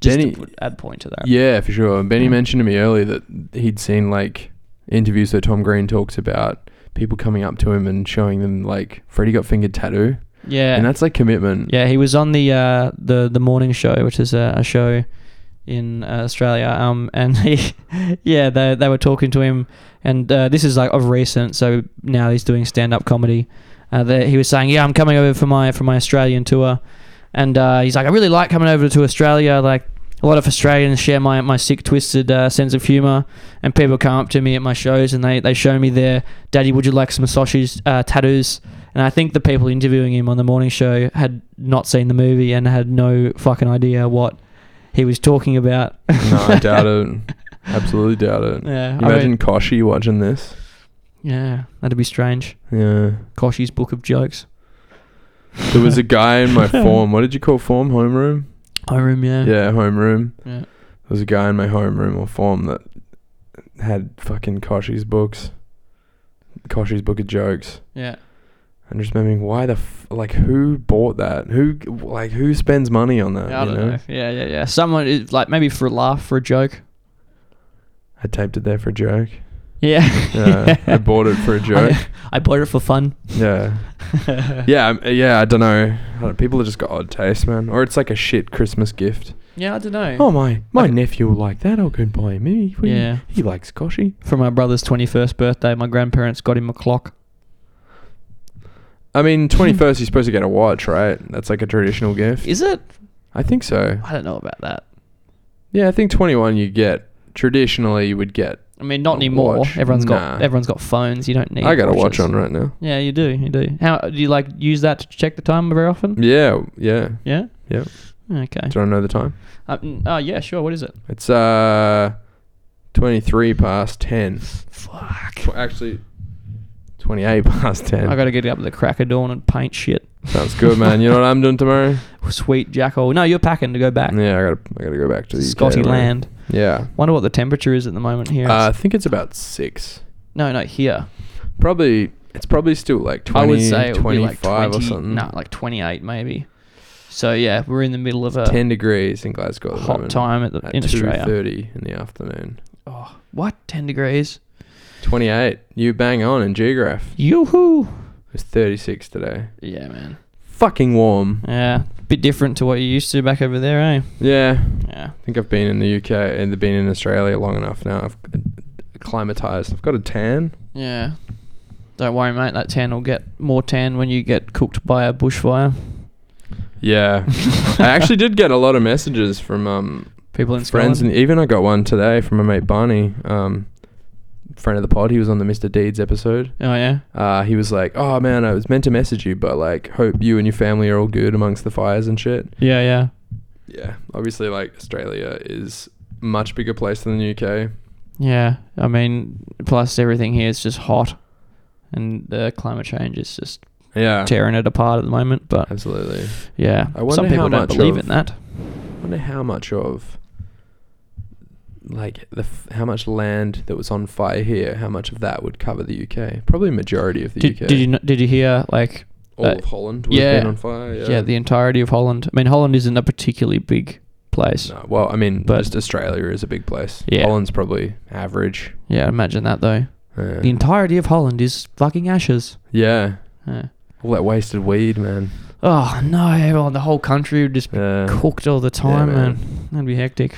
Speaker 2: Just
Speaker 1: Benny-
Speaker 2: to put, add point to that.
Speaker 1: Yeah, for sure. Benny
Speaker 2: Yeah.
Speaker 1: mentioned to me earlier that he'd seen like interviews that Tom Green talks about people coming up to him and showing them like Freddie got fingered tattoo.
Speaker 2: yeah,
Speaker 1: And that's like commitment.
Speaker 2: yeah. He was on the uh, the the morning show, which is a, a show in uh, Australia. Um, and [laughs] he, yeah, they they were talking to him, and uh, this is like of recent. So now he's doing stand up comedy. Uh, that he was saying, yeah, I'm coming over for my for my Australian tour, and uh, he's like, I really like coming over to Australia. Like a lot of Australians share my my sick, twisted uh, sense of humor, and people come up to me at my shows and they they show me their daddy. Would you like some sausage uh, tattoos? And I think the people interviewing him on the morning show had not seen the movie and had no fucking idea what he was talking about.
Speaker 1: No,
Speaker 2: [laughs]
Speaker 1: I doubt it. Absolutely doubt it.
Speaker 2: Yeah, I mean-
Speaker 1: Imagine Koshi watching this.
Speaker 2: yeah, that'd be strange.
Speaker 1: Yeah.
Speaker 2: Koshi's book of jokes.
Speaker 1: There was a guy in my
Speaker 2: [laughs]
Speaker 1: form. What did you call form? Homeroom?
Speaker 2: Homeroom, yeah.
Speaker 1: Yeah, homeroom.
Speaker 2: Yeah.
Speaker 1: There was a guy in my homeroom or form that had fucking Koshi's books. Koshi's book of jokes.
Speaker 2: Yeah.
Speaker 1: And just remembering why the f- like who bought that? Who like who spends money on that?
Speaker 2: Yeah, I
Speaker 1: you
Speaker 2: don't know. Yeah, yeah, yeah. Someone is like maybe for a laugh, for a joke. [laughs]
Speaker 1: I taped it there for a joke.
Speaker 2: Yeah.
Speaker 1: Yeah, I bought it for a joke.
Speaker 2: [laughs] I, I bought it for fun.
Speaker 1: Yeah. Yeah, I'm- yeah, I don't know. I don't, people have just got odd taste, man. Or it's like a shit Christmas gift.
Speaker 2: Yeah, I don't know.
Speaker 1: Oh my, my
Speaker 2: Like-
Speaker 1: nephew will like that. I'll go and buy him. He, he,
Speaker 2: Yeah.
Speaker 1: he likes Koshi.
Speaker 2: For my brother's 21st birthday, my grandparents got him a clock.
Speaker 1: I mean, twenty
Speaker 2: [laughs]
Speaker 1: first, you're supposed to get a watch, right? That's like a traditional gift.
Speaker 2: Is it?
Speaker 1: I think so.
Speaker 2: I don't know about that.
Speaker 1: Yeah, I think twenty one, you get traditionally you would get.
Speaker 2: I mean, not
Speaker 1: A
Speaker 2: anymore.
Speaker 1: watch?
Speaker 2: Everyone's got
Speaker 1: Nah.
Speaker 2: everyone's got phones. You don't need.
Speaker 1: I got a watch
Speaker 2: watches.
Speaker 1: on right now.
Speaker 2: Yeah, you do. You do. How do you like use that to check the time very often?
Speaker 1: Yeah, yeah.
Speaker 2: Yeah.
Speaker 1: Yeah.
Speaker 2: Okay.
Speaker 1: Do I know the time?
Speaker 2: Uh, mm, oh yeah, sure. What is it?
Speaker 1: It's uh, twenty three past ten.
Speaker 2: Fuck.
Speaker 1: Tw- Actually, twenty eight [laughs] past ten.
Speaker 2: I gotta get up at the crack of dawn and paint shit.
Speaker 1: Sounds good, man. You know what I'm doing tomorrow?
Speaker 2: [laughs] Sweet jackal. No, you're packing to go back.
Speaker 1: Yeah, I gotta, I gotta go back to the UK
Speaker 2: Ah. Scotty
Speaker 1: tomorrow.
Speaker 2: land.
Speaker 1: Yeah,
Speaker 2: Wonder what the temperature is at the moment here.
Speaker 1: uh, I
Speaker 2: It's-
Speaker 1: think it's about six.
Speaker 2: no, no, here.
Speaker 1: Probably, it's probably still like 20,
Speaker 2: I would say it would be like
Speaker 1: 25
Speaker 2: 20,
Speaker 1: or something.
Speaker 2: No, like 28 maybe. So yeah, we're in the middle of a
Speaker 1: Ten degrees in Glasgow. At the
Speaker 2: hot
Speaker 1: moment,
Speaker 2: time at the,
Speaker 1: At
Speaker 2: in Australia.
Speaker 1: thirty in the afternoon.
Speaker 2: Oh, what? 10 degrees?
Speaker 1: Twenty-eight. You bang on in geograph.
Speaker 2: Yoo-hoo!
Speaker 1: It was thirty-six today.
Speaker 2: Yeah, man.
Speaker 1: Fucking warm.
Speaker 2: Yeah, bit different to what you used to back over there, eh?
Speaker 1: Yeah,
Speaker 2: Yeah.
Speaker 1: I think I've been in the UK and been in Australia long enough now. I've acclimatized. I've got a tan.
Speaker 2: Yeah. Don't worry, mate. That tan will get more tan when you get cooked by a bushfire. [laughs]
Speaker 1: Yeah, I actually did get a lot of messages from um
Speaker 2: People in
Speaker 1: friends,
Speaker 2: Scotland.
Speaker 1: and even I got one today from my mate Barney, um, friend of the pod. He was on the Mr. Deeds episode.
Speaker 2: oh yeah.
Speaker 1: Uh, he was like, "Oh man, I was meant to message you, but like, hope you and your family are all good amongst the fires and shit."
Speaker 2: Yeah, yeah.
Speaker 1: Yeah, obviously, like Australia is much bigger place than the UK.
Speaker 2: Yeah, I mean, plus everything here is just hot, and the climate change is just
Speaker 1: Yeah,
Speaker 2: tearing it apart at the moment. But
Speaker 1: absolutely.
Speaker 2: yeah,
Speaker 1: I wonder
Speaker 2: some people
Speaker 1: how
Speaker 2: don't
Speaker 1: much
Speaker 2: believe
Speaker 1: of-
Speaker 2: in that.
Speaker 1: I wonder how much of like the f- how much land that was on fire here, how much of that would cover the UK? Probably majority of the
Speaker 2: Did,
Speaker 1: UK.
Speaker 2: did you kn- did you hear like
Speaker 1: all
Speaker 2: uh,
Speaker 1: of Holland would
Speaker 2: yeah.
Speaker 1: have been on fire.
Speaker 2: yeah.
Speaker 1: Yeah,
Speaker 2: the entirety of Holland? I mean, Holland isn't a particularly big place.
Speaker 1: No, well, I mean,
Speaker 2: But-
Speaker 1: just Australia is a big place.
Speaker 2: Yeah.
Speaker 1: Holland's probably average.
Speaker 2: Yeah, imagine that though.
Speaker 1: Yeah.
Speaker 2: The entirety of Holland is fucking ashes.
Speaker 1: Yeah.
Speaker 2: Yeah.
Speaker 1: all that wasted weed, man.
Speaker 2: Oh no, everyone, the whole country would just be
Speaker 1: Yeah,
Speaker 2: cooked all the time,
Speaker 1: man.
Speaker 2: man. That'd be hectic.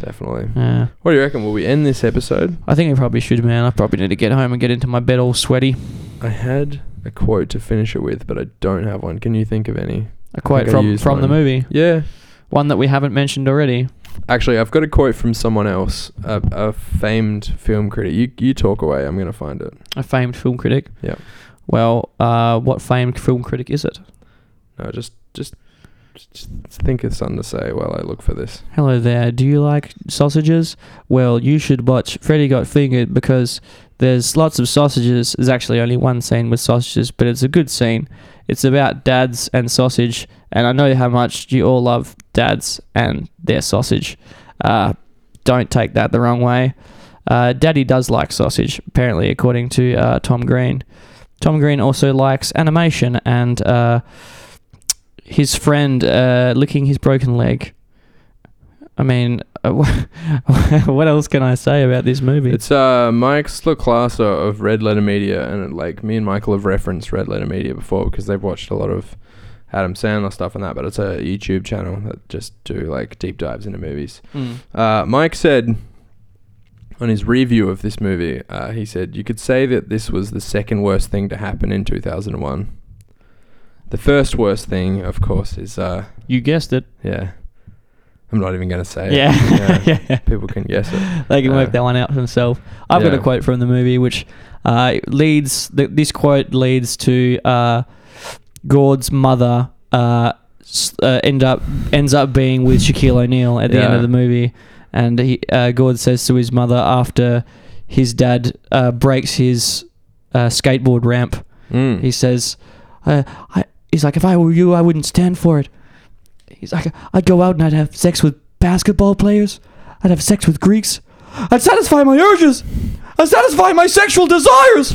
Speaker 1: definitely.
Speaker 2: Yeah.
Speaker 1: What do you reckon? Will we end this episode?
Speaker 2: I think I probably should, man. I probably need to get home and get into my bed all sweaty.
Speaker 1: I had a quote to finish it with, but I don't have one. Can you think of any?
Speaker 2: A quote
Speaker 1: I
Speaker 2: from
Speaker 1: used
Speaker 2: from the
Speaker 1: mine.
Speaker 2: movie.
Speaker 1: Yeah.
Speaker 2: One that we haven't mentioned already.
Speaker 1: Actually, I've got a quote from someone else, a, a famed film critic. You you talk away. I'm gonna find it.
Speaker 2: A famed film critic.
Speaker 1: Yep.
Speaker 2: Well, uh, what famed film critic is it?
Speaker 1: No, just just just just think of something to say while I look for this.
Speaker 2: Hello there. Do you like sausages? Well, you should watch Freddy Got Fingered because there's lots of sausages. There's actually only one scene with sausages, but it's a good scene. It's about dads and sausage, and I know how much you all love dads and their sausage. Uh, don't take that the wrong way. Uh, Daddy does like sausage, apparently, according to uh, Tom Green. Tom Green also likes animation and uh, his friend uh, licking his broken leg. I mean, [laughs] uh, what else can I say about this movie?
Speaker 1: It's uh Mike Sloclasa of Red Letter Media, and it, like me and Michael have referenced Red Letter Media before because they've watched a lot of Adam Sandler stuff and that. But it's a YouTube channel that just do like deep dives into movies.
Speaker 2: hmm,
Speaker 1: Uh, Mike said on his review of this movie, uh, he said, You could say that this was the second worst thing to happen in 2001. The first worst thing, of course, is, uh,
Speaker 2: You guessed it.
Speaker 1: yeah, I'm not even going to say
Speaker 2: Yeah.
Speaker 1: it.
Speaker 2: [laughs] Yeah.
Speaker 1: People can guess it.
Speaker 2: They can
Speaker 1: Uh,
Speaker 2: work that one out for themselves. I've got
Speaker 1: yeah.
Speaker 2: a quote from the movie which uh, leads, th- this quote leads to uh, Gord's mother uh, s- uh, end up ends up being with Shaquille O'Neal at the end
Speaker 1: Yeah.
Speaker 2: of the movie. And he, uh, Gord says to his mother after his dad uh, breaks his uh, skateboard ramp
Speaker 1: Mm.
Speaker 2: He says, uh, I, he's like, if I were you, I wouldn't stand for it. He's like, I'd go out and I'd have sex with basketball players. I'd have sex with Greeks. I'd satisfy my urges. I'd satisfy my sexual desires.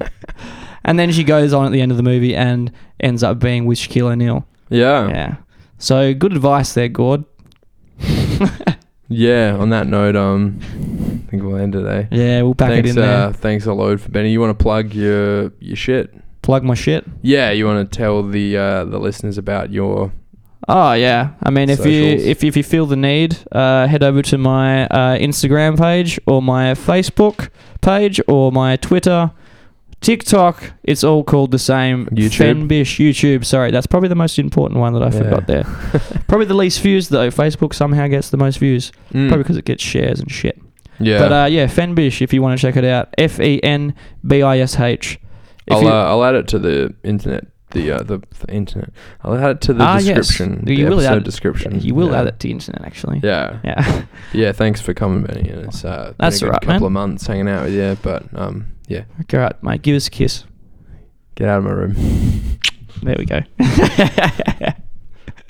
Speaker 2: [laughs] and then she goes on at the end of the movie and ends up being with Shaquille O'Neal.
Speaker 1: yeah. yeah.
Speaker 2: Yeah. So good advice there, Gord.
Speaker 1: on that note, um, think we'll end today.
Speaker 2: Yeah, we'll pack
Speaker 1: thanks,
Speaker 2: it in there.
Speaker 1: Uh, thanks a load for Benny. You want to plug your your shit?
Speaker 2: Plug my shit.
Speaker 1: Yeah, you want to tell the uh, the listeners about your
Speaker 2: Oh yeah, I mean if
Speaker 1: Socials.
Speaker 2: you if, if you feel the need, uh, head over to my uh, Instagram page or my Facebook page or my Twitter, TikTok. It's all called the same.
Speaker 1: YouTube?
Speaker 2: Fenbish YouTube. Sorry, that's probably the most important one that I
Speaker 1: Yeah. [laughs]
Speaker 2: forgot there. probably the least views though. Facebook somehow gets the most views,
Speaker 1: Mm.
Speaker 2: probably because it gets shares and shit.
Speaker 1: yeah.
Speaker 2: But uh, yeah, Fenbish. If you want to check it out, F E N B I S H. If
Speaker 1: I'll
Speaker 2: you-
Speaker 1: uh, I'll add it to the internet. The, uh, the the internet. I'll add it to the
Speaker 2: Ah, yes.
Speaker 1: description.
Speaker 2: You
Speaker 1: the
Speaker 2: will
Speaker 1: episode
Speaker 2: add it.
Speaker 1: description.
Speaker 2: you will
Speaker 1: yeah.
Speaker 2: add it to internet actually.
Speaker 1: Yeah.
Speaker 2: Yeah. [laughs]
Speaker 1: Yeah, thanks for coming, Benny. And It's uh, been
Speaker 2: That's
Speaker 1: a good
Speaker 2: alright,
Speaker 1: couple
Speaker 2: man.
Speaker 1: of months hanging out with you, but um, yeah,
Speaker 2: okay, all right, mate. Give us a kiss.
Speaker 1: [laughs] get out of my room.
Speaker 2: There we go.